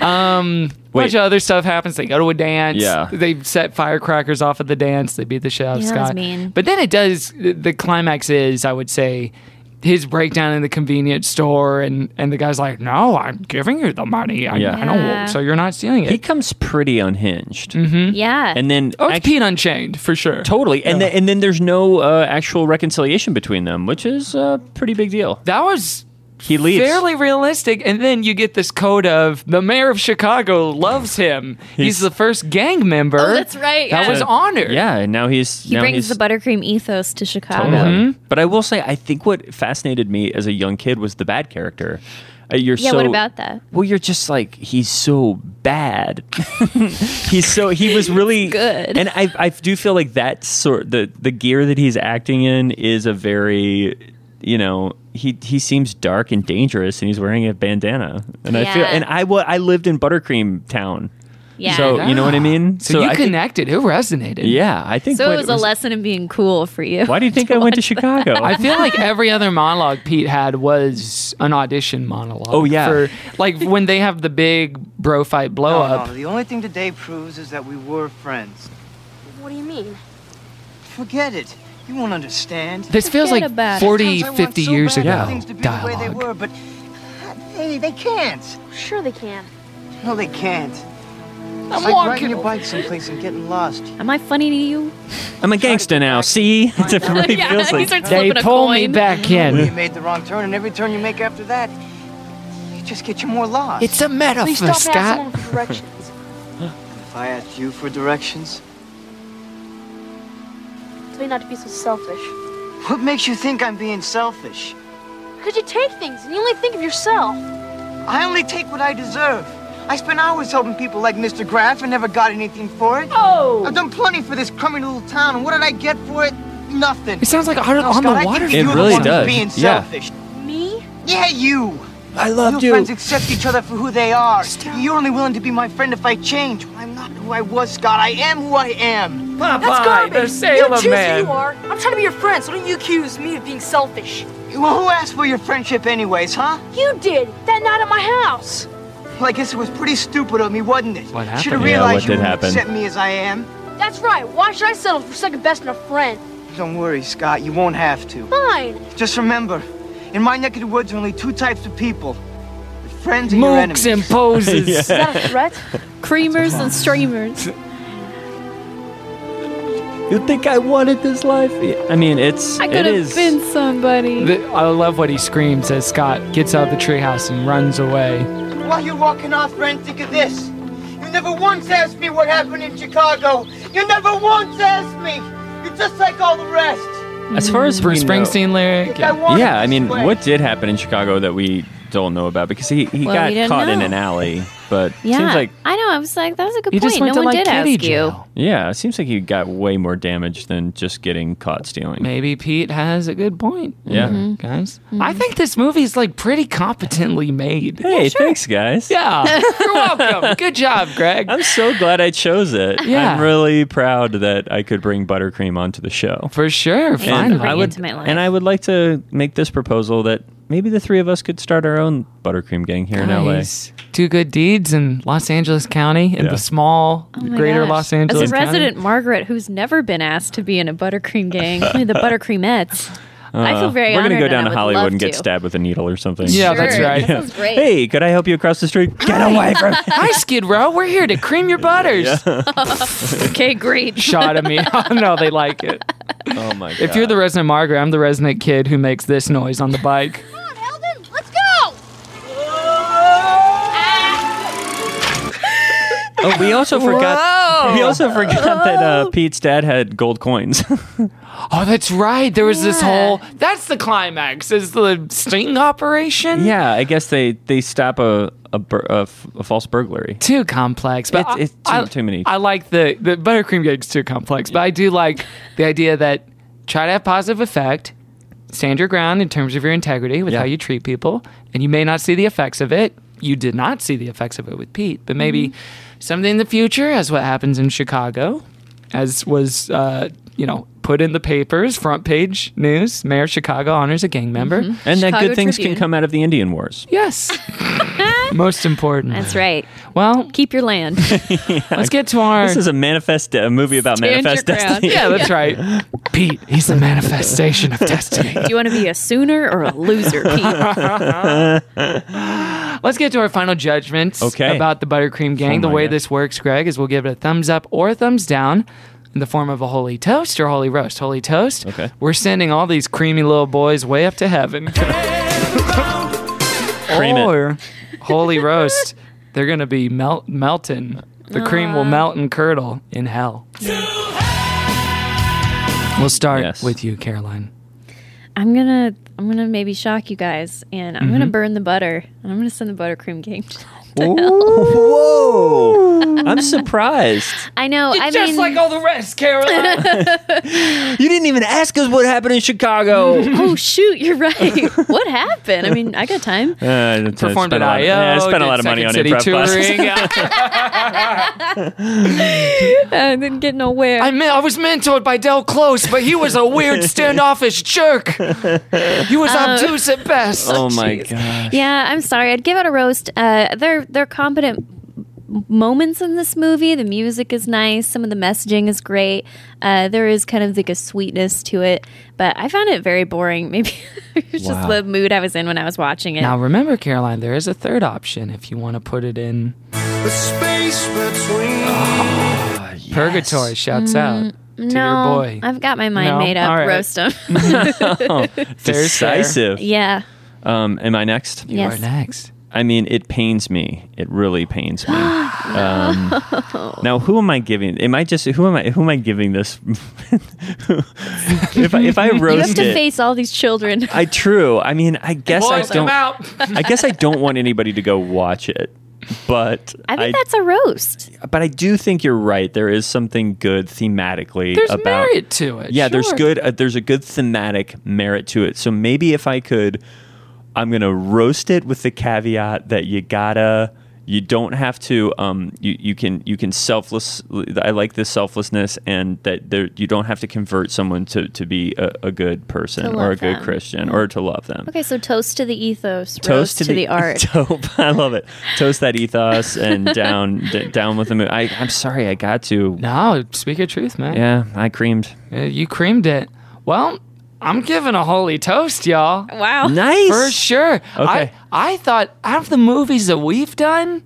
S4: Um, bunch
S5: Wait.
S4: of other stuff happens. They go to a dance.
S5: Yeah.
S4: They set firecrackers off at the dance. They beat the shit out of
S3: Yeah, that was
S4: Scott.
S3: mean.
S4: But then it does. The climax is, I would say, his breakdown in the convenience store, and and the guy's like, "No, I'm giving you the money. I,
S5: Yeah.
S4: I don't.
S3: Yeah.
S4: So you're not stealing it."
S5: He comes pretty unhinged.
S3: Yeah.
S5: And then
S4: Oh, it's Pete Unchained for sure.
S5: Totally, and then, and then there's no uh, actual reconciliation between them, which is a pretty big deal.
S4: That was
S5: he leaves.
S4: fairly realistic. And then you get this code of the mayor of Chicago loves him. He's, the first gang member.
S3: Oh, that's right,
S4: That
S3: yeah.
S4: was honored.
S5: yeah, and now he's
S3: He
S5: now
S3: brings
S5: he's,
S3: the buttercream ethos to Chicago.
S5: Totally. But I will say, I think what fascinated me as a young kid was the bad character. Uh, you're
S3: Yeah,
S5: so,
S3: what about that?
S5: Well, you're just like he's so bad. (laughs) he's so he was really
S3: Good.
S5: and I I do feel like that sort the the gear that he's acting in is a very you know he he seems dark and dangerous and he's wearing a bandana and I feel
S3: Yeah.
S5: and I wa- I lived in Buttercream Town.
S3: Yeah.
S5: So you know what I mean.
S4: So, you
S5: I think-
S4: connected. it resonated.
S5: yeah, I think.
S3: So it
S5: what
S3: was a lesson in being cool for you. (laughs)
S5: Why do you think I went to Chicago?
S4: I feel like every other monologue Pete had was an audition monologue.
S5: Oh, yeah.
S4: for- like when they have the big bro fight blow up.
S12: Oh, No, the only thing today proves is that we were friends.
S13: What do you mean?
S12: Forget it. You won't understand.
S4: This feels like
S12: Sometimes
S4: 40,
S12: I want
S4: 50
S12: so
S4: years
S12: bad for
S4: ago.
S12: Things to be the way they
S4: Dialogue.
S12: were, but they, they can't.
S13: Sure they can.
S12: No, they can't.
S3: I'm
S12: it's like riding
S3: walking.
S12: your bike someplace and getting lost.
S3: Am I funny to you?
S5: I'm a gangster now. See, (laughs) it
S3: (laughs)
S5: really
S3: Yeah,
S5: feels
S3: he
S5: like
S3: starts They flipping a pull me coin. back
S12: You made the wrong turn, and every turn you make after that, you just get you more lost.
S4: It's a metaphor,
S12: Please stop
S4: Scott.
S12: asking
S13: for directions.
S12: If I asked you for directions,
S13: Tell me not to be so selfish.
S12: what makes you think I'm being selfish?
S13: Because you take things and you only think of yourself.
S12: I only take what I deserve. I spent hours helping people like Mr. Graff and never got anything for it. Oh! I've done plenty for this crummy little town, and what did I get for it? Nothing.
S4: It sounds like Hard
S12: No,
S4: on
S12: Scott,
S4: the
S12: I think
S4: Water.
S12: that you're the
S5: really
S12: one who's
S5: does.
S12: Being
S5: Yeah.
S12: selfish.
S13: Me?
S12: Yeah, you.
S5: I love
S12: Real friends accept each other for who they are. You're only willing to be my friend if I change. Well, I'm not who I was, Scott. I am who I am.
S4: Popeye, the
S12: you
S4: Sailor
S12: choose who
S4: Man.
S12: you are.
S9: I'm trying to be your friend, so don't you accuse me of being selfish.
S12: Well, who asked for your friendship, anyways, huh?
S13: You did that night at my house.
S12: Well, I guess it was pretty stupid of me, wasn't it?
S5: What
S12: Should have
S5: happened? Yeah, what
S12: realized you
S5: did
S12: wouldn't
S5: happen?
S12: accept me as I am.
S13: That's right. Why should I settle for second best in a friend?
S12: Don't worry, Scott. You won't have to.
S13: Fine.
S12: Just remember, in my neck of the woods, there are only two types of people: your friends and your enemies.
S4: Mooks and (laughs) poses.
S12: Yeah. Is that
S13: a threat?
S3: Creamers and streamers.
S5: You think I wanted this life? Yeah, I mean, it's
S3: I
S5: it
S3: could have
S5: is.
S3: been somebody.
S4: The- I love what he screams as Scott gets out of the treehouse and runs away.
S12: While you're walking off, friend, think of this. You never once asked me what happened in Chicago. You never once asked me. You're just like all the rest.
S5: As far as
S4: Bruce
S5: we know-
S4: Springsteen lyric.
S12: I wanted
S5: yeah, I
S12: this
S5: mean,
S12: way.
S5: what did happen in Chicago that we don't know about? Because he, he
S12: Well,
S5: got
S12: we don't
S5: caught in
S12: know.
S5: an alley. but
S3: Yeah,
S5: seems like
S3: I know. I was like, that was a good
S4: You
S3: point.
S4: just went
S3: no
S4: to,
S3: one
S4: like,
S3: did
S4: kitty
S3: ask you.
S4: jail.
S5: yeah, it seems like he got way more damage than just getting caught stealing.
S4: Maybe Pete has a good point. Mm-hmm.
S5: Yeah. Mhm.
S3: Mm-hmm.
S4: guys. I think this movie's like pretty competently made.
S5: Hey, thanks, guys.
S4: Yeah, you're welcome. Good job, Greg.
S5: I'm so glad I chose it.
S4: Yeah.
S5: I'm really proud that I could bring buttercream onto the show.
S4: For sure.
S5: And
S4: Finally.
S5: I, would,
S3: into my life.
S5: and I would like to make this proposal that maybe the three of us could start our own buttercream gang here
S4: Guys, Two good deeds in Los Angeles County in
S5: Yeah.
S4: the small
S3: Oh my
S4: greater
S3: gosh.
S4: Los Angeles
S3: As a
S4: County.
S3: resident Margaret who's never been asked to be in a buttercream gang, only the buttercreamettes.
S5: in LA.
S3: I feel very
S5: Uh, We're gonna
S3: honored
S5: go
S3: and
S5: down
S3: I
S5: to
S3: would
S5: Hollywood
S3: love
S5: and get
S3: to.
S5: stabbed with a needle or something.
S4: Yeah, that's Sure, right. that
S5: Yeah.
S4: sounds
S3: great.
S5: Hey, could I help you across the street? Get away
S3: (laughs)
S5: from me.
S4: Hi, Skid Row. We're here to cream your butters.
S3: okay, great.
S4: Shot at me. (laughs) Oh, no, they like it.
S5: Oh my god.
S4: If you're the resident Margaret, I'm the resident kid who makes this noise on the bike.
S18: Let's go!
S5: Oh, we also forgot.
S4: Whoa.
S5: We also forgot that uh, Pete's dad had gold coins. (laughs)
S4: Oh, that's right. There was this
S3: Yeah.
S4: whole. That's the climax. Is the sting operation?
S5: yeah, I guess they they stop a a, bur- a, f- a false burglary.
S4: Too complex, but
S5: It's- it's too-
S4: I,
S5: too many.
S4: I like the the buttercream game's too complex, but I do like the idea that try to have positive effect, stand your ground in terms of your integrity with
S5: Yeah.
S4: how you treat people, and you may not see the effects of it. You did not see the effects of it with Pete, but maybe
S5: Mm-hmm.
S4: something in the future, as what happens in Chicago, as was uh, you know put in the papers, front page news. Mayor of Chicago honors a gang member.
S5: And that
S3: Chicago
S5: good things
S3: Tribune.
S5: can come out of the Indian Wars.
S4: Yes, most important.
S3: That's right.
S4: Well,
S3: Keep your land.
S4: let's get to our.
S5: This is a manifest a movie about
S3: Stand your
S5: manifest
S3: ground.
S5: destiny.
S4: (laughs) yeah,
S5: (laughs)
S4: that's right. Pete, he's the manifestation of
S5: (laughs)
S4: destiny.
S3: Do you want to be a sooner or a loser, Pete?
S4: Let's get to our final judgments
S5: Okay.
S4: about the Buttercream Gang.
S5: Oh
S4: the
S5: my
S4: way
S5: God.
S4: this works, Greg, is we'll give it a thumbs up or a thumbs down in the form of a holy toast or holy roast. Holy toast.
S5: Okay.
S4: We're sending all these creamy little boys way up to heaven.
S5: Cream it.
S4: or holy roast. They're gonna be melt melting. The cream will melt and curdle in hell. We'll start
S5: Yes.
S4: with you, Caroline.
S3: I'm gonna I'm gonna maybe shock you guys and I'm
S5: Mm-hmm.
S3: gonna burn the butter and I'm gonna send the buttercream gang.
S5: Whoa! I'm surprised.
S3: I know, I
S4: Just
S3: mean (laughs)
S4: like all the rest, Caroline.
S5: You didn't even ask us what happened in Chicago.
S3: (laughs) Oh shoot, you're
S5: (laughs)
S3: right. what happened? I mean, I got time.
S5: Uh,
S4: Performed
S5: I spent
S4: at
S5: a lot of-
S4: IO.
S5: yeah, I spent a
S4: did
S5: lot of money on
S4: Second
S5: improv
S4: City
S5: classes. (laughs)
S4: touring.
S3: I didn't get nowhere.
S4: I mean, I was mentored by Del Close, but he was a weird, standoffish jerk. He was
S3: Uh,
S4: obtuse at best.
S5: Oh my god!
S3: Yeah, I'm sorry. I'd give it a roast. Uh, they're they're competent m- moments in this movie. The music is nice. Some of the messaging is great. Uh, there is kind of like a sweetness to it, but I found it very boring. (laughs) Maybe it was just
S5: Wow.
S3: the mood I was in when I was watching it.
S4: Now remember, Caroline, there is a third option if you want to put it in.
S15: The space between.
S5: Ah.
S4: Purgatory shouts out to
S3: Mm, no,
S4: your boy.
S3: I've got my mind
S4: No?
S3: made up.
S4: All right. (laughs)
S3: Roast them.
S4: There's there.
S3: (laughs)
S5: Decisive.
S3: yeah.
S5: Um, am I next?
S4: You
S3: Yes.
S4: are next.
S5: I mean, it pains me. It really pains me. um, now, who am I giving? Am I just who am I? Who am I giving this? (laughs) if I if I
S3: You have
S5: roast
S3: to
S5: it,
S3: face all
S4: (laughs)
S3: these children.
S5: I true. I mean, I guess
S4: Boys,
S5: I don't.
S4: come
S5: (laughs)
S4: out.
S5: I guess I don't want anybody to go watch it, but
S3: I think that's a roast.
S5: but I do think you're right. There is something good thematically
S4: There's
S5: about
S4: merit to it.
S5: yeah, there's
S4: sure.
S5: good. Uh, there's a good thematic merit to it. So maybe if I could, I'm gonna roast it with the caveat that you gotta. You don't have to. Um, you, you can you can selfless. I like this selflessness, and that there you don't have to convert someone to, to be a, a good person or
S3: love
S5: a good
S3: them.
S5: Christian or to love them.
S3: Okay, so toast to the ethos, roast to, the, art. (laughs)
S5: (laughs) Dope. I love it. Toast that
S4: (laughs)
S5: ethos and down d- down with the moon. I, I'm sorry, I got to.
S4: No, speak your truth, man.
S5: Yeah, I creamed.
S4: Uh, You creamed it. Well, I'm giving a holy toast, y'all.
S3: wow.
S5: Nice.
S4: For sure.
S5: Okay.
S4: I, I thought out of the movies that we've done,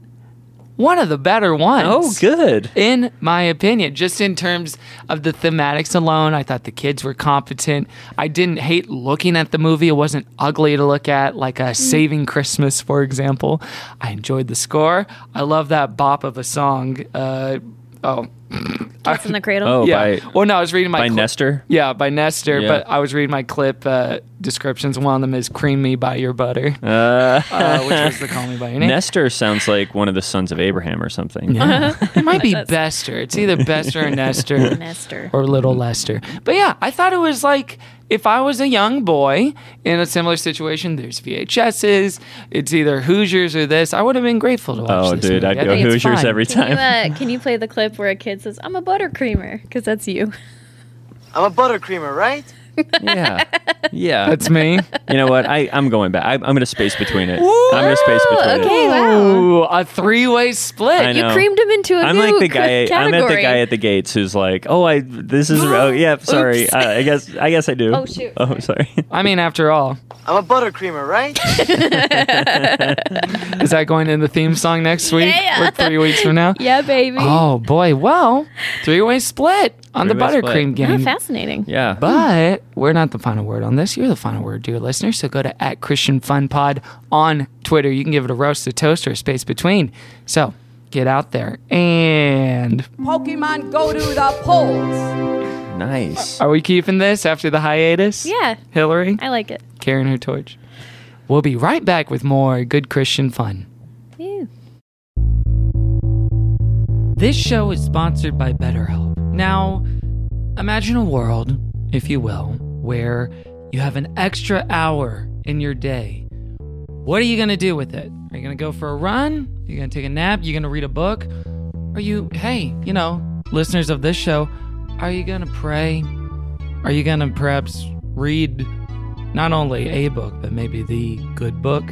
S4: one of the better ones.
S5: Oh, good.
S4: In my opinion, just in terms of the thematics alone, I thought the kids were competent. I didn't hate looking at the movie. It wasn't ugly to look at, like a Saving Christmas, for example. I enjoyed the score. I love that bop of a song. Uh, oh,
S3: Cats in the Cradle.
S5: Oh,
S4: yeah.
S5: by-
S4: well, no, I was reading my
S5: by
S4: cli-
S5: Nestor?
S4: Yeah, by Nestor.
S5: Yeah.
S4: But I was reading my clip uh, descriptions. One of them is "Cream me by your butter,"
S5: Uh,
S4: uh, which was the "Call me by your name."
S5: (laughs) Nestor sounds like one of the sons of Abraham or something.
S4: Yeah. it might be Bester. It's either Bester
S5: (laughs)
S4: or Nestor. Nestor. Or Little
S5: Mm-hmm.
S4: Lester. But yeah, I thought it was like if I was a young boy in a similar situation, there's VHSs, it's either Hoosiers or this, I would have been grateful to watch
S5: Oh,
S4: this.
S5: dude,
S4: movie.
S5: I'd
S4: I
S5: go
S4: think it's
S5: Hoosiers
S4: fine.
S5: every
S3: Can you,
S5: (laughs)
S3: uh, can you play the clip where a kid says, I'm a buttercreamer? Because that's you.
S12: I'm a buttercreamer, right?
S5: (laughs) Yeah.
S4: (laughs)
S5: Yeah.
S4: uh, That's me.
S5: (laughs)
S3: (laughs)
S5: You know what? I, I'm going back. I, I'm going to space between it.
S4: Ooh,
S5: I'm going to space between it.
S4: Ooh, a three-way
S5: I
S4: split.
S5: know.
S3: him into a
S5: I'm like
S3: new
S5: the
S4: (laughs)
S3: c-
S5: guy. I'm at the
S3: category.
S5: guy at the gates who's like, "Oh, I this is
S4: (gasps)
S5: oh yeah, sorry.
S4: Oops.
S5: Uh, I guess I guess I do.
S4: Oh, shoot.
S5: Oh sorry. (laughs)
S4: I mean, after all,
S12: I'm a buttercreamer, right?
S4: is that going in the theme song next week
S3: Yeah.
S4: or three weeks from
S3: (laughs)
S4: now?
S3: Yeah, baby.
S4: Oh boy! Well, three-way split on the
S3: Three-way split.
S4: buttercream
S3: Ah,
S4: game.
S3: fascinating.
S5: Yeah.
S4: But we're not the final word on this. You're the final word, dear listener. So go to at Christian Fun Pod on Twitter. You can give it a roast, a toast, or a space between. So get out there and
S19: Pokemon go to the polls.
S5: nice.
S4: Are we keeping this after the hiatus?
S3: Yeah.
S4: Hillary,
S3: I like it.
S4: carrying her torch. We'll be right back with more good Christian fun.
S3: Ew.
S4: This show is sponsored by BetterHelp. Now, imagine a world, if you will, where you have an extra hour in your day. What are you going to do with it? Are you going to go for a run? Are you going to take a nap? Are you going to read a book? Are you, hey, you know, listeners of this show, are you going to pray? Are you going to perhaps read not only a book, but maybe the good book?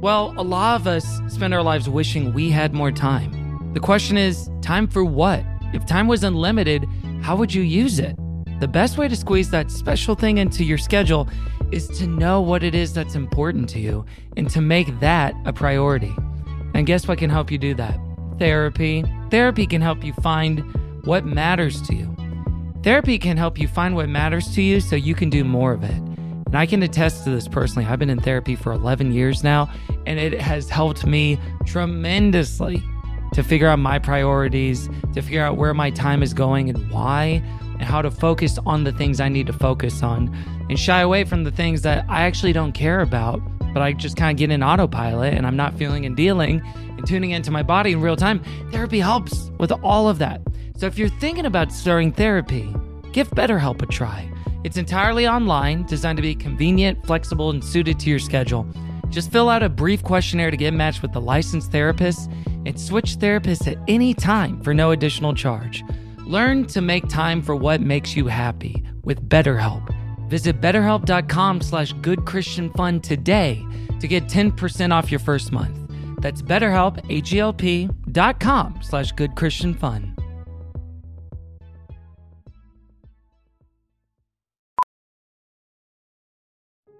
S4: Well, a lot of us spend our lives wishing we had more time. The question is time for what? If time was unlimited, how would you use it? The best way to squeeze that special thing into your schedule is to know what it is that's important to you and to make that a priority. And guess what can help you do that? Therapy. Therapy can help you find what matters to you. Therapy can help you find what matters to you so you can do more of it. And I can attest to this personally. I've been in therapy for 11 years now, and it has helped me tremendously to figure out my priorities, to figure out where my time is going and why, and how to focus on the things I need to focus on and shy away from the things that I actually don't care about, but I just kind of get in autopilot and I'm not feeling and dealing and tuning into my body in real time. Therapy helps with all of that. So if you're thinking about starting therapy, give BetterHelp a try. It's entirely online, designed to be convenient, flexible, and suited to your schedule. Just fill out a brief questionnaire to get matched with a licensed therapist and switch therapists at any time for no additional charge. Learn to make time for what makes you happy with BetterHelp. Visit betterhelp.com slash goodchristianfun today to get 10% off your first month. That's betterhelp, H-E-L-P dot com slash goodchristianfun.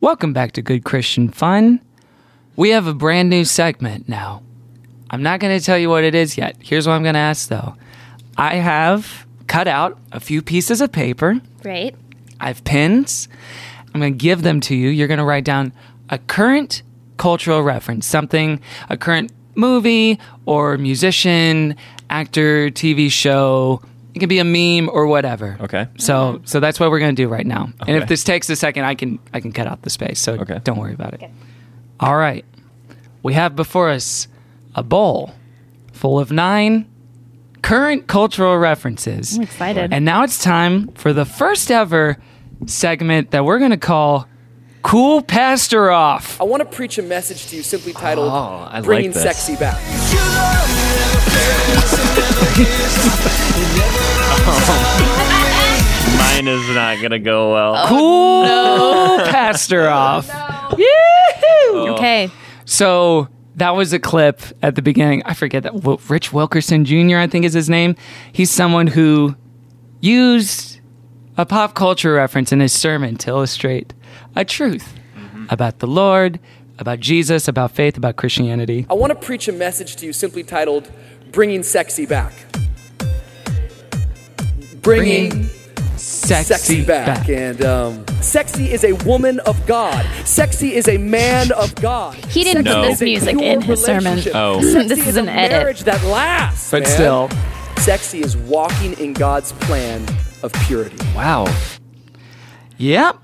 S4: Welcome back to Good Christian Fun. We have a brand new segment now. I'm not going to tell you what it is yet. Here's what I'm going to ask though. I have cut out a few pieces of paper.
S3: Right?
S4: I have pins. I'm going to give them to you. You're going to write down a current cultural reference, something, a current movie or musician, actor, TV show. It can be a meme or whatever.
S5: Okay.
S4: So, so that's what we're going to do right now. And
S5: Okay.
S4: if this takes a second, I can I can cut out the space. So don't worry about it. All right. We have before us a bowl full of nine current cultural references.
S3: I'm excited.
S4: And now it's time for the first ever segment that we're going to call Cool Pastor Off.
S20: I want to preach a message to you simply titled
S4: Oh, I like
S20: Bringing
S4: this.
S20: Sexy Back.
S5: Mine is not going to go well.
S4: Oh.
S5: Oh.
S4: cool Pastor Off. Yoo-hoo!
S5: Okay.
S4: So That was a clip at the beginning. I forget that. Wil- Rich Wilkerson Jr., I think is his name. He's someone who used a pop culture reference in his sermon to illustrate a truth about the Lord, about Jesus, about faith, about Christianity.
S20: I want to preach a message to you simply titled Bringing Sexy Back. Bringing,
S4: sexy back.
S20: And um, sexy is a woman of God. Sexy is a man of God.
S3: He didn't
S20: Sexy
S3: put
S20: is
S3: this
S20: a
S3: music
S20: pure
S3: in his sermon.
S20: relationship.
S5: Oh.
S4: (laughs)
S20: Sexy
S3: (laughs) this is an
S20: a
S3: edit.
S20: Marriage that lasts.
S4: But
S20: man.
S4: still.
S20: Sexy is walking in God's plan of purity.
S4: Wow. Yep.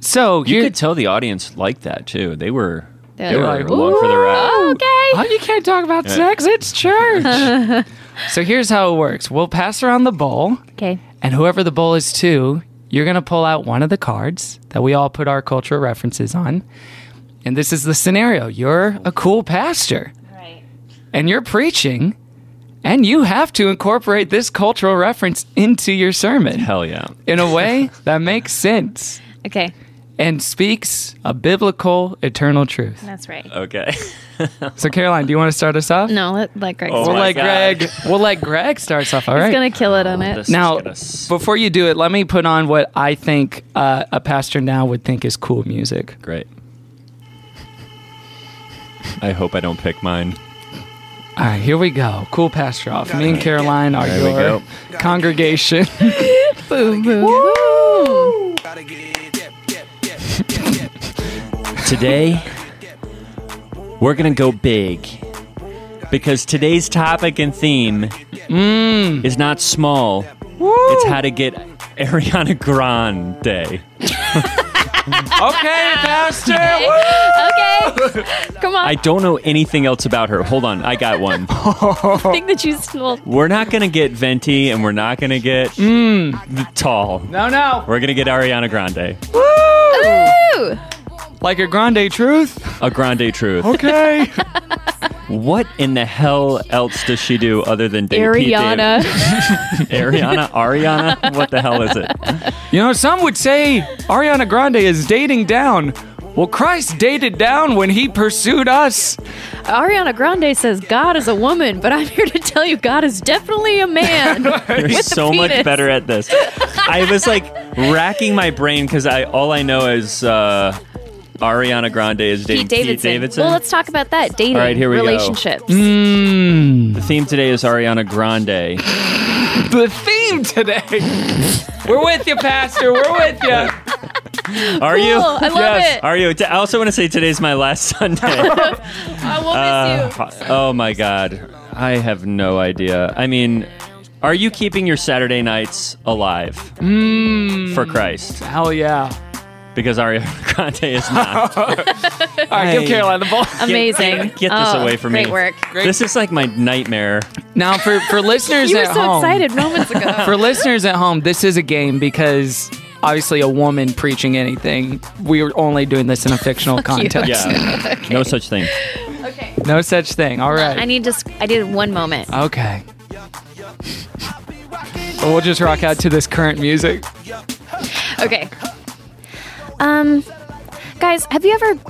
S4: So
S5: you could tell the audience liked that too. They were
S4: They're
S5: they were
S4: like,
S5: along for the ride.
S3: Oh, Okay.
S4: Oh, you can't talk about
S5: Yeah.
S4: sex. It's church. so here's how it works we'll pass around the bowl.
S3: Okay.
S4: And whoever the bowl is to, you're going to pull out one of the cards that we all put our cultural references on. And this is the scenario you're a cool pastor. Right. And you're preaching, and you have to incorporate this cultural reference into your sermon.
S5: Hell yeah.
S4: In a way that makes sense
S3: Okay.
S4: and speaks a biblical, eternal truth.
S3: That's right.
S5: Okay.
S4: So, Caroline, do you want to start us off?
S3: No, let, let
S5: Oh.
S3: Greg.
S4: we'll
S3: start.
S4: let Greg. We'll let Greg start us off. All
S3: He's
S4: right.
S3: gonna kill it
S5: Oh,
S3: on it.
S4: now, before you do it, let me put on what I think uh, a pastor now would think is cool music.
S5: Great. I hope I don't pick mine.
S4: All right, here we go. Cool pastor off. Me and Caroline are
S5: There we
S4: your
S5: go.
S4: (laughs) congregation.
S3: boom, boom. Woo!
S5: Today, we're going to go big because today's topic and theme
S4: Mm.
S5: is not small. It's how to get Ariana Grande.
S4: (laughs) okay, Pastor.
S3: okay. Come on.
S5: I don't know anything else about her. Hold on, I got one.
S3: think that you stole.
S5: We're not going to get Venti and we're not going to get the tall.
S4: No, no.
S5: We're going to get Ariana Grande. Oh.
S3: Woo!
S4: Like a Grande truth?
S5: A Grande
S4: (laughs)
S5: truth.
S4: Okay.
S5: What in the hell else does she do other than date Pete
S3: Ariana.
S5: Davidson? (laughs) Ariana? Ariana? What the hell
S3: (laughs)
S5: is it?
S4: You know, some would say Ariana Grande is dating down. Well, Christ dated down when he pursued us.
S3: Ariana Grande says God is a woman, but I'm here to tell you God is definitely a (laughs) man.
S5: You're
S3: with a
S5: so much
S3: penis.
S5: better at this. I was like racking my brain because I all I know is uh, Ariana Grande is dating
S3: Pete Davidson.
S5: Pete Davidson.
S3: Well, let's talk about that dating
S5: All right, here we go. Mm.
S3: relationships.
S4: Hmm.
S5: the theme today is Ariana Grande.
S4: The theme (laughs) today. We're with you, Pastor. We're with you.
S5: Are you?
S3: Cool, I love
S5: yes.
S3: it.
S5: Are you? I also want to say today's my last
S3: (laughs)
S5: (laughs) Sunday.
S3: I will
S5: Uh, oh my god. I have no idea. I mean, are you keeping your Saturday nights alive
S3: Mm.
S5: for Christ?
S4: Hell yeah.
S5: Because Ariana (laughs) Grande is
S3: (laughs)
S5: not. All
S4: right, give Caroline the ball.
S3: Amazing.
S5: Get, get this
S3: Oh,
S5: away from
S3: great
S5: me.
S3: work.
S5: This is like my
S3: (laughs)
S5: nightmare.
S4: Now, for, for listeners
S3: you were
S4: at
S3: so
S4: home,
S3: excited moments (laughs) ago.
S4: for listeners at home, this is a game because obviously a woman preaching anything, we are only doing this in a fictional
S3: (laughs) Fuck you.
S4: context.
S3: Yeah. Okay.
S5: No such thing.
S4: No such thing. All
S3: I
S4: right.
S3: need just. I did one moment.
S4: Okay. Well, we'll just rock out to this current music.
S3: Okay. Um, guys, have you ever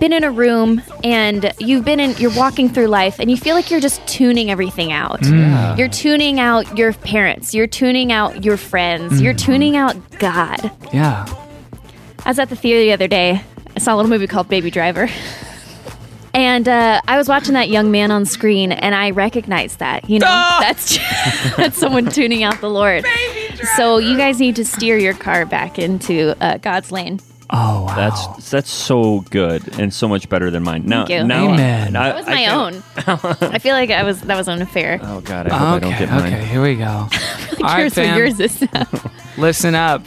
S3: been in a room and you've been in, you're walking through life and you feel like you're just tuning everything out?
S17: Yeah.
S3: You're tuning out your parents, you're tuning out your friends, you're tuning out God.
S4: Yeah.
S3: I was at the theater the other day. I saw a little movie called Baby Driver. And uh, I was watching that young man on screen, and I recognized that. You know,
S5: Ah!
S3: that's (laughs) that's someone tuning out the Lord. so you guys need to steer your car back into uh, God's lane.
S4: Oh, wow.
S5: That's that's so good and so much better than mine. Now,
S3: Thank you.
S5: now
S4: Amen.
S5: I-
S3: That was
S5: I
S3: my
S5: can't-
S3: own. I feel like I was that was unfair.
S5: Oh God, I hope I don't
S4: Okay,
S5: get mine.
S4: okay, here we
S3: (laughs)
S4: go. All right,
S3: Here's
S4: fam.
S3: what yours is (laughs) now.
S4: Listen up.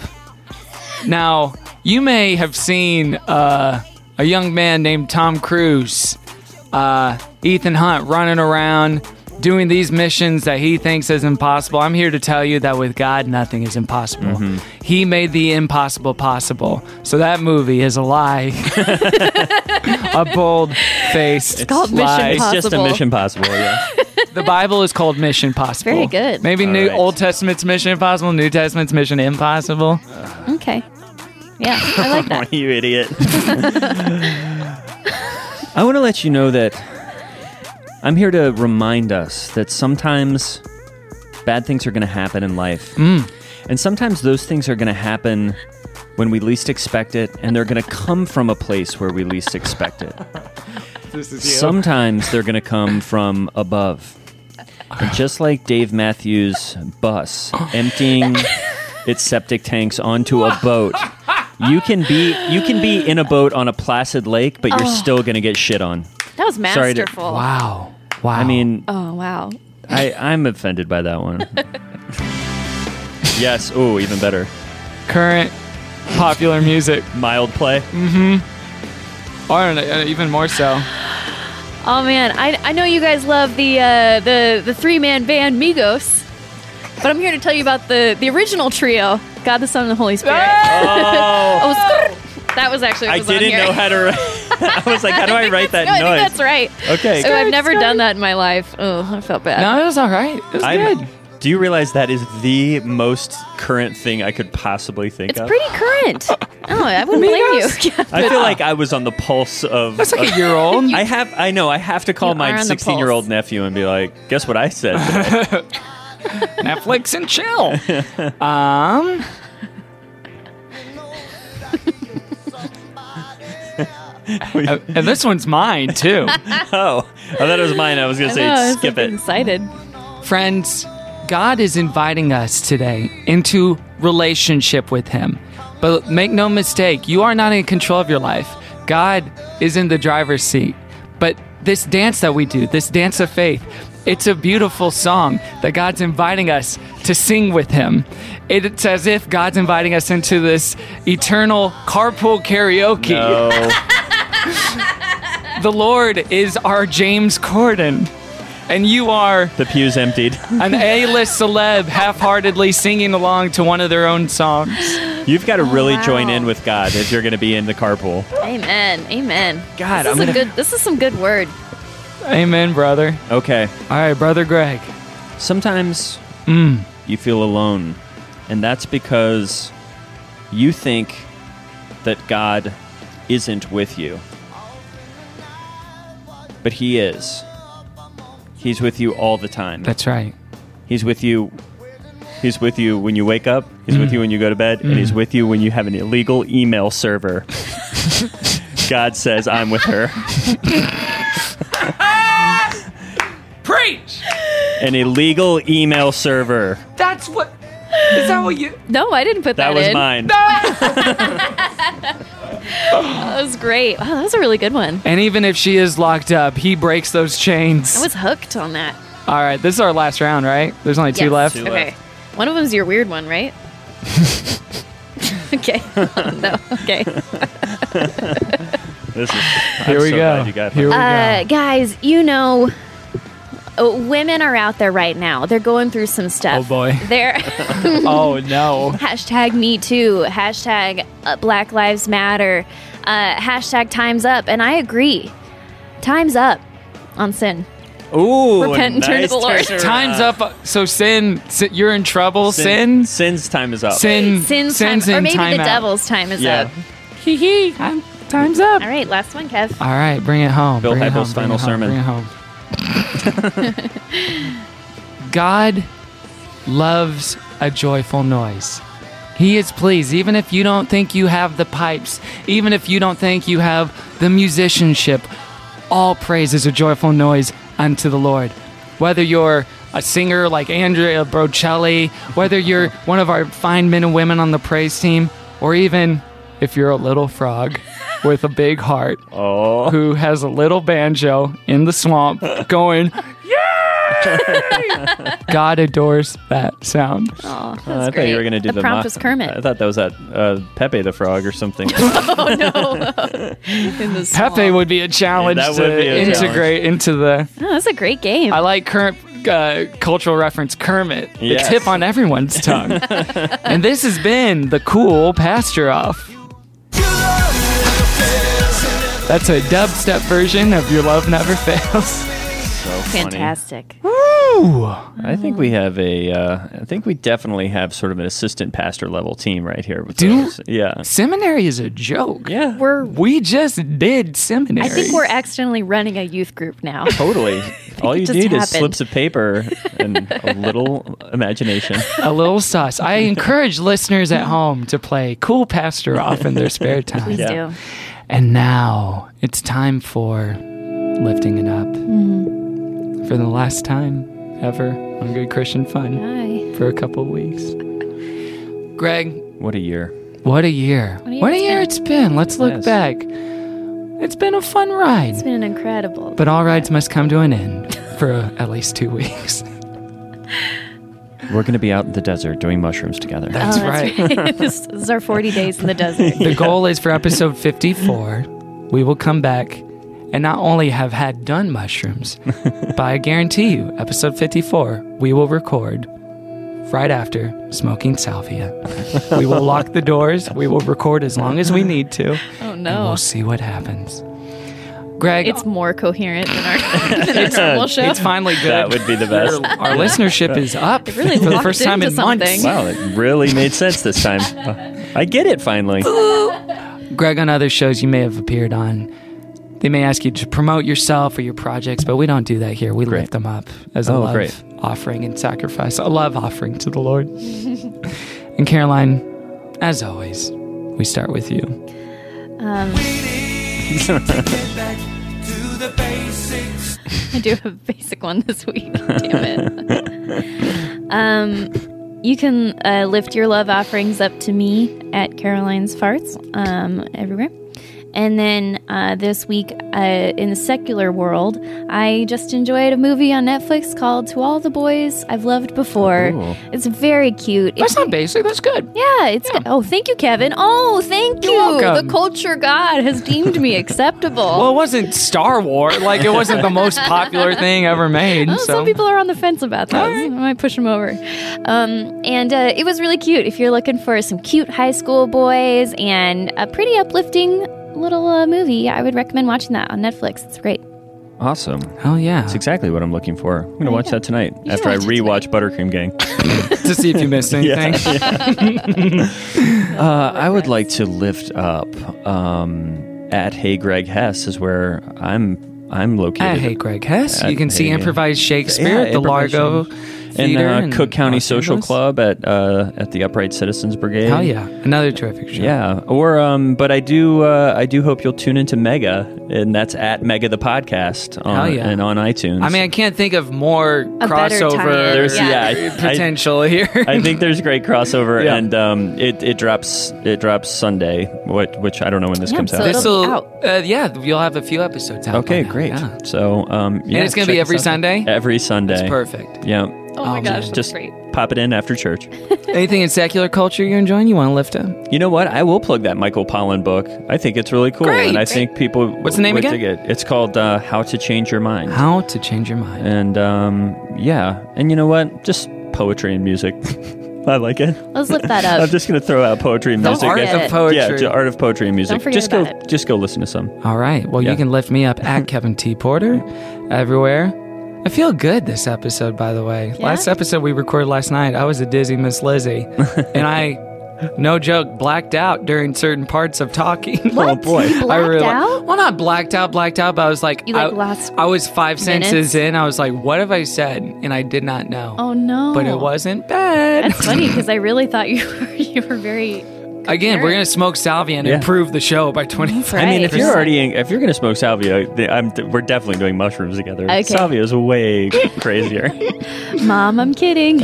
S4: Now, you may have seen uh, a young man named Tom Cruise, uh, Ethan Hunt, running around doing these missions that he thinks is impossible. I'm here to tell you that with God, nothing is impossible.
S5: Mm-hmm.
S4: He made the impossible possible. So that movie is a lie, (laughs) a bold faced
S3: called Mission
S4: lie.
S5: It's just a
S3: Possible.
S5: mission possible.
S3: (laughs)
S5: Yeah.
S4: The Bible is called Mission Possible.
S3: Very good.
S4: Maybe
S5: All
S4: New
S5: right.
S4: Old Testament's Mission Impossible, New Testament's Mission Impossible.
S3: Okay. Yeah, I
S5: (laughs)
S3: like that.
S5: you idiot. I want to let you know that I'm here to remind us that sometimes bad things are going to happen in life.
S4: Mm.
S5: And sometimes those things are going to happen when we least expect it, and they're going to come from a place where we least expect it.
S4: (laughs) This is
S5: Sometimes they're going to come from above. And just like Dave Matthews'
S4: (gasps)
S5: bus emptying its septic tanks onto a boat, you can be you can be in a boat on a placid lake, but you're
S3: Oh.
S5: still going to get shit on.
S3: That was
S5: Sorry to-
S3: masterful.
S5: Wow. I mean,
S3: Oh wow.
S5: I, I'm offended by
S3: (laughs)
S5: that one. yes. Oh, even better.
S4: Current popular music.
S5: Mild play.
S4: Mm-hmm. Or uh, even more so.
S3: Oh man, I, I know you guys love the uh, the the three man band Migos, but I'm here to tell you about the the original trio, God the Son and the Holy Spirit.
S5: Oh.
S3: (laughs) Oh, skirt. that was actually what
S5: I
S3: was on
S5: didn't
S3: here.
S5: know how to.
S3: (laughs)
S5: Write. (laughs) I was like, how do I write that
S3: no, I think
S5: noise?
S3: that's right.
S5: Okay.
S3: So I've
S5: Skirt,
S3: never
S5: skirt.
S3: done that in my life. Oh, I felt bad.
S4: No, it was all right. It was
S5: I'm-
S4: good.
S5: Do you realize that is the most current thing I could possibly think
S3: It's
S5: of?
S3: pretty
S5: (laughs)
S3: current. oh, I wouldn't blame (laughs) you.
S5: I feel like I was on the pulse of.
S3: That's like a
S5: of- (laughs)
S3: year old.
S5: I have. I know. I have to call
S3: You are
S5: my
S3: on the
S5: 16 year old nephew and be like, guess what I said. today?"
S4: Netflix and (laughs) chill. um. (laughs) Uh, and this one's mine (laughs) too.
S5: oh, I thought it was mine. I was gonna
S3: I know, I was, like, Excited.
S4: Friends, God is inviting us today into relationship with Him. But make no mistake, you are not in control of your life. God is in the driver's seat. But this dance that we do, this dance of faith, it's a beautiful song that God's inviting us to sing with Him. It- It's as if God's inviting us into this eternal carpool karaoke. the Lord is our James Corden, and you are
S5: (laughs) the pews emptied.
S4: an A-list celeb, half-heartedly singing along to one of their own songs.
S5: You've got to really
S3: wow.
S5: join in with God if you're gonna be in the carpool.
S3: Amen. Amen.
S5: God,
S3: this
S5: I'm
S3: is a
S5: gonna-
S3: good. This is some good word.
S4: Amen, brother.
S5: Okay.
S4: All right, brother Greg.
S5: Sometimes you feel alone, and that's because you think that God isn't with you. But He is. He's with you all the time.
S4: That's right.
S5: He's with you. He's with you when you wake up. He's with
S4: Mm.
S5: you when you go to bed, and
S4: Mm.
S5: he's with you when you have an illegal email server. God says, "I'm with her."
S4: Preach.
S5: An illegal email server.
S4: That's what. Is that what you?
S3: No, I didn't put that.
S5: That was
S3: in.
S5: mine.
S3: that was great. Wow, that was a really good one.
S4: And even if she is locked up, he breaks those chains.
S3: I was hooked on that.
S4: All right, this is our last round, right? There's only two
S3: Yes.
S4: left.
S3: okay. One of them's your weird one, (laughs) right?
S5: (laughs)
S3: okay. no. Okay.
S5: This is.
S4: Here
S5: I'm
S4: we
S5: so
S4: go.
S5: glad you got
S4: Here we
S3: (laughs) uh, guys, you know, uh, women are out there right now. They're going through some
S4: go. Oh
S3: stuff.
S4: boy. (laughs)
S3: They're
S4: oh no.
S3: hashtag Me Too. Hashtag uh, Black Lives Matter. Uh, hashtag Times Up. And I agree. Times up on sin.
S5: Ooh,
S3: Repent and turn to the Lord.
S4: Time's up. So sin, sin you're in trouble. Sin,
S5: Sin's time is up.
S4: sin,
S3: Sin's
S4: sin's
S3: time,
S4: in
S3: or maybe
S4: time
S3: the
S4: out.
S3: devil's time is
S4: Yeah.
S3: up. Hee hee. Time's up. All right, last one, Kev.
S4: All right, bring it home.
S5: Bill
S4: bring it
S5: Hybels'
S4: home, bring
S5: final
S4: it home,
S5: sermon.
S4: Bring it home. God loves a joyful noise. He is pleased, even if you don't think you have the pipes, even if you don't think you have the musicianship. All praise is a joyful noise unto the Lord. Whether you're a singer like Andrea Brocelli, whether you're one of our fine men and women on the praise team, or even if you're a little frog with a big heart who has a little banjo in the swamp
S3: (laughs)
S4: going, God adores that sound.
S3: Oh,
S5: Uh, I thought you were gonna do the,
S3: prompt
S5: mock-
S3: was Kermit.
S5: I thought that was that uh, Pepe the Frog or something.
S3: oh no! In the swamp.
S4: Pepe would be a challenge
S5: Yeah, that
S4: to
S5: would be a
S4: integrate into the.
S3: Oh, that's a great game.
S4: I like current uh, cultural reference Kermit.
S5: Yes.
S4: It's hip on everyone's
S5: (laughs)
S4: tongue. and this has been the cool pasture off. That's a dubstep version of Your Love Never Fails.
S3: Fantastic.
S4: Ooh.
S5: I think we have a. Uh, I think we definitely have sort of an assistant pastor level team right here. With
S4: Dude.
S5: those. yeah.
S4: Seminary is a joke.
S5: Yeah.
S4: We're we just did seminary.
S3: I think we're accidentally running a youth
S4: (laughs)
S3: group now.
S5: (laughs) Totally. All
S3: it
S5: you
S3: just
S5: need is
S3: happened.
S5: slips of paper and a little imagination.
S4: a little sus. (laughs) I encourage listeners at home to play Cool Pastor off in their (laughs) spare time.
S3: Please do.
S4: And now it's time for lifting it up for the last time ever on Good Christian Fun for a couple weeks. Greg,
S5: What a year.
S4: what a year! What a year, it's been. Let's look
S5: Yes.
S4: back. It's been a fun ride.
S3: It's been an incredible.
S4: But all rides must come to an end for uh, at least two weeks. (laughs)
S5: We're going to be out in the desert doing mushrooms together.
S3: Oh, (laughs) this is our 40 days in the
S4: (laughs)
S3: desert.
S4: The goal is for episode 54, we will come back and not only have had done mushrooms, but I guarantee you, episode 54, we will record right after smoking salvia. We will lock the doors, we will record as long as we need to.
S3: Oh
S4: and
S3: no.
S4: we'll see what happens. Greg,
S3: It's more coherent than our, (laughs) than our normal show.
S4: it's finally good.
S5: That would be the best.
S4: Our, our listenership is up
S3: It really
S4: for the
S3: locked
S4: first time in
S3: into
S4: months.
S3: something.
S5: Wow, it really made sense this time. I get it finally.
S4: Greg, on other shows you may have appeared on, they may ask you to promote yourself or your projects, but we don't do that here. We lift them up as a
S5: Oh,
S4: love
S5: great.
S4: offering and sacrifice, a love offering to the Lord. (laughs) and Caroline, as always, we start with you.
S3: Um, I do have a basic one this week. (laughs) Damn it. um, you can uh, lift your love offerings up to me at Caroline's Farts um, everywhere. And then uh, this week uh, in the secular world, I just enjoyed a movie on Netflix called To All the Boys I've Loved Before.
S4: Ooh.
S3: It's very cute.
S4: That's
S3: It's-
S4: not basic, that's good.
S3: yeah, it's good. Oh, thank you, Kevin. Oh, thank
S4: You're
S3: you.
S4: welcome.
S3: The culture god has deemed me acceptable.
S4: (laughs) Well, it wasn't Star Wars. Like, it wasn't the most popular thing ever made.
S3: Oh,
S4: so.
S3: Some people are on the fence about those. I might push them over. Um, and uh, it was really cute. If you're looking for some cute high school boys and a pretty uplifting little uh, movie, I would recommend watching that on Netflix. It's great.
S5: Awesome.
S4: Oh yeah.
S5: (laughs) That's exactly what I'm looking for. I'm going to watch that tonight after I rewatch Buttercream Gang.
S4: to see if you missed anything. (laughs)
S5: (laughs) uh, I would like to lift up um, at Hey Greg Hess is where I'm I'm located.
S4: At Hey Greg Hess. You
S5: At
S4: can see improvised Shakespeare at the
S5: improvised
S4: Largo
S5: Shakespeare.
S4: Theater
S5: and
S4: in
S5: uh, Cook County Social
S4: Angeles.
S5: Club at uh, at the Upright Citizens Brigade.
S4: Hell yeah. Another terrific show.
S5: Yeah, or um, but I do uh, I do hope you'll tune into Mega, and that's at Mega the podcast on
S4: Hell yeah.
S5: and on iTunes.
S4: I mean, I can't think of more
S3: A better
S4: crossover
S3: tie-in,
S4: (laughs)
S5: There's- yeah. yeah, I-
S4: potential here. (laughs)
S5: I think there's great crossover,
S4: Yeah.
S5: and um, it, it drops it drops Sunday, which, which I don't know when this comes out.
S4: This'll- uh, yeah, you'll have a few episodes out.
S5: okay,
S4: by now,
S5: great.
S4: yeah.
S5: So, um, yeah,
S4: and it's going to
S5: check
S4: be
S5: us
S4: every
S5: out.
S4: Sunday?
S5: Every Sunday.
S4: That's perfect.
S5: Yeah.
S4: Oh my Um, gosh, that's
S5: just pop it in after church.
S4: Anything in secular culture you're enjoying you want to lift up?
S5: You know what? I will plug that Michael Pollan book. I think it's really cool,
S4: Great.
S5: and I think people.
S4: What's the name
S5: would
S4: again?
S5: dig it. It's called uh, "How to Change Your Mind."
S4: How to Change Your Mind.
S5: And um, yeah, and you know what? Just poetry and music. (laughs) I like it.
S3: Let's lift that
S4: (laughs)
S5: I'm
S3: up.
S5: just gonna throw out poetry and
S3: The
S5: music.
S3: art
S5: and-
S3: of
S5: Yeah,
S4: poetry.
S5: the art of poetry and music.
S3: forget
S5: just go,
S3: about
S5: just go listen to some.
S4: All right. Well, you
S5: Yeah.
S4: can lift me up
S5: (laughs)
S4: at Kevin T. Porter everywhere. I feel good this episode, by the way. Last episode we recorded last night, I was a dizzy Miss
S5: (laughs)
S4: Lizzie. and I, no joke, blacked out during certain parts of
S5: (laughs)
S4: talking.
S5: Oh boy.
S4: I
S5: Blacked
S4: reali-
S5: out?
S4: Well, not blacked out, blacked out, but I was like,
S3: You, like,
S4: I,
S3: lost
S4: I was five senses
S3: minutes?
S4: in. I was like, what have I said? And I did not know.
S3: Oh no!
S4: But it wasn't bad.
S3: That's funny because I really thought you were (laughs) you were very.
S4: Again, we're gonna smoke salvia and
S5: Yeah.
S4: improve the show by twenty five.
S5: I mean, if you're already in, if you're gonna smoke salvia, th- I'm, th- we're definitely doing mushrooms together.
S3: Okay.
S5: Salvia is way (laughs) crazier.
S3: Mom, I'm kidding.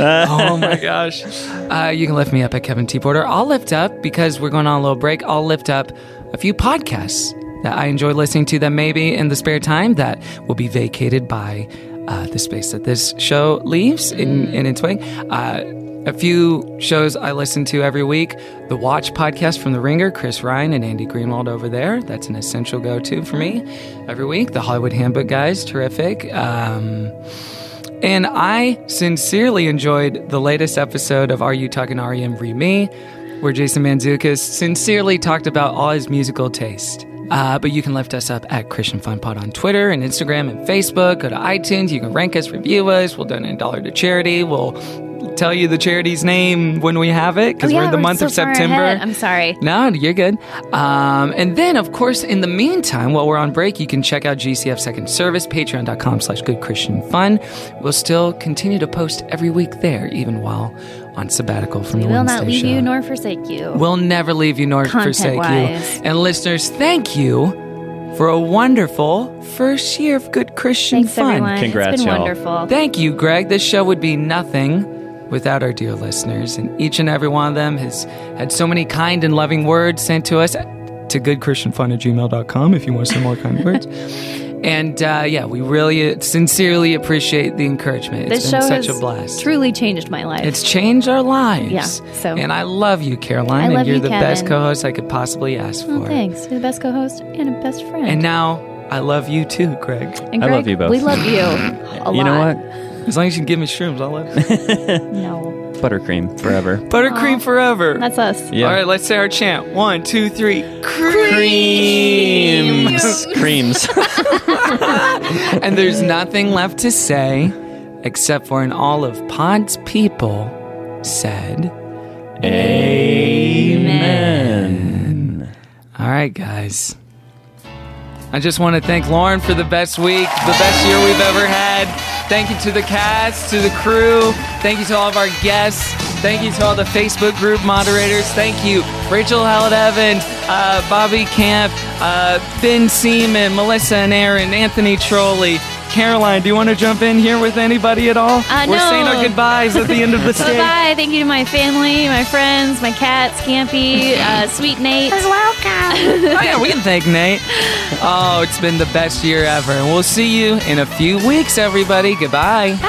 S4: (laughs) oh my gosh. Uh, you can lift me up at Kevin T. Porter. I'll lift up because we're going on a little break. I'll lift up a few podcasts that I enjoy listening to that maybe in the spare time that will be vacated by uh, the space that this show leaves in, in its wake. Uh, a few shows I listen to every week. The Watch podcast from The Ringer, Chris Ryan and Andy Greenwald over there. That's an essential go to for me every week. The Hollywood Handbook guys, terrific. Um, and I sincerely enjoyed the latest episode of Are You Talking E R.E.M. Re Me, where Jason Manzukis sincerely talked about all his musical taste Uh, but you can lift us up at Christian Fun Pod on Twitter and Instagram and Facebook. Go to iTunes. You can rank us, review us. We'll donate a dollar to charity. We'll tell you the charity's name when we have it because
S3: Oh,
S4: we're
S3: yeah,
S4: in the month
S3: so
S4: of
S3: far
S4: September.
S3: ahead. I'm sorry.
S4: No, you're good. Um, and then, of course, in the meantime, while we're on break, you can check out GCF Second Service, patreon.com slash good Christian fun. We'll still continue to post every week there, even while on sabbatical from
S3: We
S4: the
S3: will
S4: Wednesday
S3: not leave
S4: show.
S3: you nor forsake you.
S4: We'll never leave you nor forsake
S3: Content-wise.
S4: you. And listeners, thank you for a wonderful first year of good Christian
S3: Thanks,
S4: fun.
S3: everyone. It's Congrats, been y'all. wonderful.
S4: Thank you, Greg. This show would be nothing without our dear listeners, and each and every one of them has had so many kind and loving words sent to us to goodchristianfun at gmail.com if you want some more kind
S3: (laughs)
S4: words. And uh, yeah, we really uh, sincerely appreciate the encouragement.
S3: this
S4: it's
S3: show
S4: been such
S3: has
S4: a blast.
S3: truly changed my life.
S4: It's changed our lives.
S3: Yeah, so-
S4: and I love you, Caroline.
S3: I
S4: and
S3: love
S4: you're
S3: you,
S4: the best
S3: Kevin.
S4: co-host I could possibly ask for.
S3: Well, Oh, thanks. You're the best co-host and a best friend.
S4: And now I love you too, Greg.
S3: And Greg, We love you. A
S5: you
S3: lot.
S5: know what?
S4: As long as you can give me shrooms, I'll love
S3: (laughs)
S4: you.
S3: No.
S5: Buttercream forever.
S4: Buttercream forever.
S3: That's us.
S5: Yeah.
S4: All right, let's say our chant. One, two, three.
S5: Creams. Creams.
S4: and there's nothing left to say except for an all of Pod's people said, Amen. All right, guys. I just want to thank Lauren for the best week, the best year we've ever had. Thank you to the cast, to the crew. Thank you to all of our guests. Thank you to all the Facebook group moderators. Thank you, Rachel Hallett Evans, uh, Bobby Camp, uh, Ben Seaman, Melissa and Aaron, Anthony Trolley. Caroline, do you want to jump in here with anybody at all?
S3: Uh,
S4: We're
S3: no.
S4: saying our goodbyes at the end
S3: (laughs)
S4: of the stage.
S3: Bye-bye. Thank you to my family, my friends, my cat, Scampy, uh, Sweet Nate. You're welcome.
S4: oh, (laughs) yeah, we can thank Nate. Oh, it's been the best year ever. And we'll see you in a few weeks, everybody. Goodbye.
S3: Bye.